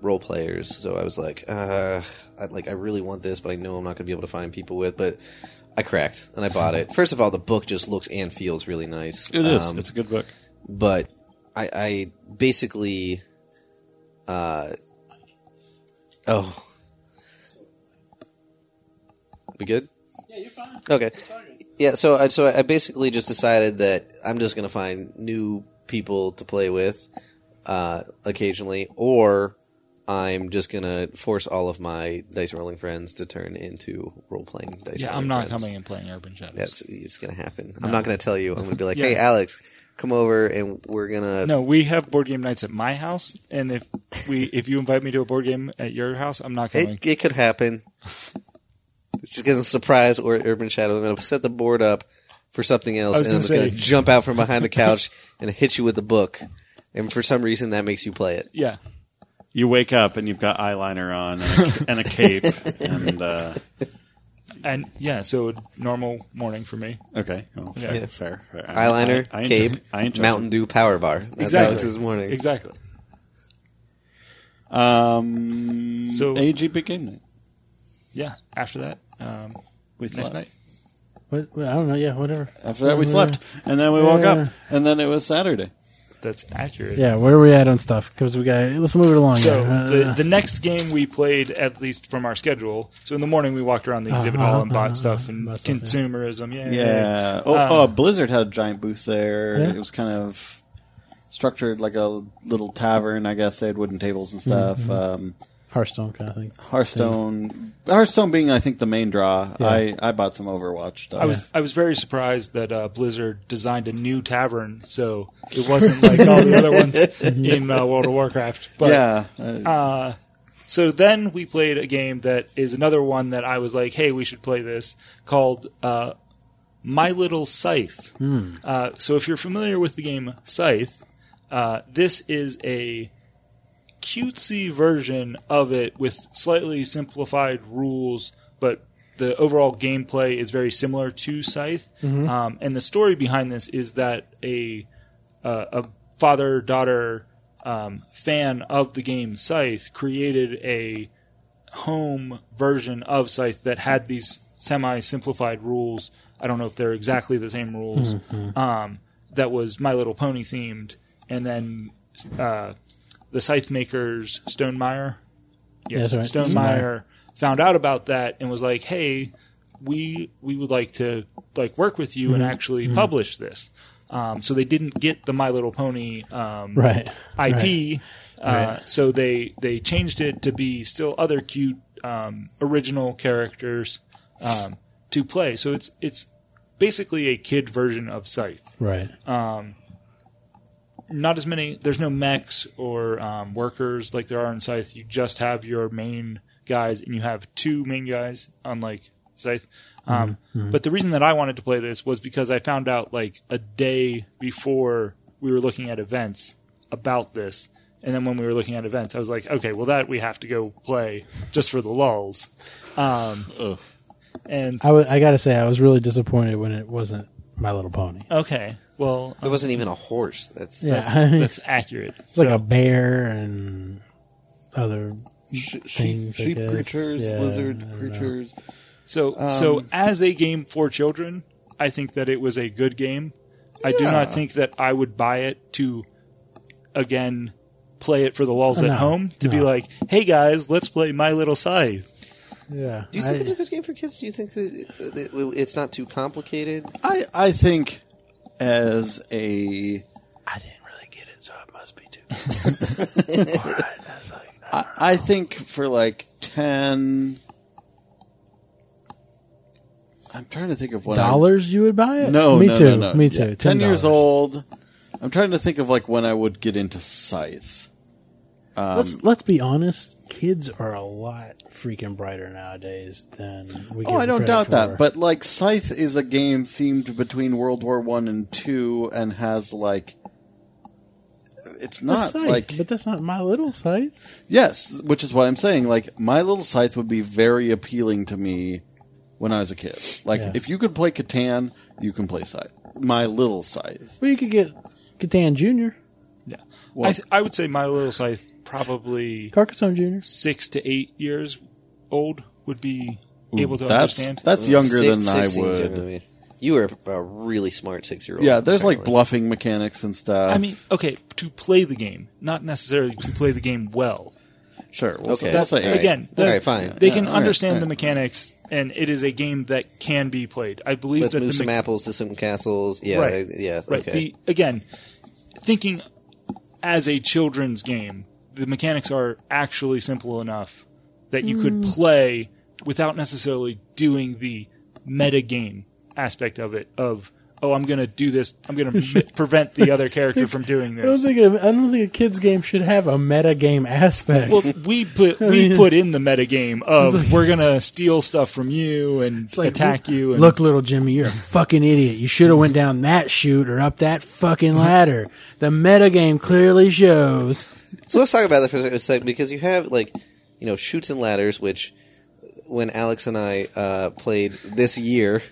Speaker 3: role players. So I was like, uh, I, like I really want this, but I know I'm not going to be able to find people with. But I cracked and I bought it. First of all, the book just looks and feels really nice.
Speaker 4: It is.
Speaker 3: Um,
Speaker 4: it's a good book.
Speaker 3: but I, I basically, uh, oh, we good? Yeah, you're fine. Okay. Yeah, so I, so I basically just decided that I'm just gonna find new people to play with uh, occasionally, or I'm just gonna force all of my dice rolling friends to turn into role playing dice.
Speaker 2: Yeah,
Speaker 3: rolling
Speaker 2: I'm not
Speaker 3: friends.
Speaker 2: coming and playing Urban Shadows.
Speaker 3: That's it's gonna happen. I'm not gonna tell you. I'm gonna be like,
Speaker 2: Yeah.
Speaker 3: hey, Alex, come over and we're gonna.
Speaker 2: No, we have board game nights at my house, and if we if you invite me to a board game at your house, I'm not coming.
Speaker 3: It, it could happen. It's just gonna surprise or Urban Shadow. I'm gonna set the board up for something else,
Speaker 2: was
Speaker 3: and I'm
Speaker 2: gonna
Speaker 3: just gonna
Speaker 2: say-
Speaker 3: jump out from behind the couch and hit you with the book. And for some reason, that makes you play it.
Speaker 2: yeah,
Speaker 4: You wake up and you've got eyeliner on and a, and a cape and uh,
Speaker 2: and yeah, so a normal morning for me.
Speaker 4: okay, well, fair,
Speaker 2: Yeah.
Speaker 4: fair, fair.
Speaker 3: Eyeliner,
Speaker 4: I- I- I
Speaker 3: cape,
Speaker 4: enjoy- I enjoy
Speaker 3: Mountain Dew Power Bar. That's
Speaker 2: Exactly.
Speaker 3: Alex's morning.
Speaker 2: Exactly.
Speaker 4: it. Um,
Speaker 2: So-
Speaker 4: AG big game night.
Speaker 2: Yeah. After that, um,
Speaker 4: We
Speaker 2: next
Speaker 4: slept.
Speaker 2: night.
Speaker 1: What, I don't know. Yeah, whatever.
Speaker 5: After that, we slept, and then we woke
Speaker 1: Yeah.
Speaker 5: up, and then it was Saturday.
Speaker 2: That's accurate.
Speaker 1: Yeah, where are we at on stuff? Because we got let's move it along.
Speaker 2: So
Speaker 1: here. Uh,
Speaker 2: the the next game we played, at least from our schedule. So in the morning we walked around the exhibit hall and bought stuff and
Speaker 1: Uh-huh. Bought stuff, yeah.
Speaker 2: consumerism. Yeah.
Speaker 5: Yeah. Oh,
Speaker 2: Uh,
Speaker 5: oh, Blizzard had a giant booth there.
Speaker 1: Yeah.
Speaker 5: It was kind of structured like a little tavern, I guess. They had wooden tables and stuff. Um,
Speaker 1: Hearthstone kind of thing.
Speaker 5: Hearthstone, Hearthstone being, I think, the main draw.
Speaker 1: Yeah.
Speaker 5: I, I bought some Overwatch stuff.
Speaker 2: I was I was very surprised that uh, Blizzard designed a new tavern, so it wasn't like all the other ones in uh, World of Warcraft. But
Speaker 5: yeah. uh,
Speaker 2: So then we played a game that is another one that I was like, hey, we should play this called uh, My Little Scythe. Uh, so if you're familiar with the game Scythe, uh, this is a cutesy version of it with slightly simplified rules, but the overall gameplay is very similar to Scythe.
Speaker 1: Mm-hmm.
Speaker 2: Um, and the story behind this is that a a father daughter um, fan of the game Scythe created a home version of Scythe that had these semi simplified rules. I don't know if they're exactly the same rules.
Speaker 1: Mm-hmm.
Speaker 2: Um, that was My Little Pony themed, and then uh, the Scythe makers Stone Meyer yes,
Speaker 1: That's right.
Speaker 2: Stone Meyer found out about that and was like, "Hey, we we would like to like work with you
Speaker 1: Mm-hmm.
Speaker 2: and actually publish this." Um, so they didn't get the My Little Pony um,
Speaker 1: Right.
Speaker 2: IP. Uh, so they they changed it to be still other cute um, original characters um, to play. So it's it's basically a kid version of Scythe.
Speaker 1: Right.
Speaker 2: Not as many. There's no mechs or um, workers like there are in Scythe. You just have your main guys, and you have two main guys, unlike Scythe.
Speaker 1: Mm-hmm.
Speaker 2: Um, But the reason that I wanted to play this was because I found out like a day before we were looking at events about this. And then when we were looking at events, I was like, okay, well, that we have to go play just for the lulls. Um,
Speaker 4: Ugh.
Speaker 2: and
Speaker 1: I, w- I gotta say, I was really disappointed when it wasn't My Little Pony.
Speaker 2: okay, well,
Speaker 3: There wasn't even a horse. That's
Speaker 1: Yeah,
Speaker 2: that's,
Speaker 1: I mean,
Speaker 2: that's accurate.
Speaker 1: it's like
Speaker 2: So-
Speaker 1: a bear and other.
Speaker 5: Sh-
Speaker 1: Things, I
Speaker 5: sheep, sheep
Speaker 1: guess.
Speaker 5: creatures,
Speaker 1: Yeah,
Speaker 5: lizard
Speaker 1: I don't know.
Speaker 5: creatures.
Speaker 2: So so
Speaker 5: Um,
Speaker 2: as a game for children, I think that it was a good game. I do not think that I would buy it to again play it for the walls
Speaker 1: No,
Speaker 2: at home to be
Speaker 1: no.
Speaker 2: like, "Hey guys, let's play My Little Scythe."
Speaker 1: Yeah.
Speaker 3: Do you think
Speaker 1: I-
Speaker 3: it's a good game for kids? Do you think that that it's not too complicated?
Speaker 5: I I think as a
Speaker 1: I didn't really get it, so it must be too. All right, that's like,
Speaker 5: I, I think for like ten. I'm trying to think of when I-
Speaker 1: dollars you would buy it?
Speaker 5: No,
Speaker 1: me
Speaker 5: no,
Speaker 1: too.
Speaker 5: no, no.
Speaker 1: Me
Speaker 5: Yeah,
Speaker 1: too.
Speaker 5: Ten years
Speaker 1: $10.
Speaker 5: old. I'm trying to think of like when I would get into Scythe.
Speaker 1: let's let's be honest. Kids are a lot freaking brighter nowadays than we.
Speaker 5: Oh, I don't doubt that. But like Scythe is a game themed between World War One and Two, and has like it's not like
Speaker 1: but that's not my little site.
Speaker 5: yes, which is what I'm saying. Like My Little Scythe would be very appealing to me when I was a kid. Like
Speaker 1: Yeah.
Speaker 5: if you could play Catan, you can play Scythe. My Little Scythe.
Speaker 1: Well, you could get Catan Junior,
Speaker 2: Yeah.
Speaker 5: Well-
Speaker 2: I, th- I would say My Little Scythe probably
Speaker 1: Carcassonne Junior.
Speaker 2: 6 to 8 years old would be able to
Speaker 5: that's
Speaker 2: understand.
Speaker 5: that's younger
Speaker 3: Six-
Speaker 5: than
Speaker 3: six
Speaker 5: I
Speaker 3: seems
Speaker 5: would.
Speaker 3: young to me. You were a really smart six-year-old.
Speaker 5: Yeah, there's like
Speaker 3: apparently.
Speaker 5: bluffing mechanics and stuff.
Speaker 2: I mean, okay, to play the game, not necessarily to play the game well.
Speaker 5: sure. We'll
Speaker 3: Okay.
Speaker 5: okay. That's
Speaker 3: All right.
Speaker 2: Again,
Speaker 3: All
Speaker 2: the-
Speaker 3: right, fine.
Speaker 2: They
Speaker 5: Yeah,
Speaker 2: can
Speaker 5: all right,
Speaker 2: understand
Speaker 5: all right.
Speaker 2: the mechanics, and it is a game that can be played. I believe
Speaker 3: Let's
Speaker 2: that
Speaker 3: move
Speaker 2: the
Speaker 3: some
Speaker 2: me-
Speaker 3: apples to some castles. Yeah,
Speaker 2: Right.
Speaker 3: I- yeah,
Speaker 2: right.
Speaker 3: okay.
Speaker 2: The, again, thinking as a children's game, the mechanics are actually simple enough that you could
Speaker 1: Mm.
Speaker 2: play without necessarily doing the meta game aspect of it. Of oh, I'm going to do this. I'm going to prevent the other character from doing
Speaker 1: I don't
Speaker 2: this.
Speaker 1: think a, I don't think a kids game should have a meta game aspect.
Speaker 2: Well, we put we put in the meta game of we're gonna steal stuff from you and
Speaker 1: like,
Speaker 2: attack you. And
Speaker 1: Look, little Jimmy, you're a fucking idiot. You should have went down that chute or up that fucking ladder. The meta game clearly shows.
Speaker 3: So let's talk about that for a second because you have like, you know, shoots and ladders, which when Alex and I uh, played this year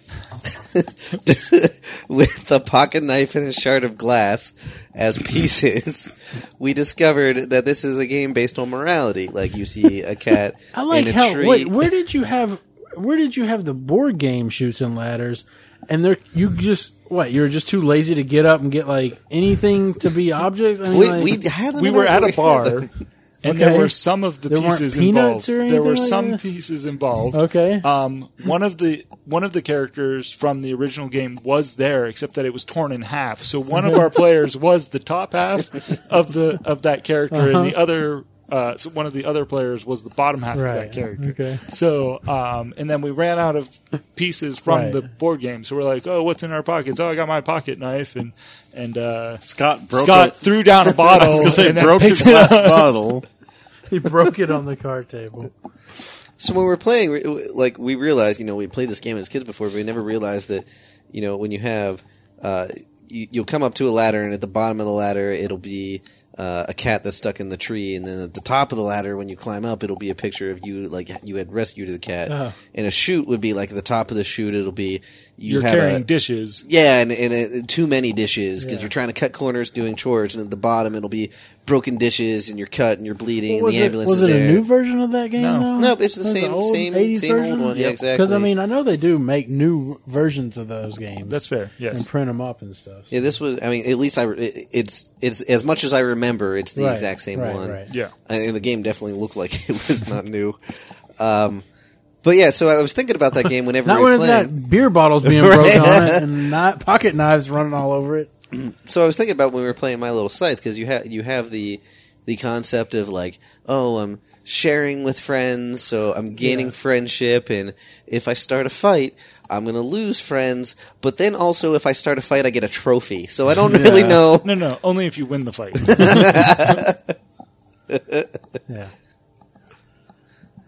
Speaker 3: with a pocket knife and a shard of glass as pieces, we discovered that this is a game based on morality. Like you see a cat
Speaker 1: I like
Speaker 3: in a
Speaker 1: how.
Speaker 3: tree.
Speaker 1: Wait, where did you have? Where did you have the board game shoots and ladders? And there, you just what? You were just too lazy to get up and get like anything to be objects. I mean,
Speaker 3: we,
Speaker 1: like,
Speaker 3: we had them
Speaker 2: we
Speaker 3: in
Speaker 2: were
Speaker 3: our-
Speaker 2: at
Speaker 3: we
Speaker 2: a
Speaker 3: had
Speaker 2: bar,
Speaker 3: them.
Speaker 2: and there
Speaker 1: Okay.
Speaker 2: were some of the
Speaker 1: There weren't
Speaker 2: pieces
Speaker 1: peanuts
Speaker 2: involved.
Speaker 1: or
Speaker 2: There were
Speaker 1: anything like
Speaker 2: some
Speaker 1: that?
Speaker 2: pieces involved.
Speaker 1: okay.
Speaker 2: Um, one of the one of the characters from the original game was there, except that it was torn in half. So one of our players was the top half of the of that character, and the
Speaker 1: Uh-huh.
Speaker 2: other. Uh, so one of the other players was the bottom half of
Speaker 1: Right.
Speaker 2: that character.
Speaker 1: Okay.
Speaker 2: So, um, and then we ran out of pieces from
Speaker 1: Right.
Speaker 2: the board game. So we're like, oh, what's in our pockets? Oh, I got my pocket knife, and and uh,
Speaker 4: Scott broke
Speaker 2: Scott
Speaker 4: a-
Speaker 2: threw down a bottle.
Speaker 4: I was gonna say
Speaker 2: and then
Speaker 4: broke
Speaker 2: picked
Speaker 4: his
Speaker 2: it up.
Speaker 4: glass bottle.
Speaker 1: he broke it on the card table.
Speaker 3: So when we were playing, we- we- like we realized, you know, we played this game as kids before, but we never realized that, you know, when you have, uh, you, you'll come up to a ladder, and at the bottom of the ladder, it'll be uh, a cat that's stuck in the tree, and then at the top of the ladder, when you climb up, it'll be a picture of you, like you had rescued the cat,
Speaker 1: Uh-huh.
Speaker 3: and a chute would be like at the top of the chute, it'll be you
Speaker 2: You're
Speaker 3: have
Speaker 2: carrying
Speaker 3: a,
Speaker 2: dishes.
Speaker 3: yeah, and, and, uh, too many dishes because
Speaker 1: Yeah.
Speaker 3: you're trying to cut corners doing chores, and at the bottom, it'll be broken dishes, and you're cut, and you're bleeding, and
Speaker 1: Was
Speaker 3: the
Speaker 1: it,
Speaker 3: ambulance
Speaker 1: was
Speaker 3: is
Speaker 1: it a
Speaker 3: there.
Speaker 1: new version of that game?
Speaker 2: No.
Speaker 1: though?
Speaker 3: No, it's the
Speaker 1: It was an
Speaker 3: same-
Speaker 1: old
Speaker 3: same-
Speaker 1: 80s
Speaker 3: same old
Speaker 1: version?
Speaker 3: one, yeah,
Speaker 1: Because I
Speaker 3: exactly.
Speaker 1: mean, I know they do make new versions of those games.
Speaker 2: That's fair. Yes.
Speaker 1: and print them up and stuff.
Speaker 3: Yeah, this was. I mean, at least I. re- It, it's it's as much as I remember. It's the
Speaker 1: Right,
Speaker 3: exact same
Speaker 1: right,
Speaker 3: one.
Speaker 1: right.
Speaker 2: Yeah.
Speaker 3: I- and the game definitely looked like it was not new. Um, but yeah, so I was thinking about that game whenever
Speaker 1: Not
Speaker 3: we
Speaker 1: when
Speaker 3: were
Speaker 1: it's
Speaker 3: playing.
Speaker 1: got beer bottles being
Speaker 3: Right.
Speaker 1: broken on it and not pocket knives running all over it.
Speaker 3: So I was thinking about when we were playing My Little Scythe because you have you have the the concept of like, oh, I'm sharing with friends, so I'm gaining friendship, and if I start a fight, I'm gonna lose friends. But then also, if I start a fight, I get a trophy. So I don't really
Speaker 5: Yeah.
Speaker 3: know.
Speaker 2: No, no, only if you win the fight.
Speaker 1: Yeah.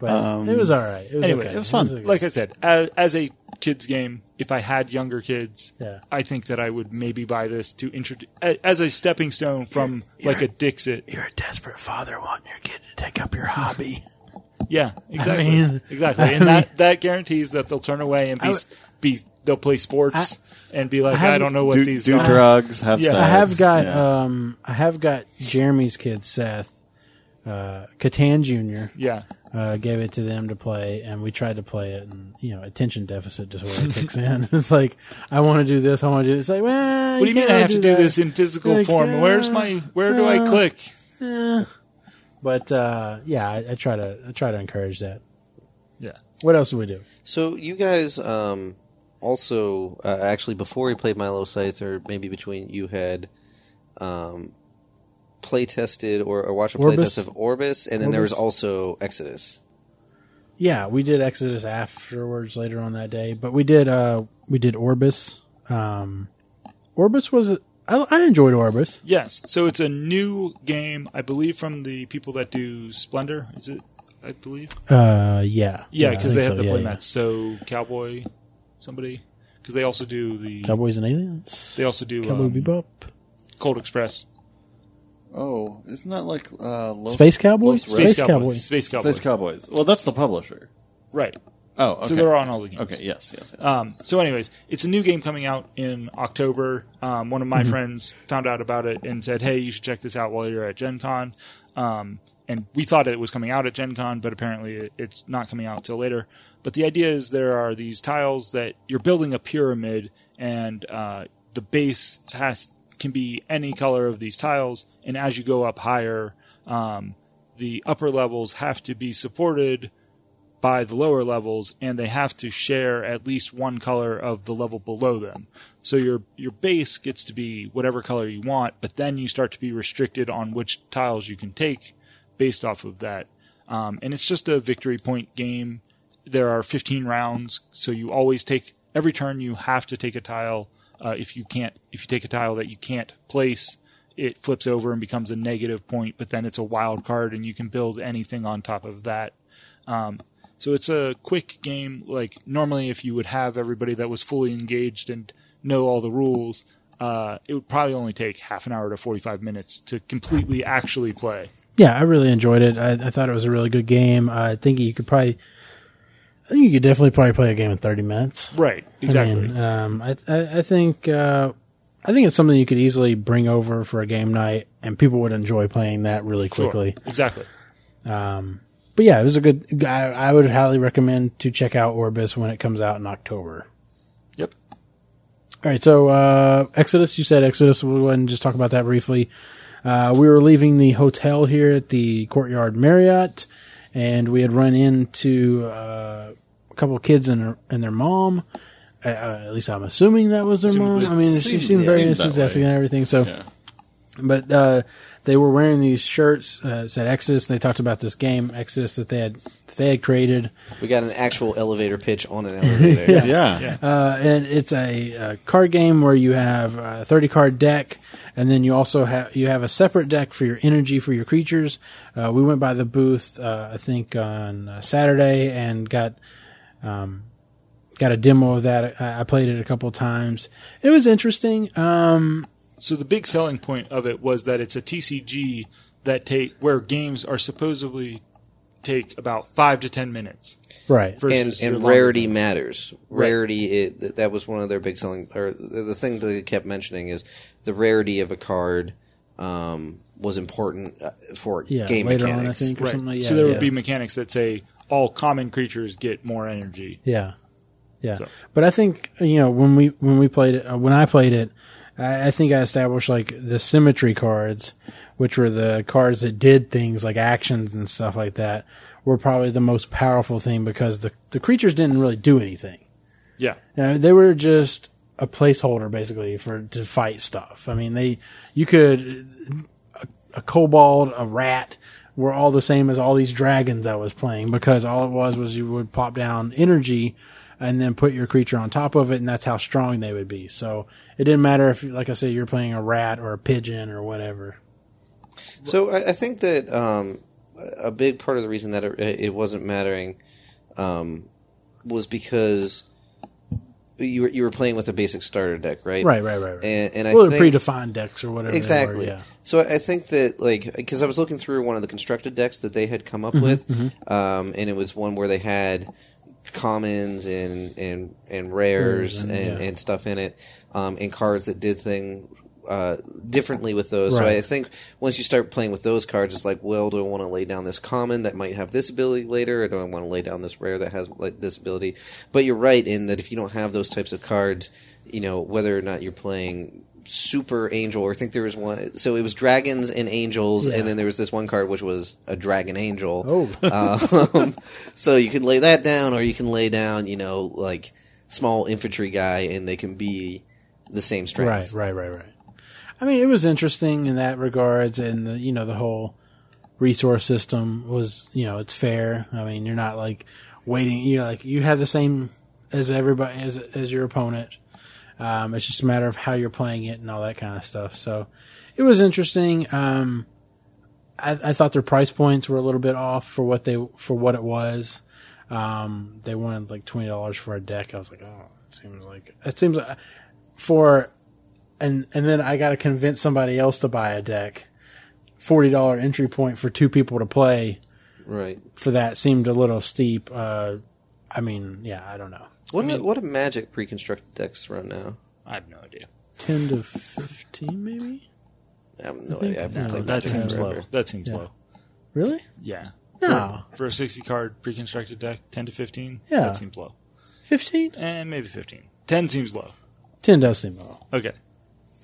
Speaker 1: But it was all right. It was
Speaker 2: Um, anyway,
Speaker 1: okay.
Speaker 2: it was
Speaker 5: fun.
Speaker 1: okay.
Speaker 2: like I said, as, as a kids game, if I had younger kids,
Speaker 1: Yeah.
Speaker 2: I think that I would maybe buy this to introduce as a stepping stone from like a Dixit.
Speaker 1: You're a desperate father wanting your kid to take up your hobby.
Speaker 2: Yeah, exactly,
Speaker 1: mean-
Speaker 2: exactly, and that that guarantees that they'll turn away and be
Speaker 1: I
Speaker 2: s be they'll play sports and be like,
Speaker 1: I
Speaker 2: I,
Speaker 1: haven't-
Speaker 2: don't know what
Speaker 5: Do,
Speaker 2: these
Speaker 5: do
Speaker 2: are.
Speaker 5: drugs, have
Speaker 2: Yeah.
Speaker 5: sex.
Speaker 2: I uh,
Speaker 1: I have got
Speaker 5: yeah.
Speaker 1: um I have got Jeremy's kid Seth, uh, Catan Junior.
Speaker 2: yeah,
Speaker 1: Uh, gave it to them to play, and we tried to play it, and you know, attention deficit disorder kicks in. It's like I want to do this, I want to do. This. It's like, well,
Speaker 2: what do you mean
Speaker 1: can't
Speaker 2: I
Speaker 1: really
Speaker 2: have to do
Speaker 1: that.
Speaker 2: this in physical
Speaker 1: Like,
Speaker 2: form?
Speaker 1: uh,
Speaker 2: Where's my where do I
Speaker 1: uh,
Speaker 2: click?
Speaker 1: Eh. But uh, yeah, I, I try to I try to encourage that.
Speaker 2: Yeah.
Speaker 1: What else do we do?
Speaker 3: So you guys um, also uh, actually before we played Milo Scythe, or maybe between you had um, play tested or, or watched a play
Speaker 1: Orbis?
Speaker 3: test of Orbis, and then there was
Speaker 1: Orbis?
Speaker 3: also Exodus.
Speaker 1: Yeah, we did Exodus afterwards later on that day, but we did uh we did Orbis. Um Orbis was I, I enjoyed Orbis.
Speaker 2: Yes, so it's a new game, I believe, from the people that do Splendor. Is it? I believe.
Speaker 1: Uh yeah.
Speaker 2: Yeah,
Speaker 1: I
Speaker 2: because they
Speaker 1: think
Speaker 2: have
Speaker 1: so,
Speaker 2: the
Speaker 1: yeah,
Speaker 2: playmats.
Speaker 1: yeah.
Speaker 2: So cowboy, somebody, because they also do the
Speaker 1: Cowboys and Aliens.
Speaker 2: they also do
Speaker 1: Cowboy
Speaker 2: um,
Speaker 1: Bebop.
Speaker 2: Cold Express,
Speaker 5: Oh, isn't that like uh, Los,
Speaker 1: Space Cowboy?
Speaker 5: Los
Speaker 1: Space
Speaker 5: Rebels?
Speaker 2: Space, Cowboy,
Speaker 1: Cowboy.
Speaker 2: Space Cowboy,
Speaker 5: Space Cowboys. Well, that's the publisher.
Speaker 2: right?
Speaker 5: Oh, okay.
Speaker 2: So they're on all the games.
Speaker 5: okay. Yes. Yes. yes.
Speaker 2: Um, so, anyways, it's a new game coming out in October. Um, one of my friends found out about it and said, "Hey, you should check this out while you're at Gen Con." Um, and we thought it was coming out at Gen Con, but apparently it- it's not coming out till later. But the idea is there are these tiles that you're building a pyramid, and uh, the base has can be any color of these tiles. And as you go up higher, um, the upper levels have to be supported by the lower levels and they have to share at least one color of the level below them. So your your base gets to be whatever color you want, but then you start to be restricted on which tiles you can take based off of that. Um, and it's just a victory point game. There are 15 rounds, so you always take every turn you have to take a tile. Uh, if you can't if you take a tile that you can't place, it flips over and becomes a negative point, but then it's a wild card and you can build anything on top of that. So it's a quick game. Like normally, if you would have everybody that was fully engaged and know all the rules, uh, it would probably only take half an hour to forty-five minutes to completely actually play.
Speaker 1: Yeah, I really enjoyed it. I, I thought it was a really good game. I think you could probably I think you could definitely probably play a game in 30 minutes.
Speaker 2: Right. Exactly.
Speaker 1: I mean, um, I, I, I think uh, I think it's something you could easily bring over for a game night, and people would enjoy playing that really
Speaker 2: Sure.
Speaker 1: quickly.
Speaker 2: Exactly.
Speaker 1: But yeah, it was a good. I, I would highly recommend to check out Orbis when it comes out in October.
Speaker 2: Yep.
Speaker 1: All right, so uh, Exodus, you said Exodus. We'll go ahead and just talk about that briefly. Uh, we were leaving the hotel here at the Courtyard Marriott, and we had run into uh, a couple of kids and, their- and their mom. Uh, uh, at least I'm assuming that was their
Speaker 2: Seemed-
Speaker 1: mom.
Speaker 2: it
Speaker 1: I mean, she
Speaker 5: seemed-
Speaker 1: seemed
Speaker 5: it
Speaker 1: very
Speaker 5: seemed that
Speaker 1: enthusiastic
Speaker 5: way.
Speaker 1: and everything. So,
Speaker 5: Yeah.
Speaker 1: but uh, they were wearing these shirts uh, it said Exodus. And they talked about this game Exodus that they had that they had created.
Speaker 3: We got an actual elevator pitch on an elevator.
Speaker 5: Yeah.
Speaker 1: Uh, and it's a, uh card game where you have a 30 card deck and then you also have you have a separate deck for your energy for your creatures uh, we went by the booth uh, i think on uh, saturday and got um, got a demo of that i, I played it a couple times it was interesting um,
Speaker 2: So the big selling point of it was that it's a TCG that take where games are supposedly take about five to ten minutes.
Speaker 1: right
Speaker 3: and,
Speaker 2: Versus your
Speaker 3: and
Speaker 2: longer
Speaker 3: rarity matters. Rarity it, th- that was one of their big selling or the, the thing that they kept mentioning is the rarity of a card um, was important uh, for
Speaker 1: yeah
Speaker 3: game
Speaker 1: later on
Speaker 3: mechanics.
Speaker 1: i think or
Speaker 2: Right.
Speaker 1: something like
Speaker 2: so
Speaker 1: yeah,
Speaker 2: there
Speaker 1: yeah.
Speaker 2: would be mechanics that say all common creatures get more energy.
Speaker 1: Yeah, yeah.
Speaker 2: So-
Speaker 1: But I think you know when we when we played it uh, when I played it, I, I think I established like the symmetry cards, which were the cards that did things like actions and stuff like that, were probably the most powerful thing because the the creatures didn't really do anything.
Speaker 2: Yeah.
Speaker 1: You know, they were just a placeholder basically for to fight stuff. I mean, they you could a kobold, a rat were all the same as all these dragons I was playing because all it was was you would pop down energy and then put your creature on top of it, and that's how strong they would be. So it didn't matter if, like I say, you're playing a rat or a pigeon or whatever.
Speaker 3: So I, I think that um, a big part of the reason that it, it wasn't mattering um, was because you were you were playing with a basic starter deck, right?
Speaker 1: Right, right, right, right.
Speaker 3: And, and I
Speaker 1: well, they're
Speaker 3: think
Speaker 1: predefined decks or whatever. they were,
Speaker 3: exactly.
Speaker 1: yeah.
Speaker 3: So I I think that like because I was looking through one of the constructed decks that they had come
Speaker 1: Mm-hmm,
Speaker 3: up with, um, and it was one where they had commons and and and rares and, and, stuff in it, um, and cards that did thing. Uh, differently with those,
Speaker 1: Right.
Speaker 3: so I think once you start playing with those cards, it's like, well, do I want to lay down this common that might have this ability later, or do I want to lay down this rare that has like this ability? But you're right in that if you don't have those types of cards, you know whether or not you're playing super angel or I think there was one so it was dragons and angels and then there was this one card which was a dragon angel
Speaker 1: Oh.
Speaker 3: um, so you can lay that down or you can lay down you know like small infantry guy and they can be the same strength
Speaker 1: Right, right, right, right. I mean, it was interesting in that regards, and the, you know, the whole resource system was, you know, it's fair. I mean, you're not like waiting. You know, like you have the same as everybody as as your opponent. Um, it's just a matter of how you're playing it and all that kind of stuff. So, it was interesting. Um, I, I thought their price points were a little bit off for what they for what it was. Um, they wanted like twenty dollars for a deck. I was like, oh, it seems like it seems like for and and then I got to convince somebody else to buy a deck. Forty dollar entry point for two people to play
Speaker 3: right
Speaker 1: for that seemed a little steep. Uh, I mean, yeah, I don't know,
Speaker 3: what do- what a magic pre-constructed decks run now
Speaker 2: I have no idea.
Speaker 1: ten to fifteen maybe.
Speaker 3: I have no idea I haven't played
Speaker 2: That
Speaker 3: deck
Speaker 2: seems
Speaker 3: forever.
Speaker 2: low. That seems
Speaker 1: Yeah.
Speaker 2: low.
Speaker 1: Really?
Speaker 2: Yeah.
Speaker 1: No,
Speaker 2: For a 60 card pre-constructed deck, 10 to 15,
Speaker 1: Yeah.
Speaker 2: that seems low.
Speaker 1: fifteen.
Speaker 2: And maybe 15. 10 seems low.
Speaker 1: Ten does seem low,
Speaker 2: Okay.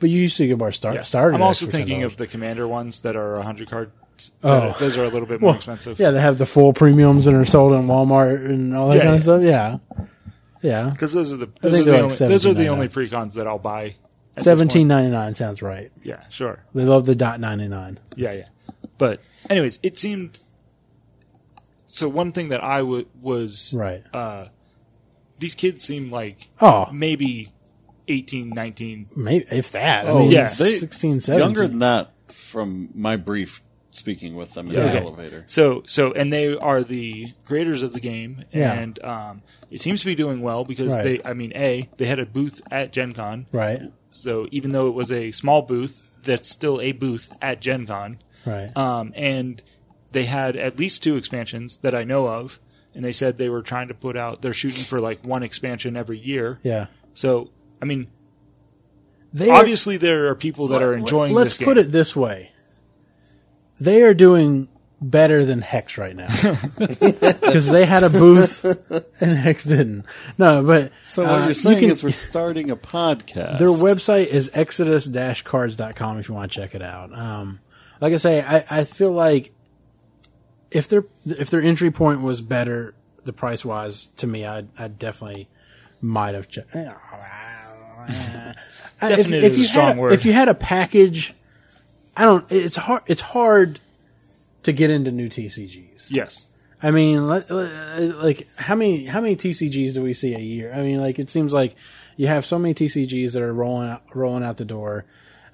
Speaker 1: but you used to get more start
Speaker 2: Yeah.
Speaker 1: started.
Speaker 2: I'm also
Speaker 1: decks for
Speaker 2: thinking
Speaker 1: $10.
Speaker 2: of the commander ones that are 100 cards.
Speaker 1: Oh.
Speaker 2: That- Those are a little bit more
Speaker 1: Well,
Speaker 2: expensive.
Speaker 1: yeah, they have the full premiums and are sold in Walmart and all that
Speaker 2: Yeah,
Speaker 1: kind
Speaker 2: yeah.
Speaker 1: of stuff. Yeah, yeah,
Speaker 2: Because those are the those
Speaker 1: think
Speaker 2: are the
Speaker 1: they're
Speaker 2: only
Speaker 1: like
Speaker 2: those are the
Speaker 1: 17.99.
Speaker 2: only precons that I'll buy. at this
Speaker 1: seventeen
Speaker 2: point.
Speaker 1: ninety nine sounds right.
Speaker 2: Yeah, sure.
Speaker 1: They love the dot ninety nine.
Speaker 2: Yeah, yeah. But anyways, it seemed. So one thing that I wa was
Speaker 1: Right.
Speaker 2: Uh, these kids seemed like
Speaker 1: Oh,
Speaker 2: maybe 18, 19.
Speaker 1: Maybe if that.
Speaker 5: Oh,
Speaker 1: I mean,
Speaker 2: yeah.
Speaker 1: yeah,
Speaker 5: They-
Speaker 1: 16, 17.
Speaker 5: Younger than that, from my brief speaking with them in
Speaker 2: Yeah.
Speaker 5: the
Speaker 2: Okay.
Speaker 5: elevator.
Speaker 2: So so and they are the creators of the game,
Speaker 1: Yeah.
Speaker 2: and um, it seems to be doing well because
Speaker 1: Right.
Speaker 2: they. I mean, a they had a booth at Gen Con,
Speaker 1: right,
Speaker 2: so even though it was a small booth, that's still a booth at Gen Con.
Speaker 1: right,
Speaker 2: um, and they had at least two expansions that I know of, and they said they were trying to put out. They're shooting for like one expansion every year.
Speaker 1: yeah.
Speaker 2: So I mean,
Speaker 1: They are-
Speaker 2: obviously there are people that are enjoying
Speaker 1: Let's
Speaker 2: this game.
Speaker 1: put it this way: they are doing better than Hex right now because they had a booth and Hex didn't. No, but
Speaker 5: So what
Speaker 1: uh,
Speaker 5: you're
Speaker 1: you
Speaker 5: saying
Speaker 1: can-
Speaker 5: is we're starting a podcast.
Speaker 1: Their website is exodus-cards.com if you want to check it out. Um, like I say, I, I feel like if their if their entry point was better, the price wise to me, I I definitely might have checked.
Speaker 2: Definite is a strong
Speaker 1: had
Speaker 2: word.
Speaker 1: If you had a package, I don't. It's hard. It's hard to get into new TCGs.
Speaker 2: yes,
Speaker 1: I mean, let- let- like how many how many TCGs do we see a year? I mean, like it seems like you have so many TCGs that are rolling out, rolling out the door.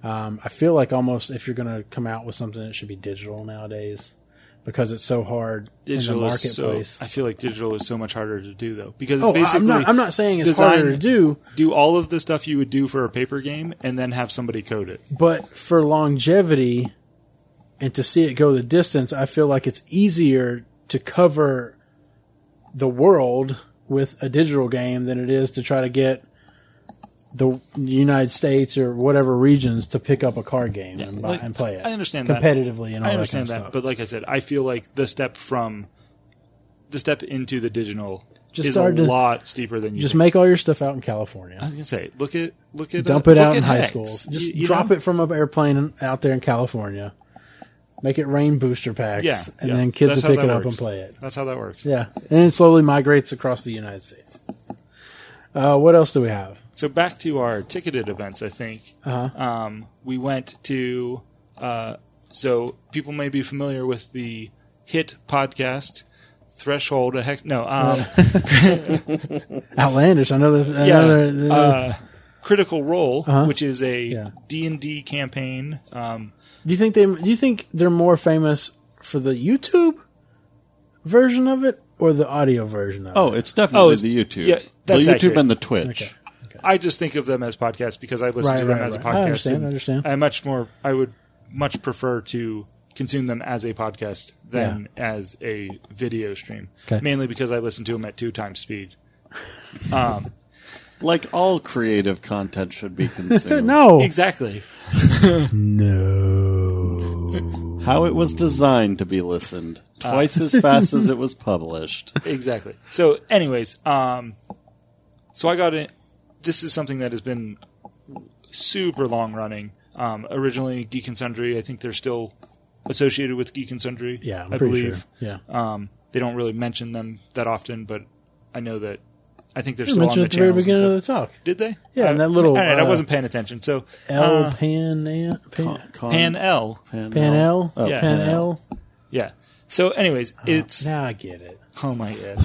Speaker 1: Um, I feel like almost if you're going to come out with something, it should be digital nowadays because it's so hard in
Speaker 2: digital
Speaker 1: the
Speaker 2: is so.
Speaker 1: marketplace.
Speaker 2: I feel like digital is so much harder to do though because it's
Speaker 1: oh,
Speaker 2: basically
Speaker 1: I'm not I'm not saying it's
Speaker 2: design-
Speaker 1: harder to do,
Speaker 2: do all of the stuff you would do for a paper game and then have somebody code it.
Speaker 1: but for longevity and to see it go the distance, I feel like it's easier to cover the world with a digital game than it is to try to get the United States or whatever regions to pick up a card game and, buy,
Speaker 2: like,
Speaker 1: and play it.
Speaker 2: I understand that.
Speaker 1: competitively and all
Speaker 2: I understand
Speaker 1: that,
Speaker 2: that,
Speaker 1: kind of stuff.
Speaker 2: but like I said, I feel like the step from the step into the digital
Speaker 1: Just
Speaker 2: is a
Speaker 1: start to-
Speaker 2: lot steeper than you
Speaker 1: just
Speaker 2: think.
Speaker 1: make all your stuff out in California.
Speaker 2: I was gonna say, look at look at
Speaker 1: Dump
Speaker 2: uh,
Speaker 1: it
Speaker 2: look
Speaker 1: out in
Speaker 2: at
Speaker 1: high
Speaker 2: Hex.
Speaker 1: school. Just
Speaker 2: You- you
Speaker 1: drop
Speaker 2: know?
Speaker 1: it from an airplane in- out there in California. Make it rain booster packs,
Speaker 2: Yeah,
Speaker 1: and
Speaker 2: yeah.
Speaker 1: then kids
Speaker 2: That's
Speaker 1: will
Speaker 2: how
Speaker 1: pick it
Speaker 2: that
Speaker 1: up and
Speaker 2: works.
Speaker 1: play it.
Speaker 2: That's how that works.
Speaker 1: Yeah, and it slowly migrates across the United States. Uh, what else do we have?
Speaker 2: So back
Speaker 1: Uh-huh.
Speaker 2: to our ticketed events, I think um, we went to uh, So people may be familiar with the hit podcast Threshold. A hex- no,
Speaker 1: Uh,
Speaker 2: um,
Speaker 1: Outlandish. Another.
Speaker 2: yeah,
Speaker 1: another
Speaker 2: uh, Critical Role,
Speaker 1: Uh-huh.
Speaker 2: which is
Speaker 1: Yeah.
Speaker 2: a D and D campaign. Um,
Speaker 1: do you think they? Do you think they're more famous for the YouTube version of it or the audio version of it?
Speaker 5: Oh, it's definitely
Speaker 2: Oh, it's-
Speaker 5: the YouTube.
Speaker 2: yeah, that's
Speaker 5: the YouTube
Speaker 2: accurate.
Speaker 5: and the Twitch.
Speaker 1: Okay.
Speaker 2: I just think of them as podcasts because I listen
Speaker 1: Right,
Speaker 2: to them
Speaker 1: right,
Speaker 2: as a
Speaker 1: right.
Speaker 2: podcast.
Speaker 1: I understand,
Speaker 2: and
Speaker 1: I understand.
Speaker 2: I much more. I would much prefer to consume them as a podcast than as a video stream.
Speaker 1: Okay.
Speaker 2: Mainly because I listen to them at two times speed.
Speaker 5: Like all creative content should be consumed.
Speaker 1: No.
Speaker 2: Exactly.
Speaker 1: No.
Speaker 5: How it was designed to be listened
Speaker 2: Uh.
Speaker 5: twice as fast as it was published.
Speaker 2: exactly. So, anyways, um, so I got it. This is something that has been super long running. Um, originally, Geek and Sundry. I think they're still associated with Geek and Sundry.
Speaker 1: Yeah, I'm
Speaker 2: I
Speaker 1: pretty
Speaker 2: believe.
Speaker 1: Sure. Yeah.
Speaker 2: Um, they don't really mention them that often, but I know that I think they're
Speaker 1: You
Speaker 2: still on
Speaker 1: mentioned at
Speaker 2: the
Speaker 1: the very
Speaker 2: channels. and
Speaker 1: beginning of the
Speaker 2: stuff.
Speaker 1: talk.
Speaker 2: Did they?
Speaker 1: Yeah,
Speaker 2: I-
Speaker 1: and that little,
Speaker 2: All right, I
Speaker 1: uh,
Speaker 2: wasn't paying attention. So
Speaker 1: L
Speaker 2: uh,
Speaker 1: Pan An- Pan
Speaker 5: Con-
Speaker 2: Pan L.
Speaker 5: Pan-
Speaker 1: Pan L
Speaker 5: Oh,
Speaker 2: Yeah.
Speaker 1: Pan L.
Speaker 2: Yeah. So, anyways, it's
Speaker 1: Uh, Now I get it.
Speaker 2: oh my god.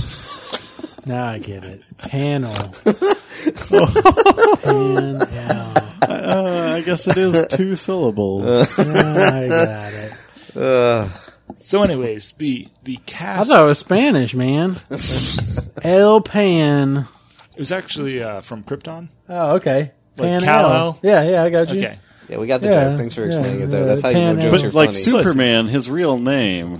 Speaker 1: Now I get it. Panel. Pan L.
Speaker 5: Uh, I guess it is two syllables.
Speaker 1: Now I got it.
Speaker 2: So, anyways, the the
Speaker 1: I
Speaker 2: cast.
Speaker 1: thought it was Spanish, man. El Pan.
Speaker 2: It was actually uh, from Krypton.
Speaker 1: Oh, okay.
Speaker 2: Like
Speaker 1: Pan
Speaker 2: Kal-El?
Speaker 1: L. Yeah, yeah, I got you.
Speaker 2: Okay.
Speaker 3: Yeah, we got the
Speaker 1: Yeah,
Speaker 3: joke. Thanks for
Speaker 1: yeah,
Speaker 3: explaining it, though.
Speaker 1: yeah,
Speaker 3: That's how you know
Speaker 1: pan
Speaker 5: but
Speaker 3: jokes are
Speaker 5: like
Speaker 3: funny.
Speaker 5: Superman, his real name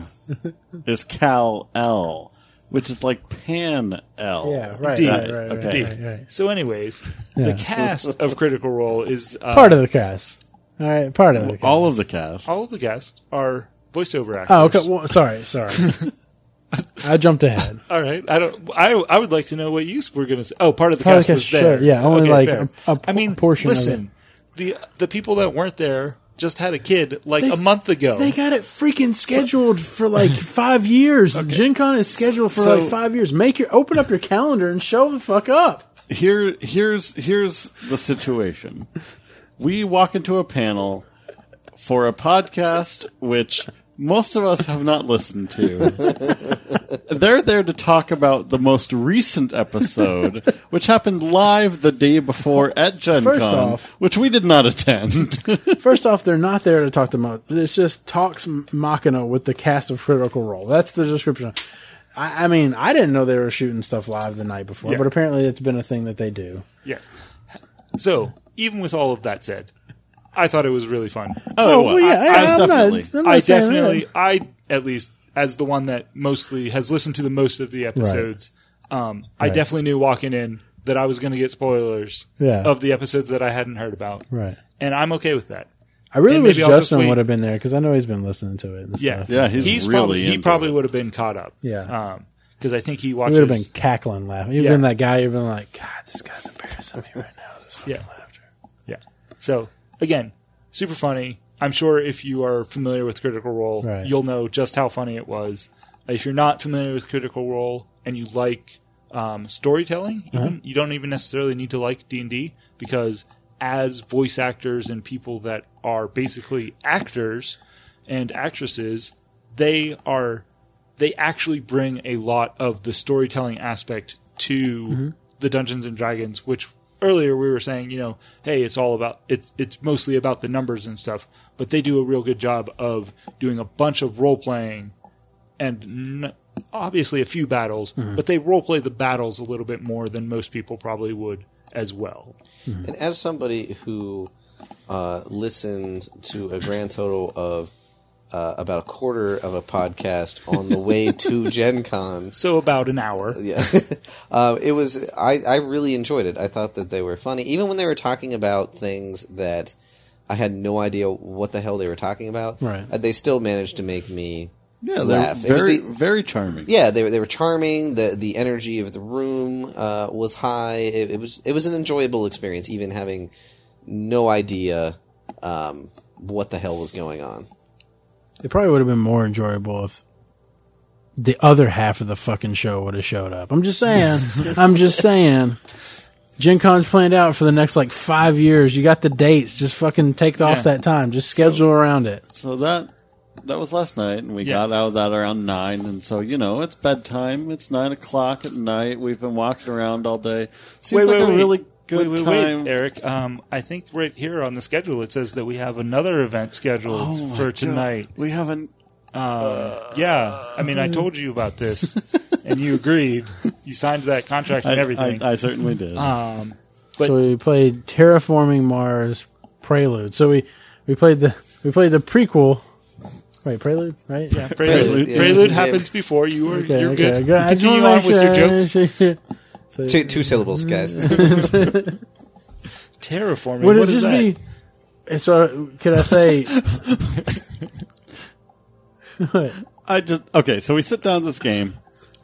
Speaker 5: is Cal L, which is like Pan L.
Speaker 1: Yeah, right,
Speaker 2: Indeed.
Speaker 1: right, right, right,
Speaker 5: Okay.
Speaker 1: right, right.
Speaker 2: So, anyways,
Speaker 1: Yeah.
Speaker 2: the cast of Critical Role is uh,
Speaker 1: Part of the cast. All right, part of the cast.
Speaker 5: All of the cast.
Speaker 2: all of the guests are voiceover actors.
Speaker 1: oh, okay. Well, sorry, sorry. I jumped ahead.
Speaker 2: All right. I don't. I I would like to know what you were going to say. Oh, part of the
Speaker 1: Part of
Speaker 2: cast
Speaker 1: the
Speaker 2: was
Speaker 1: cast,
Speaker 2: there.
Speaker 1: sure, yeah, only like a- a
Speaker 2: I mean,
Speaker 1: portion of
Speaker 2: Listen, the the people that weren't there just had a kid like a month ago.
Speaker 1: They got it freaking scheduled for like five years. Gen Con is scheduled for
Speaker 5: So-
Speaker 1: like five years. Make your open up your calendar and show the fuck up.
Speaker 5: Here, here's here's the situation. We walk into a panel for a podcast which most of us have not listened to. They're there to talk about the most recent episode, which happened live the day before at Gen
Speaker 1: First
Speaker 5: Con,
Speaker 1: off-
Speaker 5: which we did not attend.
Speaker 1: First off, they're not there to talk to Mo. It's just talks M- Machina with the cast of Critical Role. That's the description. I, I mean, I didn't know they were shooting stuff live the night before,
Speaker 2: Yeah.
Speaker 1: but apparently it's been a thing that they do.
Speaker 2: yes. So even with all of that said, I thought it was really fun.
Speaker 5: Oh, well, I, I was
Speaker 1: I'm not-
Speaker 5: definitely.
Speaker 1: I'm not
Speaker 2: I
Speaker 1: saying
Speaker 2: definitely,
Speaker 1: that.
Speaker 2: I at least as the one that mostly has listened to the most of the episodes, um, I definitely knew walking in that I was going to get spoilers
Speaker 1: Yeah.
Speaker 2: of the episodes that I hadn't heard about,
Speaker 1: Right.
Speaker 2: and I'm okay with that.
Speaker 1: I really
Speaker 2: And
Speaker 1: wish
Speaker 2: maybe I'll just
Speaker 1: Justin
Speaker 2: wait.
Speaker 1: would have been there because I know he's been listening to it. And
Speaker 2: Yeah,
Speaker 1: stuff.
Speaker 5: Yeah, he's really
Speaker 2: probably, he
Speaker 5: into
Speaker 2: probably
Speaker 5: it.
Speaker 2: would have been caught up.
Speaker 1: Yeah.
Speaker 2: because I think he
Speaker 1: He
Speaker 2: watches.
Speaker 1: would have been cackling laughing. You've
Speaker 2: Yeah.
Speaker 1: been that guy. You've been like, God, this guy's embarrassing me right now. This fucking
Speaker 2: Yeah.
Speaker 1: laughter.
Speaker 2: Yeah. So again, super funny. I'm sure if you are familiar with Critical Role,
Speaker 1: Right.
Speaker 2: you'll know just how funny it was. If you're not familiar with Critical Role and you like um, storytelling, even, you don't even necessarily need to like D and D because as voice actors and people that are basically actors and actresses, they are they actually bring a lot of the storytelling aspect to the Dungeons and Dragons, which earlier we were saying, you know, hey, it's all about it's it's mostly about the numbers and stuff, but they do a real good job of doing a bunch of role playing and n- obviously a few battles, but they role play the battles a little bit more than most people probably would as well.
Speaker 3: And as somebody who uh, listened to a grand total of uh, about a quarter of a podcast on the way to Gen Con,
Speaker 2: So about an hour.
Speaker 3: yeah, uh, it was. I, I really enjoyed it. I thought that they were funny, even when they were talking about things that I had no idea what the hell they were talking about.
Speaker 1: Right.
Speaker 3: uh, they still managed to make me.
Speaker 5: Yeah, they're
Speaker 3: laugh. It was
Speaker 5: very,
Speaker 3: the-
Speaker 5: very charming.
Speaker 3: yeah, they were they were charming. the The energy of the room uh, was high. It, it was it was an enjoyable experience, even having no idea um, what the hell was going on.
Speaker 1: It probably would have been more enjoyable if the other half of the fucking show would have showed up. I'm just saying. I'm just saying. Gen Con's planned out for the next like five years. You got the dates. Just fucking take off
Speaker 2: Yeah.
Speaker 1: that time. Just schedule around it.
Speaker 5: So that that was last night, and we got out of that around nine. And so you know, it's bedtime. It's nine o'clock at night. We've been walking around all day. Seems like a really good
Speaker 2: wait, wait,
Speaker 5: time.
Speaker 2: Wait, Eric. Um, I think right here on the schedule it says that we have another event scheduled
Speaker 5: Oh my
Speaker 2: for
Speaker 5: God.
Speaker 2: tonight.
Speaker 5: we haven't.
Speaker 2: yeah, I mean, I told you about this, and you agreed. You signed that contract
Speaker 5: I-
Speaker 2: and everything.
Speaker 5: I, I certainly did.
Speaker 2: um, but-
Speaker 1: so we played Terraforming Mars Prelude. So we we played the we played the prequel. Wait, Prelude, right? Yeah.
Speaker 2: Prelude,
Speaker 3: Prelude, yeah.
Speaker 2: Prelude
Speaker 3: Yeah.
Speaker 2: happens before you are
Speaker 1: Okay,
Speaker 2: you're
Speaker 1: okay,
Speaker 2: good.
Speaker 1: I just
Speaker 2: Continue
Speaker 1: wanna
Speaker 2: on
Speaker 1: make
Speaker 2: with your
Speaker 1: sure-
Speaker 2: joke.
Speaker 3: Two, two syllables, guys.
Speaker 2: Terraforming.
Speaker 1: Would
Speaker 2: what
Speaker 1: it
Speaker 2: is
Speaker 1: just
Speaker 2: that?
Speaker 1: be? and So could I say?
Speaker 5: I just okay. So we sit down to this game,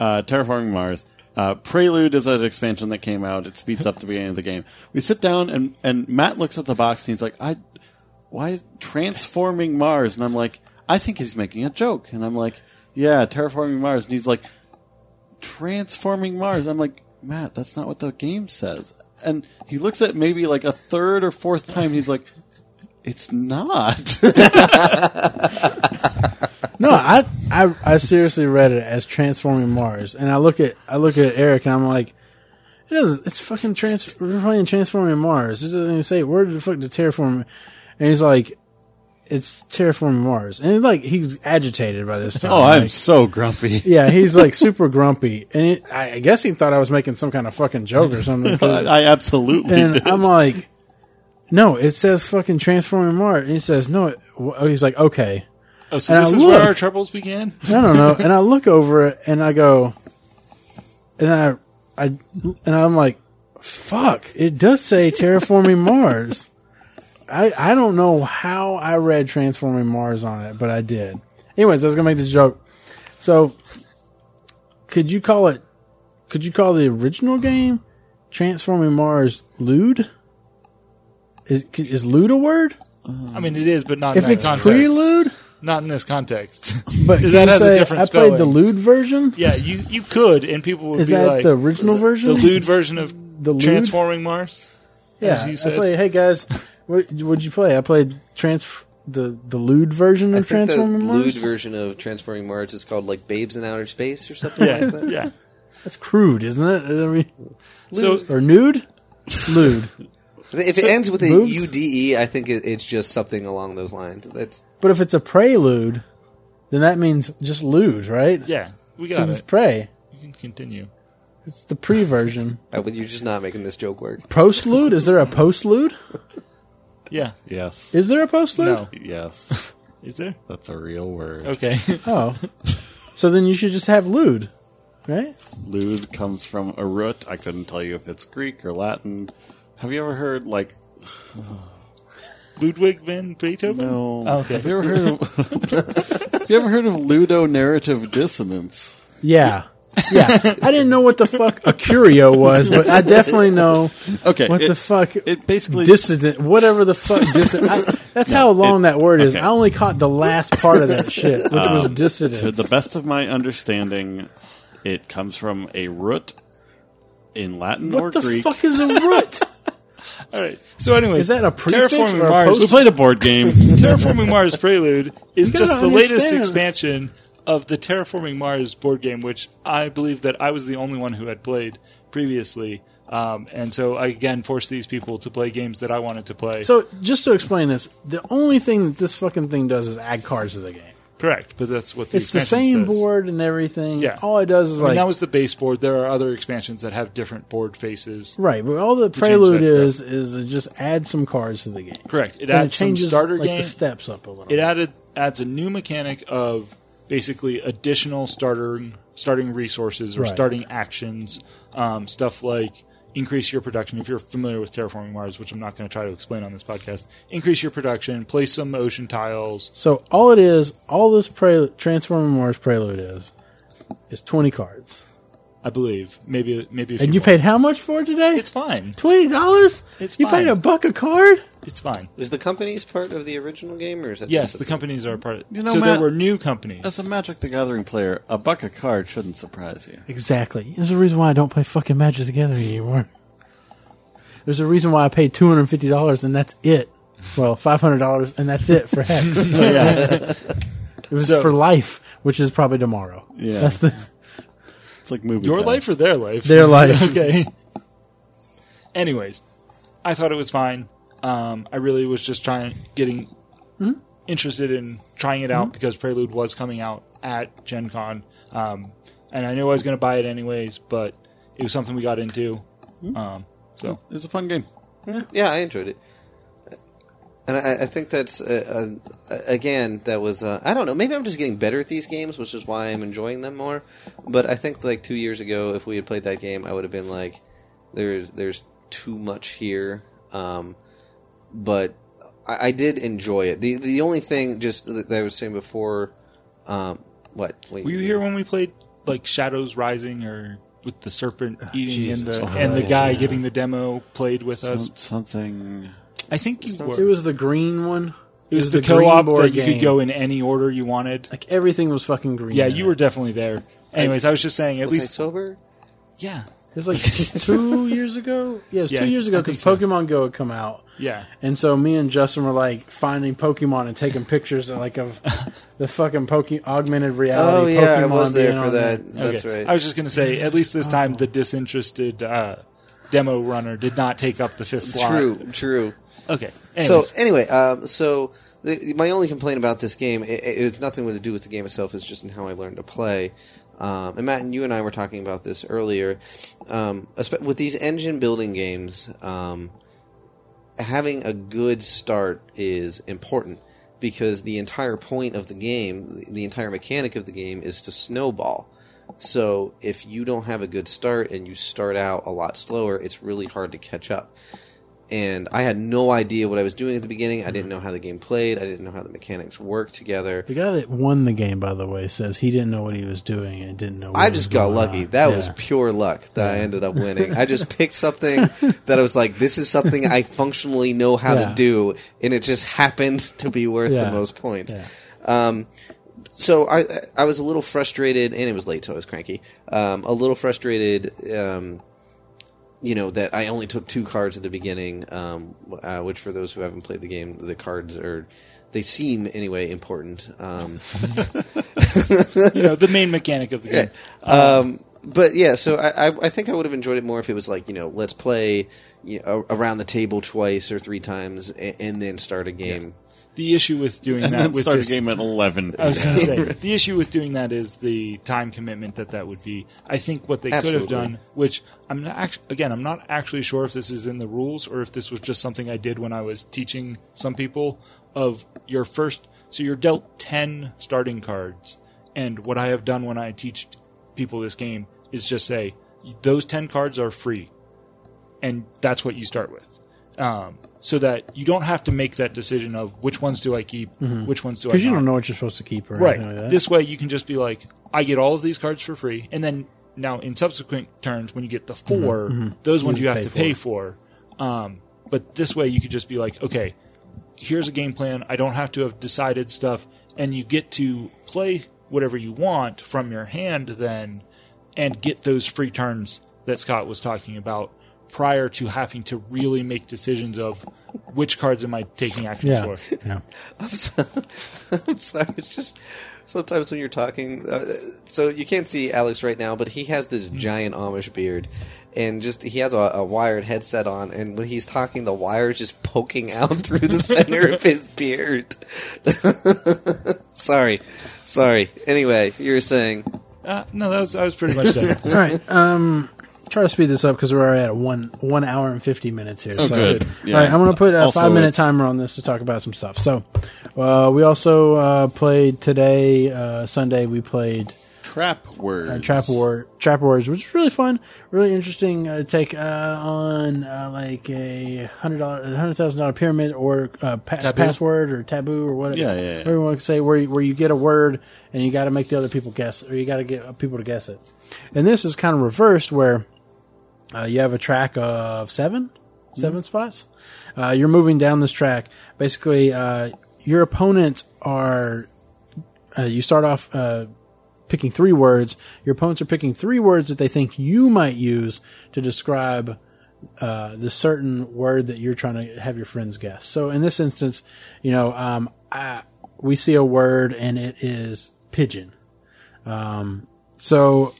Speaker 5: uh, terraforming Mars. Uh, Prelude is an expansion that came out. It speeds up the beginning of the game. We sit down and and Matt looks at the box and he's like, "I, why is transforming Mars?" And I'm like, "I think he's making a joke." And I'm like, "Yeah, terraforming Mars." And he's like, "Transforming Mars." I'm like, "Matt, that's not what the game says." And he looks at maybe like a third or fourth time. He's like, "It's not."
Speaker 1: No, I, I I seriously read it as transforming Mars, and I look at I look at Eric, and I'm like, it doesn't. It's fucking trans. We're playing transforming Mars. It doesn't even say where the fuck the terraform. And he's like, it's terraforming Mars, and like he's agitated by this time.
Speaker 5: oh, I'm
Speaker 1: Like,
Speaker 5: so grumpy.
Speaker 1: yeah, he's like super grumpy, and it, I I guess he thought I was making some kind of fucking joke or something. 'cause-
Speaker 5: I absolutely
Speaker 1: and
Speaker 5: did.
Speaker 1: I'm like, no, it says fucking transforming Mars. And he says, no. It, oh, he's like, okay.
Speaker 2: Oh, so
Speaker 1: And
Speaker 2: this
Speaker 1: I
Speaker 2: is where
Speaker 1: look.
Speaker 2: our troubles began.
Speaker 1: I don't know. And I look over it and I go, and I, I, and I'm like, fuck, it does say terraforming Mars. I, I don't know how I read transforming Mars on it, but I did. Anyways, I was gonna make this joke. So, could you call it? Could you call the original game transforming Mars lewd? Is is lewd a word?
Speaker 2: I mean, it is, but not
Speaker 1: If
Speaker 2: in
Speaker 1: it's
Speaker 2: that context.
Speaker 1: prelude,
Speaker 2: Not in this context.
Speaker 1: but
Speaker 2: That
Speaker 1: can you
Speaker 2: has a
Speaker 1: say,
Speaker 2: different
Speaker 1: I played the
Speaker 2: spelling.
Speaker 1: lewd version.
Speaker 2: yeah, you you could, and people would
Speaker 1: Is
Speaker 2: be
Speaker 1: that
Speaker 2: like
Speaker 1: the original version?
Speaker 2: the lewd version of
Speaker 1: The lewd?
Speaker 2: transforming Mars.
Speaker 1: Yeah,
Speaker 2: as you said.
Speaker 1: I played, hey guys, what would you play? I played trans the the lewd version
Speaker 3: I
Speaker 1: of
Speaker 3: think the
Speaker 1: Transformers.
Speaker 3: lewd version of Transforming Mars is called like Babes in Outer Space or something
Speaker 2: Yeah,
Speaker 3: like that.
Speaker 2: yeah.
Speaker 1: That's crude, isn't it? I mean,
Speaker 2: So
Speaker 1: or nude, lewd.
Speaker 3: If it ends with a
Speaker 1: boobs?
Speaker 3: UDE, I think it, it's just something along those lines. That's
Speaker 1: But if it's a prelude, then that means just lewd, right?
Speaker 2: yeah, we got
Speaker 1: 'Cause it's
Speaker 2: it.
Speaker 1: prey.
Speaker 2: You can continue.
Speaker 1: It's the pre version.
Speaker 3: uh, but you're just not making this joke work.
Speaker 1: Postlude? Is there a postlude?
Speaker 2: Yeah.
Speaker 5: yes.
Speaker 1: Is there a postlude?
Speaker 2: No.
Speaker 5: Yes,
Speaker 2: Is there?
Speaker 5: that's a real word.
Speaker 2: Okay.
Speaker 1: Oh, so then you should just have lewd, right?
Speaker 5: Lewd comes from a root. I couldn't tell you if it's Greek or Latin. Have you ever heard like
Speaker 2: Ludwig van Beethoven.
Speaker 5: no?
Speaker 2: Oh, okay.
Speaker 5: Have you ever heard of? have you ever heard of ludonarrative dissonance?
Speaker 1: Yeah. Yeah, I didn't know what the fuck a curio was, but I definitely know
Speaker 5: Okay,
Speaker 1: what
Speaker 5: it,
Speaker 1: the fuck
Speaker 5: It basically
Speaker 1: dissident, whatever the fuck. Dissident, I, that's how long that word is.
Speaker 5: okay.
Speaker 1: I only caught the last part of that shit, which
Speaker 2: Uh,
Speaker 1: was
Speaker 5: to
Speaker 1: dissident.
Speaker 5: the best of my understanding, it comes from a root in Latin or
Speaker 1: what the
Speaker 5: Greek.
Speaker 1: fuck is a root?
Speaker 2: All right. So, anyway,
Speaker 1: Is that a prefix
Speaker 2: Terraforming
Speaker 1: or a
Speaker 2: Mars?
Speaker 5: We played a board game.
Speaker 2: Terraforming Mars Prelude is
Speaker 1: gotta
Speaker 2: just the latest
Speaker 1: understand.
Speaker 2: expansion of the Terraforming Mars board game, which I believe that I was the only one who had played previously. Um, and so I again forced these people to play games that I wanted to play.
Speaker 1: so, just to explain this, the only thing that this fucking thing does is add cards to the game.
Speaker 2: Correct, but that's what the
Speaker 1: It's the
Speaker 2: expansion
Speaker 1: same
Speaker 2: says.
Speaker 1: board and everything.
Speaker 2: Yeah.
Speaker 1: All it does is
Speaker 2: I mean,
Speaker 1: like
Speaker 2: that was the base board. There are other expansions that have different board faces.
Speaker 1: right. But all the
Speaker 2: change
Speaker 1: prelude
Speaker 2: that stuff.
Speaker 1: is is it just add some cards to the game.
Speaker 2: Correct. It
Speaker 1: And
Speaker 2: adds some starter
Speaker 1: like,
Speaker 2: game.
Speaker 1: the steps up a little.
Speaker 2: It
Speaker 1: bit.
Speaker 2: added adds a new mechanic of basically additional starter starting resources or
Speaker 1: Right.
Speaker 2: starting actions, um, stuff like increase your production. If you're familiar with terraforming Mars, which I'm not going to try to explain on this podcast, increase your production, place some ocean tiles.
Speaker 1: So all it is, all this prelude, Transforming Mars prelude is, is twenty cards.
Speaker 2: I believe maybe maybe if
Speaker 1: And you
Speaker 2: more.
Speaker 1: paid how much for it today?
Speaker 2: It's fine.
Speaker 1: twenty dollars.
Speaker 2: It's
Speaker 1: you
Speaker 2: fine.
Speaker 1: paid a buck a card.
Speaker 2: It's fine.
Speaker 3: Is the companies part of the original game, or is that
Speaker 2: Yes,
Speaker 3: just
Speaker 2: the companies are a part. Of,
Speaker 5: You know,
Speaker 2: so
Speaker 5: Matt-
Speaker 2: there were new companies.
Speaker 5: As a Magic the Gathering player, a buck a card shouldn't surprise you.
Speaker 1: Exactly. There's a reason why I don't play fucking Magic the Gathering anymore. There's a reason why I paid two hundred fifty dollars and that's it. Well, five hundred dollars and that's it for Hex. It was
Speaker 2: So-
Speaker 1: for life, which is probably tomorrow.
Speaker 5: Yeah.
Speaker 1: that's the
Speaker 5: It's like movie.
Speaker 2: Your
Speaker 5: pass.
Speaker 2: life or their life?
Speaker 1: Their life.
Speaker 2: okay. Anyways, I thought it was fine. Um, I really was just trying, getting Hmm? interested in trying it out because Prelude was coming out at Gen Con. Um, and I knew I was going to buy it anyways, but it was something we got into. Um, so,
Speaker 5: It was a fun game.
Speaker 3: Yeah, I enjoyed it, and I, I think that's uh, uh, again that was uh, I don't know. Maybe I'm just getting better at these games, which is why I'm enjoying them more. But I think like two years ago, if we had played that game, I would have been like, "There's there's too much here." Um, but I, I did enjoy it. the The only thing just that I was saying before, um, what
Speaker 2: were you here when we played like Shadows Rising or with the serpent eating and the and the guy giving the demo played with us?
Speaker 5: Some- something.
Speaker 2: I think you were.
Speaker 1: it was the green one.
Speaker 2: It was, the,
Speaker 1: green
Speaker 2: co-op
Speaker 1: board
Speaker 2: that you
Speaker 1: game.
Speaker 2: could go in any order you wanted.
Speaker 1: Like everything was fucking green.
Speaker 2: Yeah,
Speaker 1: in
Speaker 2: you
Speaker 1: it.
Speaker 2: were definitely there. Anyways, I, was just saying, at
Speaker 3: was I
Speaker 2: least
Speaker 3: sober?
Speaker 2: yeah,
Speaker 1: It was like two years ago. Yeah, it was
Speaker 2: Yeah,
Speaker 1: two years ago
Speaker 2: I think
Speaker 1: because
Speaker 2: so.
Speaker 1: Pokemon Go had come out.
Speaker 2: yeah.
Speaker 1: And so me and Justin were like finding Pokemon and taking pictures of like of the fucking Poke augmented
Speaker 3: Oh
Speaker 1: reality.
Speaker 3: yeah,
Speaker 1: Pokemon
Speaker 3: I was there
Speaker 1: being
Speaker 3: for
Speaker 1: on
Speaker 3: that.
Speaker 1: there.
Speaker 3: That's
Speaker 2: Okay.
Speaker 3: right.
Speaker 2: I was just gonna say, at least this time, the disinterested uh, demo runner did not take up the fifth slot.
Speaker 3: true, true.
Speaker 2: Okay.
Speaker 3: so
Speaker 2: Anyways,
Speaker 3: anyway, um, so the, my only complaint about this game, it, it, it's nothing to do with the game itself. It's just in how I learned to play. Um, and Matt and you and I were talking about this earlier. Um, espe- with these engine building games, um, having a good start is important because the entire point of the game, the- the entire mechanic of the game, is to snowball. So if you don't have a good start and you start out a lot slower, it's really hard to catch up and I had no idea what I was doing at the beginning. I didn't know how the game played. I didn't know how the mechanics worked together.
Speaker 1: The guy that won the game, by the way, says he didn't know what he was doing and didn't know. What
Speaker 3: I
Speaker 1: was
Speaker 3: just got
Speaker 1: going
Speaker 3: lucky.
Speaker 1: on.
Speaker 3: That
Speaker 1: Yeah.
Speaker 3: was pure luck that I ended up winning. I just picked something that I was like, this is something I functionally know how
Speaker 1: Yeah.
Speaker 3: to do, and it just happened to be worth
Speaker 1: Yeah.
Speaker 3: the most points.
Speaker 1: Yeah.
Speaker 3: Um, so I I was a little frustrated, and it was late, so I was cranky. Um, a little frustrated, um, you know, that I only took two cards at the beginning. Um, uh, which, for those who haven't played the game, the cards are they seem anyway important. Um,
Speaker 2: you know, the main mechanic of the game.
Speaker 3: but yeah, so I, I, I think I would have enjoyed it more if it was like you know let's play you know, a- around the table twice or three times and, and then start a game.
Speaker 2: The issue with doing
Speaker 5: And
Speaker 2: that
Speaker 5: then
Speaker 2: with
Speaker 5: start
Speaker 2: this,
Speaker 5: the game at eleven.
Speaker 2: I was going to say the issue with doing that is the time commitment that that would be. I think what they could have
Speaker 3: Absolutely.
Speaker 2: done, which I'm not act- again, I'm not actually sure if this is in the rules or if this was just something I did when I was teaching some people of your first. So you're dealt ten starting cards, and what I have done when I teach people this game is just say those ten cards are free and that's what you start with. Um, so that you don't have to make that decision of which ones do I keep, which ones do
Speaker 1: Mm-hmm.
Speaker 2: I
Speaker 1: because you
Speaker 2: not.
Speaker 1: don't know what you're supposed to keep or
Speaker 2: Right.
Speaker 1: anything like that.
Speaker 2: This way you can just be like, I get all of these cards for free, and then now in subsequent turns when you get the 4 those ones you have
Speaker 1: Mm-hmm. pay
Speaker 2: to pay for. Um, but this way you could just be like, okay, here's a game plan. I don't have to have decided stuff, and you get to play whatever you want from your hand then, and get those free turns that Scott was talking about prior to having to really make decisions of which cards am I taking actions
Speaker 1: yeah,
Speaker 2: for.
Speaker 1: yeah.
Speaker 3: I'm sorry, it's just sometimes when you're talking. Uh, so you can't see Alex right now, but he has this giant Amish beard, and just he has a, a wired headset on, and when he's talking, the wire is just poking out through the center of his beard. sorry, sorry. Anyway, you were saying
Speaker 2: Uh, no, that was, I was pretty much done.
Speaker 1: All right. Um, try to speed this up because we're already at one one hour and fifty minutes here.
Speaker 5: Oh, good. Yeah.
Speaker 1: All right, I'm going to put a
Speaker 5: Also,
Speaker 1: five minute
Speaker 5: it's-
Speaker 1: timer on this to talk about some stuff. So, uh, we also uh, played today, uh, Sunday. We played
Speaker 5: Trap words.
Speaker 1: uh, Trap War Trap Wars, which is really fun, really interesting uh, take uh, on uh, like a hundred dollar, hundred thousand dollar pyramid or uh, pa- password or taboo or whatever.
Speaker 5: Yeah, yeah, yeah.
Speaker 1: Everyone can say where you, where you get a word and you got to make the other people guess, or you got to get people to guess it. And this is kind of reversed, where uh, you have a track of seven,
Speaker 5: Mm-hmm.
Speaker 1: seven spots. Uh, you're moving down this track. Basically, uh, your opponents are. Uh, you start off uh, picking three words. Your opponents are picking three words that they think you might use to describe uh, the certain word that you're trying to have your friends guess. So in this instance, you know, um, I, we see a word and it is pigeon. Um, so,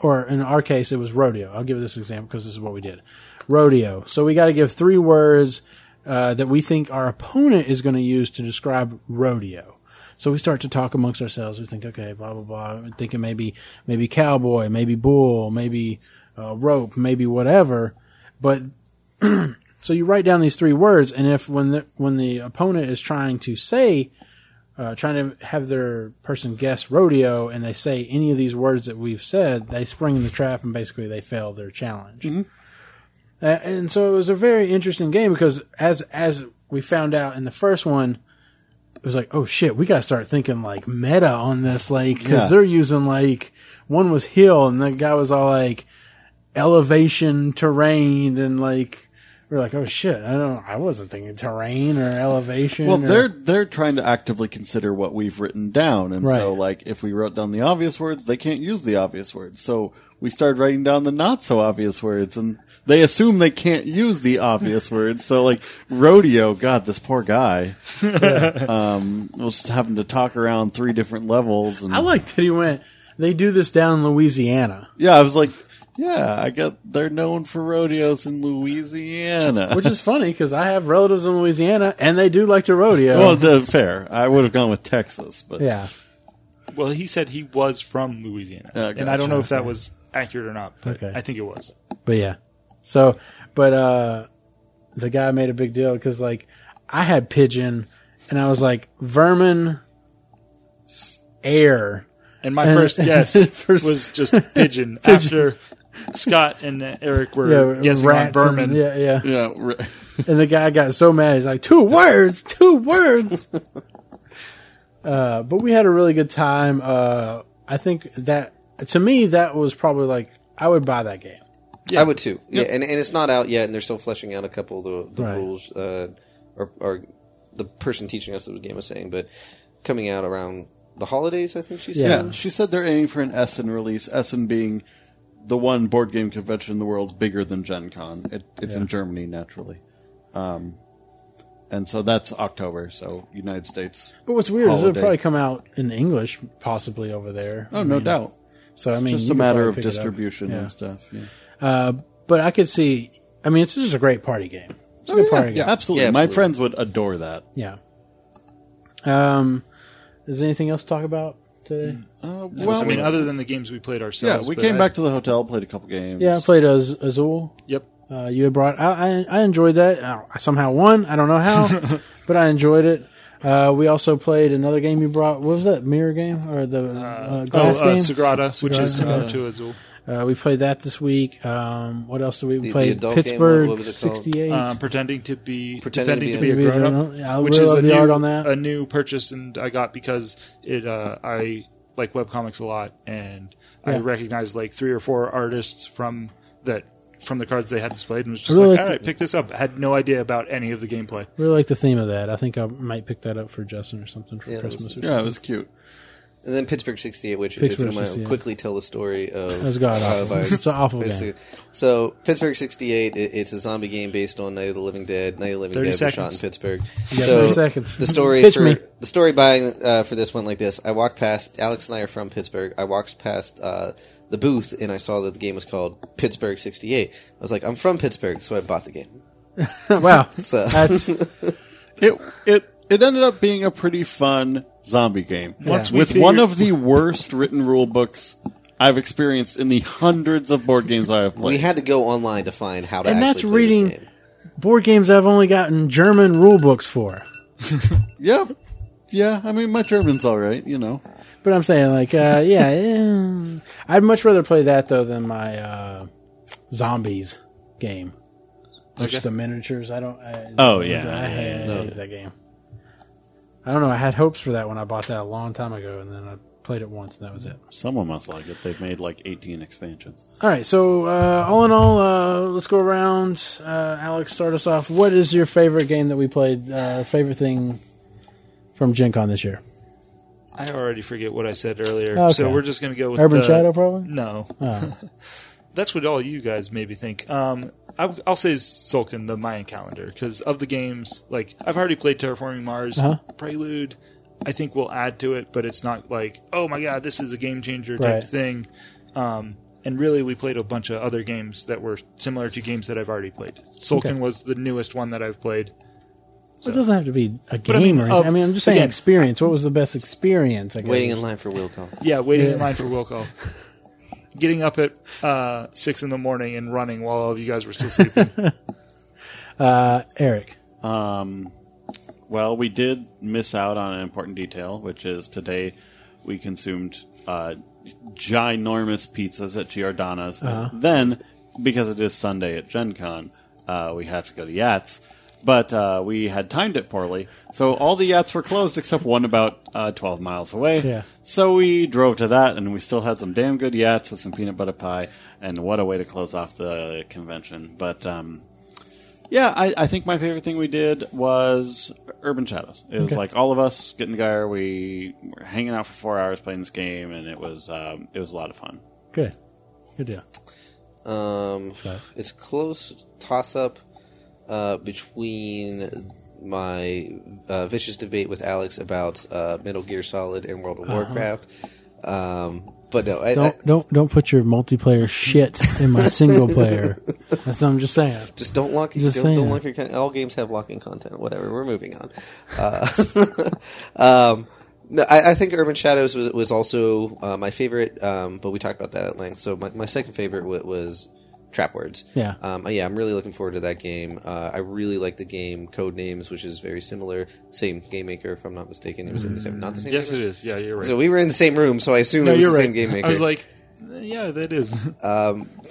Speaker 1: or in our case, it was rodeo. I'll give this example because this is what we did. Rodeo. So we got to give three words uh, that we think our opponent is going to use to describe rodeo. So we start to talk amongst ourselves. We think, okay, blah blah blah. We're thinking maybe maybe cowboy, maybe bull, maybe uh, rope, maybe whatever. But so you write down these three words, and if when the when the opponent is trying to say, uh, trying to have their person guess rodeo, and they say any of these words that we've said, they spring in the trap, and basically they fail their challenge. Uh, and so it was a very interesting game because as as we found out in the first one. It was like, oh shit, we gotta start thinking like meta on this, like, because
Speaker 5: Yeah.
Speaker 1: they're using like one was hill, and the guy was all like, elevation terrain and like we're like oh shit i don't i wasn't thinking terrain or elevation
Speaker 5: Well,
Speaker 1: or-
Speaker 5: they're they're trying to actively consider what we've written down, and so
Speaker 1: Right.
Speaker 5: like if we wrote down the obvious words, they can't use the obvious words. So we started writing down the not so obvious words, and they assume they can't use the obvious words. So like rodeo, God, this poor guy, um, was just having to talk around three different levels. And
Speaker 1: i like that he went they do this down in louisiana
Speaker 5: yeah, I was like, yeah, I got they're known for rodeos in Louisiana.
Speaker 1: which is funny because i have relatives in louisiana and they do like to rodeo
Speaker 5: well, that's fair. I would have gone with Texas, but
Speaker 1: yeah
Speaker 2: Well, he said he was from Louisiana,
Speaker 5: Oh,
Speaker 2: and I don't know
Speaker 5: gotcha.
Speaker 2: if that was accurate or not, but
Speaker 1: Okay.
Speaker 2: I think it was.
Speaker 1: but yeah so but uh the guy made a big deal because like i had pigeon and i was like vermin s- air
Speaker 2: And my
Speaker 1: And-
Speaker 2: first guess
Speaker 1: First-
Speaker 2: was just pigeon, after Scott and Eric were guessing on
Speaker 1: rats and-
Speaker 2: vermin.
Speaker 1: yeah yeah
Speaker 5: yeah. Re-
Speaker 1: And the guy got so mad. He's like, two words, two words. uh, but we had a really good time. Uh, I think that, to me, that was probably like, I would buy that game.
Speaker 3: I would too. Yeah, and, and it's not out yet, and they're still fleshing out a couple of the, the
Speaker 1: Right.
Speaker 3: rules, uh, or, or the person teaching us the game is saying, but coming out around the holidays, I think she said.
Speaker 5: Yeah, she said they're aiming for an Essen release. Essen being the one board game convention in the world bigger than Gen Con. It, it's in Germany, naturally. Um, and so that's October, so United States.
Speaker 1: But what's weird is
Speaker 5: Holiday.
Speaker 1: it'll probably come out in English, possibly over there.
Speaker 5: Oh, no doubt.
Speaker 1: So, Mm-hmm. I mean,
Speaker 5: Just
Speaker 1: you
Speaker 5: a
Speaker 1: could
Speaker 5: matter
Speaker 1: probably
Speaker 5: of
Speaker 1: pick it up.
Speaker 5: distribution
Speaker 1: Yeah.
Speaker 5: and stuff. Yeah.
Speaker 1: But I could see, I mean, it's just a great party game. It's a good party game.
Speaker 5: Oh, Yeah, absolutely.
Speaker 3: Yeah,
Speaker 5: My
Speaker 3: absolutely.
Speaker 5: friends would adore that.
Speaker 1: Yeah. Um, is there anything else to talk about today?
Speaker 5: Uh, well,
Speaker 2: I mean, other than the games we played
Speaker 5: yeah,
Speaker 2: ourselves.
Speaker 5: we
Speaker 2: but
Speaker 5: came
Speaker 2: I-
Speaker 5: back to the hotel, played a couple games.
Speaker 1: Yeah, I played Az- Azul.
Speaker 2: Yep.
Speaker 1: uh, you had brought. I, I I enjoyed that. Uh, I somehow won. I don't know how, but I enjoyed it. Uh, we also played another game you brought. What was that mirror game or the uh,
Speaker 2: Oh,
Speaker 1: glass
Speaker 2: uh,
Speaker 1: game?
Speaker 2: Sagrada, which
Speaker 1: Sagrada.
Speaker 2: is similar to Azul.
Speaker 1: Uh, we played that this week. Um, what else did we, we
Speaker 3: The- the
Speaker 1: played?
Speaker 3: adult game,
Speaker 1: Pittsburgh
Speaker 3: what was it called?
Speaker 1: '68.
Speaker 2: Um, pretending to be
Speaker 3: Pretending
Speaker 2: pretending,
Speaker 3: to
Speaker 2: to be,
Speaker 1: be
Speaker 2: a
Speaker 1: a
Speaker 2: grown up,
Speaker 1: grown-up. I
Speaker 2: which
Speaker 1: really
Speaker 2: is a
Speaker 1: love
Speaker 2: new
Speaker 1: the art on that.
Speaker 2: a new purchase, and I got because it uh, I like webcomics a lot, and I
Speaker 1: Yeah.
Speaker 2: recognized like three or four artists from that from the cards they had displayed, and was just
Speaker 1: really
Speaker 2: like,
Speaker 1: like
Speaker 2: all right, pick this up. I had no idea about any of the gameplay.
Speaker 1: really like the theme of that. I think I might pick that up for Justin or something for
Speaker 3: Yeah, that was-
Speaker 1: Christmas. or something.
Speaker 5: Yeah, it was cute.
Speaker 3: And then Pittsburgh '68, which
Speaker 1: Pittsburgh
Speaker 3: if you don't mind,
Speaker 1: 68.
Speaker 3: I'll quickly tell the story of.
Speaker 1: was god
Speaker 3: uh,
Speaker 1: awful.
Speaker 3: by-
Speaker 1: It's an awful game.
Speaker 3: So Pittsburgh '68, it, it's a zombie game based on Night of the Living Dead. Night of the Living
Speaker 2: 30
Speaker 3: Dead was shot in
Speaker 2: seconds.
Speaker 3: Pittsburgh.
Speaker 1: got
Speaker 3: so
Speaker 1: 30 seconds.
Speaker 3: the story
Speaker 1: Pitch
Speaker 3: for
Speaker 1: me.
Speaker 3: the story by uh, for this went like this: I walked past Alex and I are from Pittsburgh. I walked past uh, the booth and I saw that the game was called Pittsburgh '68. I was like, I'm from Pittsburgh, so I bought the game.
Speaker 1: wow,
Speaker 3: So
Speaker 1: that's
Speaker 5: It it it ended up being a pretty fun zombie game.
Speaker 2: Once we
Speaker 5: with
Speaker 2: figured-
Speaker 5: one of the worst written rule books I've experienced in the hundreds of board games I have played.
Speaker 3: we had to go online to find how to
Speaker 1: And
Speaker 3: actually
Speaker 1: that's
Speaker 3: play
Speaker 1: reading-
Speaker 3: this game.
Speaker 1: board games I've only gotten German rule books for.
Speaker 5: yeah, yeah. I mean, my German's all right, you know.
Speaker 1: But I'm saying, like, uh, yeah, yeah, I'd much rather play that though than my uh, zombies game, which the miniatures. I don't. I,
Speaker 4: Oh, yeah.
Speaker 1: I hate that game. I don't know. I had hopes for that when I bought that a long time ago, and then I played it once, and that was it.
Speaker 4: Someone must like it. They've made like 18 expansions.
Speaker 1: All right. So uh, all in all, uh, let's go around. Uh, Alex, start us off. What is your favorite game that we played? Uh, favorite thing from Gen Con this year?
Speaker 2: I already forget what I said earlier,
Speaker 1: Okay.
Speaker 2: so we're just gonna go with
Speaker 1: Urban
Speaker 2: the-
Speaker 1: Shadow, probably.
Speaker 2: No,
Speaker 1: Oh.
Speaker 2: that's what all you guys maybe think. Um, I, I'll say Sulkin, the Mayan calendar, because of the games, like I've already played Terraforming Mars,
Speaker 1: Uh-huh.
Speaker 2: Prelude, I think will add to it, but it's not like, oh my god, this is a game changer type
Speaker 1: Right.
Speaker 2: thing. Um, and really, we played a bunch of other games that were similar to games that I've already played. Sulkin
Speaker 1: Okay.
Speaker 2: was the newest one that I've played.
Speaker 1: It doesn't have to be a game
Speaker 2: I mean,
Speaker 1: or anything.
Speaker 2: of-
Speaker 1: I mean, I'm just saying
Speaker 2: again-
Speaker 1: experience. What was the best experience? I guess.
Speaker 3: Waiting in line for will call.
Speaker 2: Yeah, waiting
Speaker 1: Yeah.
Speaker 2: in line for will call. Getting up at uh, six in the morning and running while all of you guys were still sleeping.
Speaker 1: Uh, Eric.
Speaker 4: Well, we did miss out on an important detail, which is today we consumed uh, ginormous pizzas at Giordano's. Then, because it is Sunday at Gen Con, uh, we have to go to Yats. But uh, we had timed it poorly, so all the Yats were closed except one about uh, 12 miles away.
Speaker 1: Yeah.
Speaker 4: So we drove to that, and we still had some damn good Yats with some peanut butter pie, and what a way to close off the convention. But um, yeah, I, I think my favorite thing we did was Urban Shadows. It was like all of us getting together. We were hanging out for four hours playing this game, and it was um, it was a lot of fun.
Speaker 1: Good. Good deal.
Speaker 3: Um, it's a close toss up uh, between my uh, vicious debate with Alex about uh, Metal Gear Solid and World of Warcraft. Um, but no, I, I
Speaker 1: Don't don't don't put your multiplayer shit in my single player. That's what I'm just saying.
Speaker 3: just don't lock.
Speaker 1: Just
Speaker 3: don't, don't
Speaker 1: saying.
Speaker 3: lock your. Con- all games have locking content. Whatever. We're moving on. Uh, um, no, I, I think Urban Shadows was was also uh, my favorite. Um, but we talked about that at length. So my, my second favorite was, was Trap Words.
Speaker 1: Yeah.
Speaker 3: Um, yeah, I'm really looking forward to that game. Uh, I really like the game Code Names, which is very similar. Same game maker, if I'm not mistaken. It was in the same, not the same.
Speaker 2: yes,
Speaker 3: game
Speaker 2: it is. Yeah, you're right.
Speaker 3: maker? So we were in the same room, so I assume
Speaker 2: no,
Speaker 3: it was
Speaker 2: you're
Speaker 3: the
Speaker 2: right.
Speaker 3: same game maker.
Speaker 2: I was like, yeah, that is.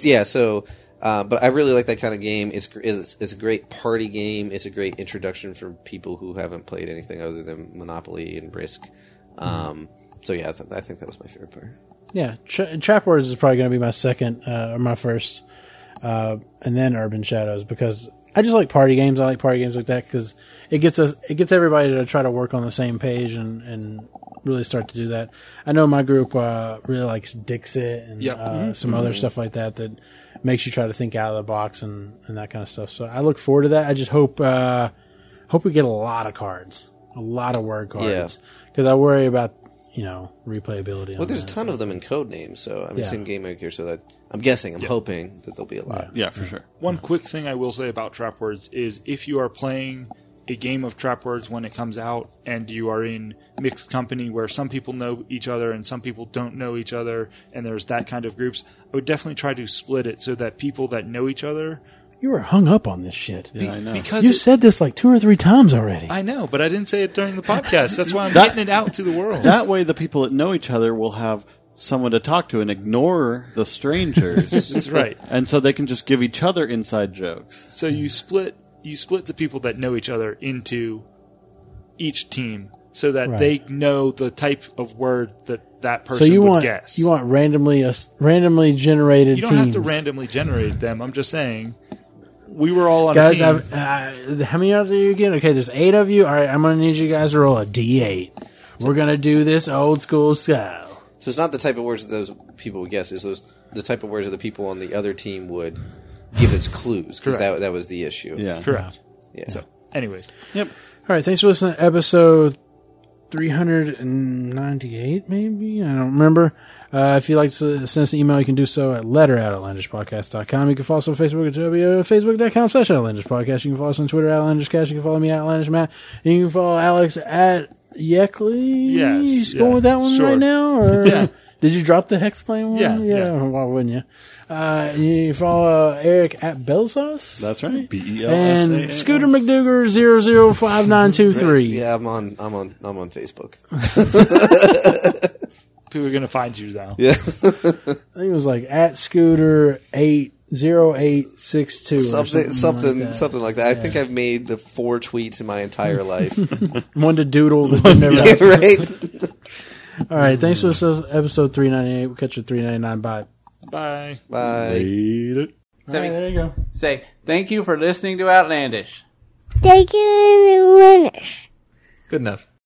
Speaker 3: yeah, so uh, but I really like that kind of game. It's, gr- it's it's a great party game. It's a great introduction for people who haven't played anything other than Monopoly and Brisk. Um, so yeah, I, th- I think that was my favorite part.
Speaker 1: Yeah, tra- Trap Wars is probably going to be my second uh, or my first, uh, and then Urban Shadows because I just like party games. I like party games like that because it gets us, it gets everybody to try to work on the same page and and really start to do that. I know my group uh, really likes Dixit and
Speaker 2: Yep.
Speaker 1: uh,
Speaker 3: Mm-hmm.
Speaker 1: some other stuff like that that makes you try to think out of the box and and that kind of stuff. So I look forward to that. I just hope uh, hope we get a lot of cards, a lot of word cards because I worry about you know replayability.
Speaker 3: Well, there's a ton of them in code names, so I mean,
Speaker 1: Yeah.
Speaker 3: same game maker. So that I'm guessing, I'm hoping that there'll be a lot.
Speaker 4: Yeah, for sure.
Speaker 2: One quick thing I will say about trap words is if you are playing a game of trap words when it comes out and you are in mixed company where some people know each other and some people don't know each other and there's that kind of groups, I would definitely try to split it so that people that know each other
Speaker 1: You were hung up on this shit.
Speaker 2: be- because
Speaker 1: You
Speaker 2: it-
Speaker 1: said this like two or three times already.
Speaker 2: I know, but I didn't say it during the podcast. That's why I'm
Speaker 4: That-
Speaker 2: getting it out to the world.
Speaker 4: That-
Speaker 5: That way, the people that know each other will have someone to talk to and ignore the strangers.
Speaker 2: That's right.
Speaker 5: and so they can just give each other inside jokes.
Speaker 2: So you split you split the people that know each other into each team so that
Speaker 1: Right.
Speaker 2: they know the type of word that that
Speaker 1: so
Speaker 2: person
Speaker 1: you
Speaker 2: would
Speaker 1: want
Speaker 2: guess.
Speaker 1: you want randomly us randomly generated
Speaker 2: You don't
Speaker 1: teams.
Speaker 2: have to randomly generate them. I'm just saying, we were all on a
Speaker 1: guys.
Speaker 2: team.
Speaker 1: I've, uh, how many are there you again? Okay, there's eight of you. All right, I'm gonna need you guys to roll a d8. We're gonna do this old school style.
Speaker 3: So it's not the type of words that those people would guess. It's those the type of words that the people on the other team would give its clues because that that was the issue.
Speaker 5: Yeah.
Speaker 2: Correct.
Speaker 3: Yeah.
Speaker 2: So, anyways,
Speaker 5: Yep.
Speaker 1: All right, thanks for listening. to Episode 398, maybe I don't remember. Uh, if you'd like to send us an email, you can do so at letter at outlandishpodcast.com. You can follow us on Facebook at uh, facebook.com slash outlandishpodcast. You can follow us on Twitter at outlandishcast. You can follow me at outlandishmatt. And you can follow Alex at Yekly.
Speaker 2: Yes,
Speaker 1: You going
Speaker 2: yeah,
Speaker 1: with that one
Speaker 2: sure.
Speaker 1: right now? Or
Speaker 2: Yeah.
Speaker 1: Did you drop the hexplane one?
Speaker 2: Yeah, yeah.
Speaker 1: Why wouldn't you? Uh, you can follow Eric at Bellsauce.
Speaker 5: That's right. B E L S A.
Speaker 1: And Scooter McDougar zero zero five nine two three.
Speaker 3: Yeah, I'm on. I'm on. I'm on Facebook.
Speaker 2: people are going to find you now.
Speaker 1: I think it was like at Scooter eight zero eight six two.
Speaker 3: something,
Speaker 1: Something,
Speaker 3: something,
Speaker 1: like that.
Speaker 3: something like that. I think I've made the four tweets in my entire life.
Speaker 1: One to doodle. That never
Speaker 3: Yeah, right?
Speaker 1: All right. Thanks for this episode three ninety eight. We'll catch you three ninety nine. Bye.
Speaker 2: Bye.
Speaker 3: Bye.
Speaker 5: Eat it.
Speaker 1: All right, there you go.
Speaker 6: Say, thank you for listening to Outlandish.
Speaker 7: Take it in the winners.
Speaker 6: Good enough.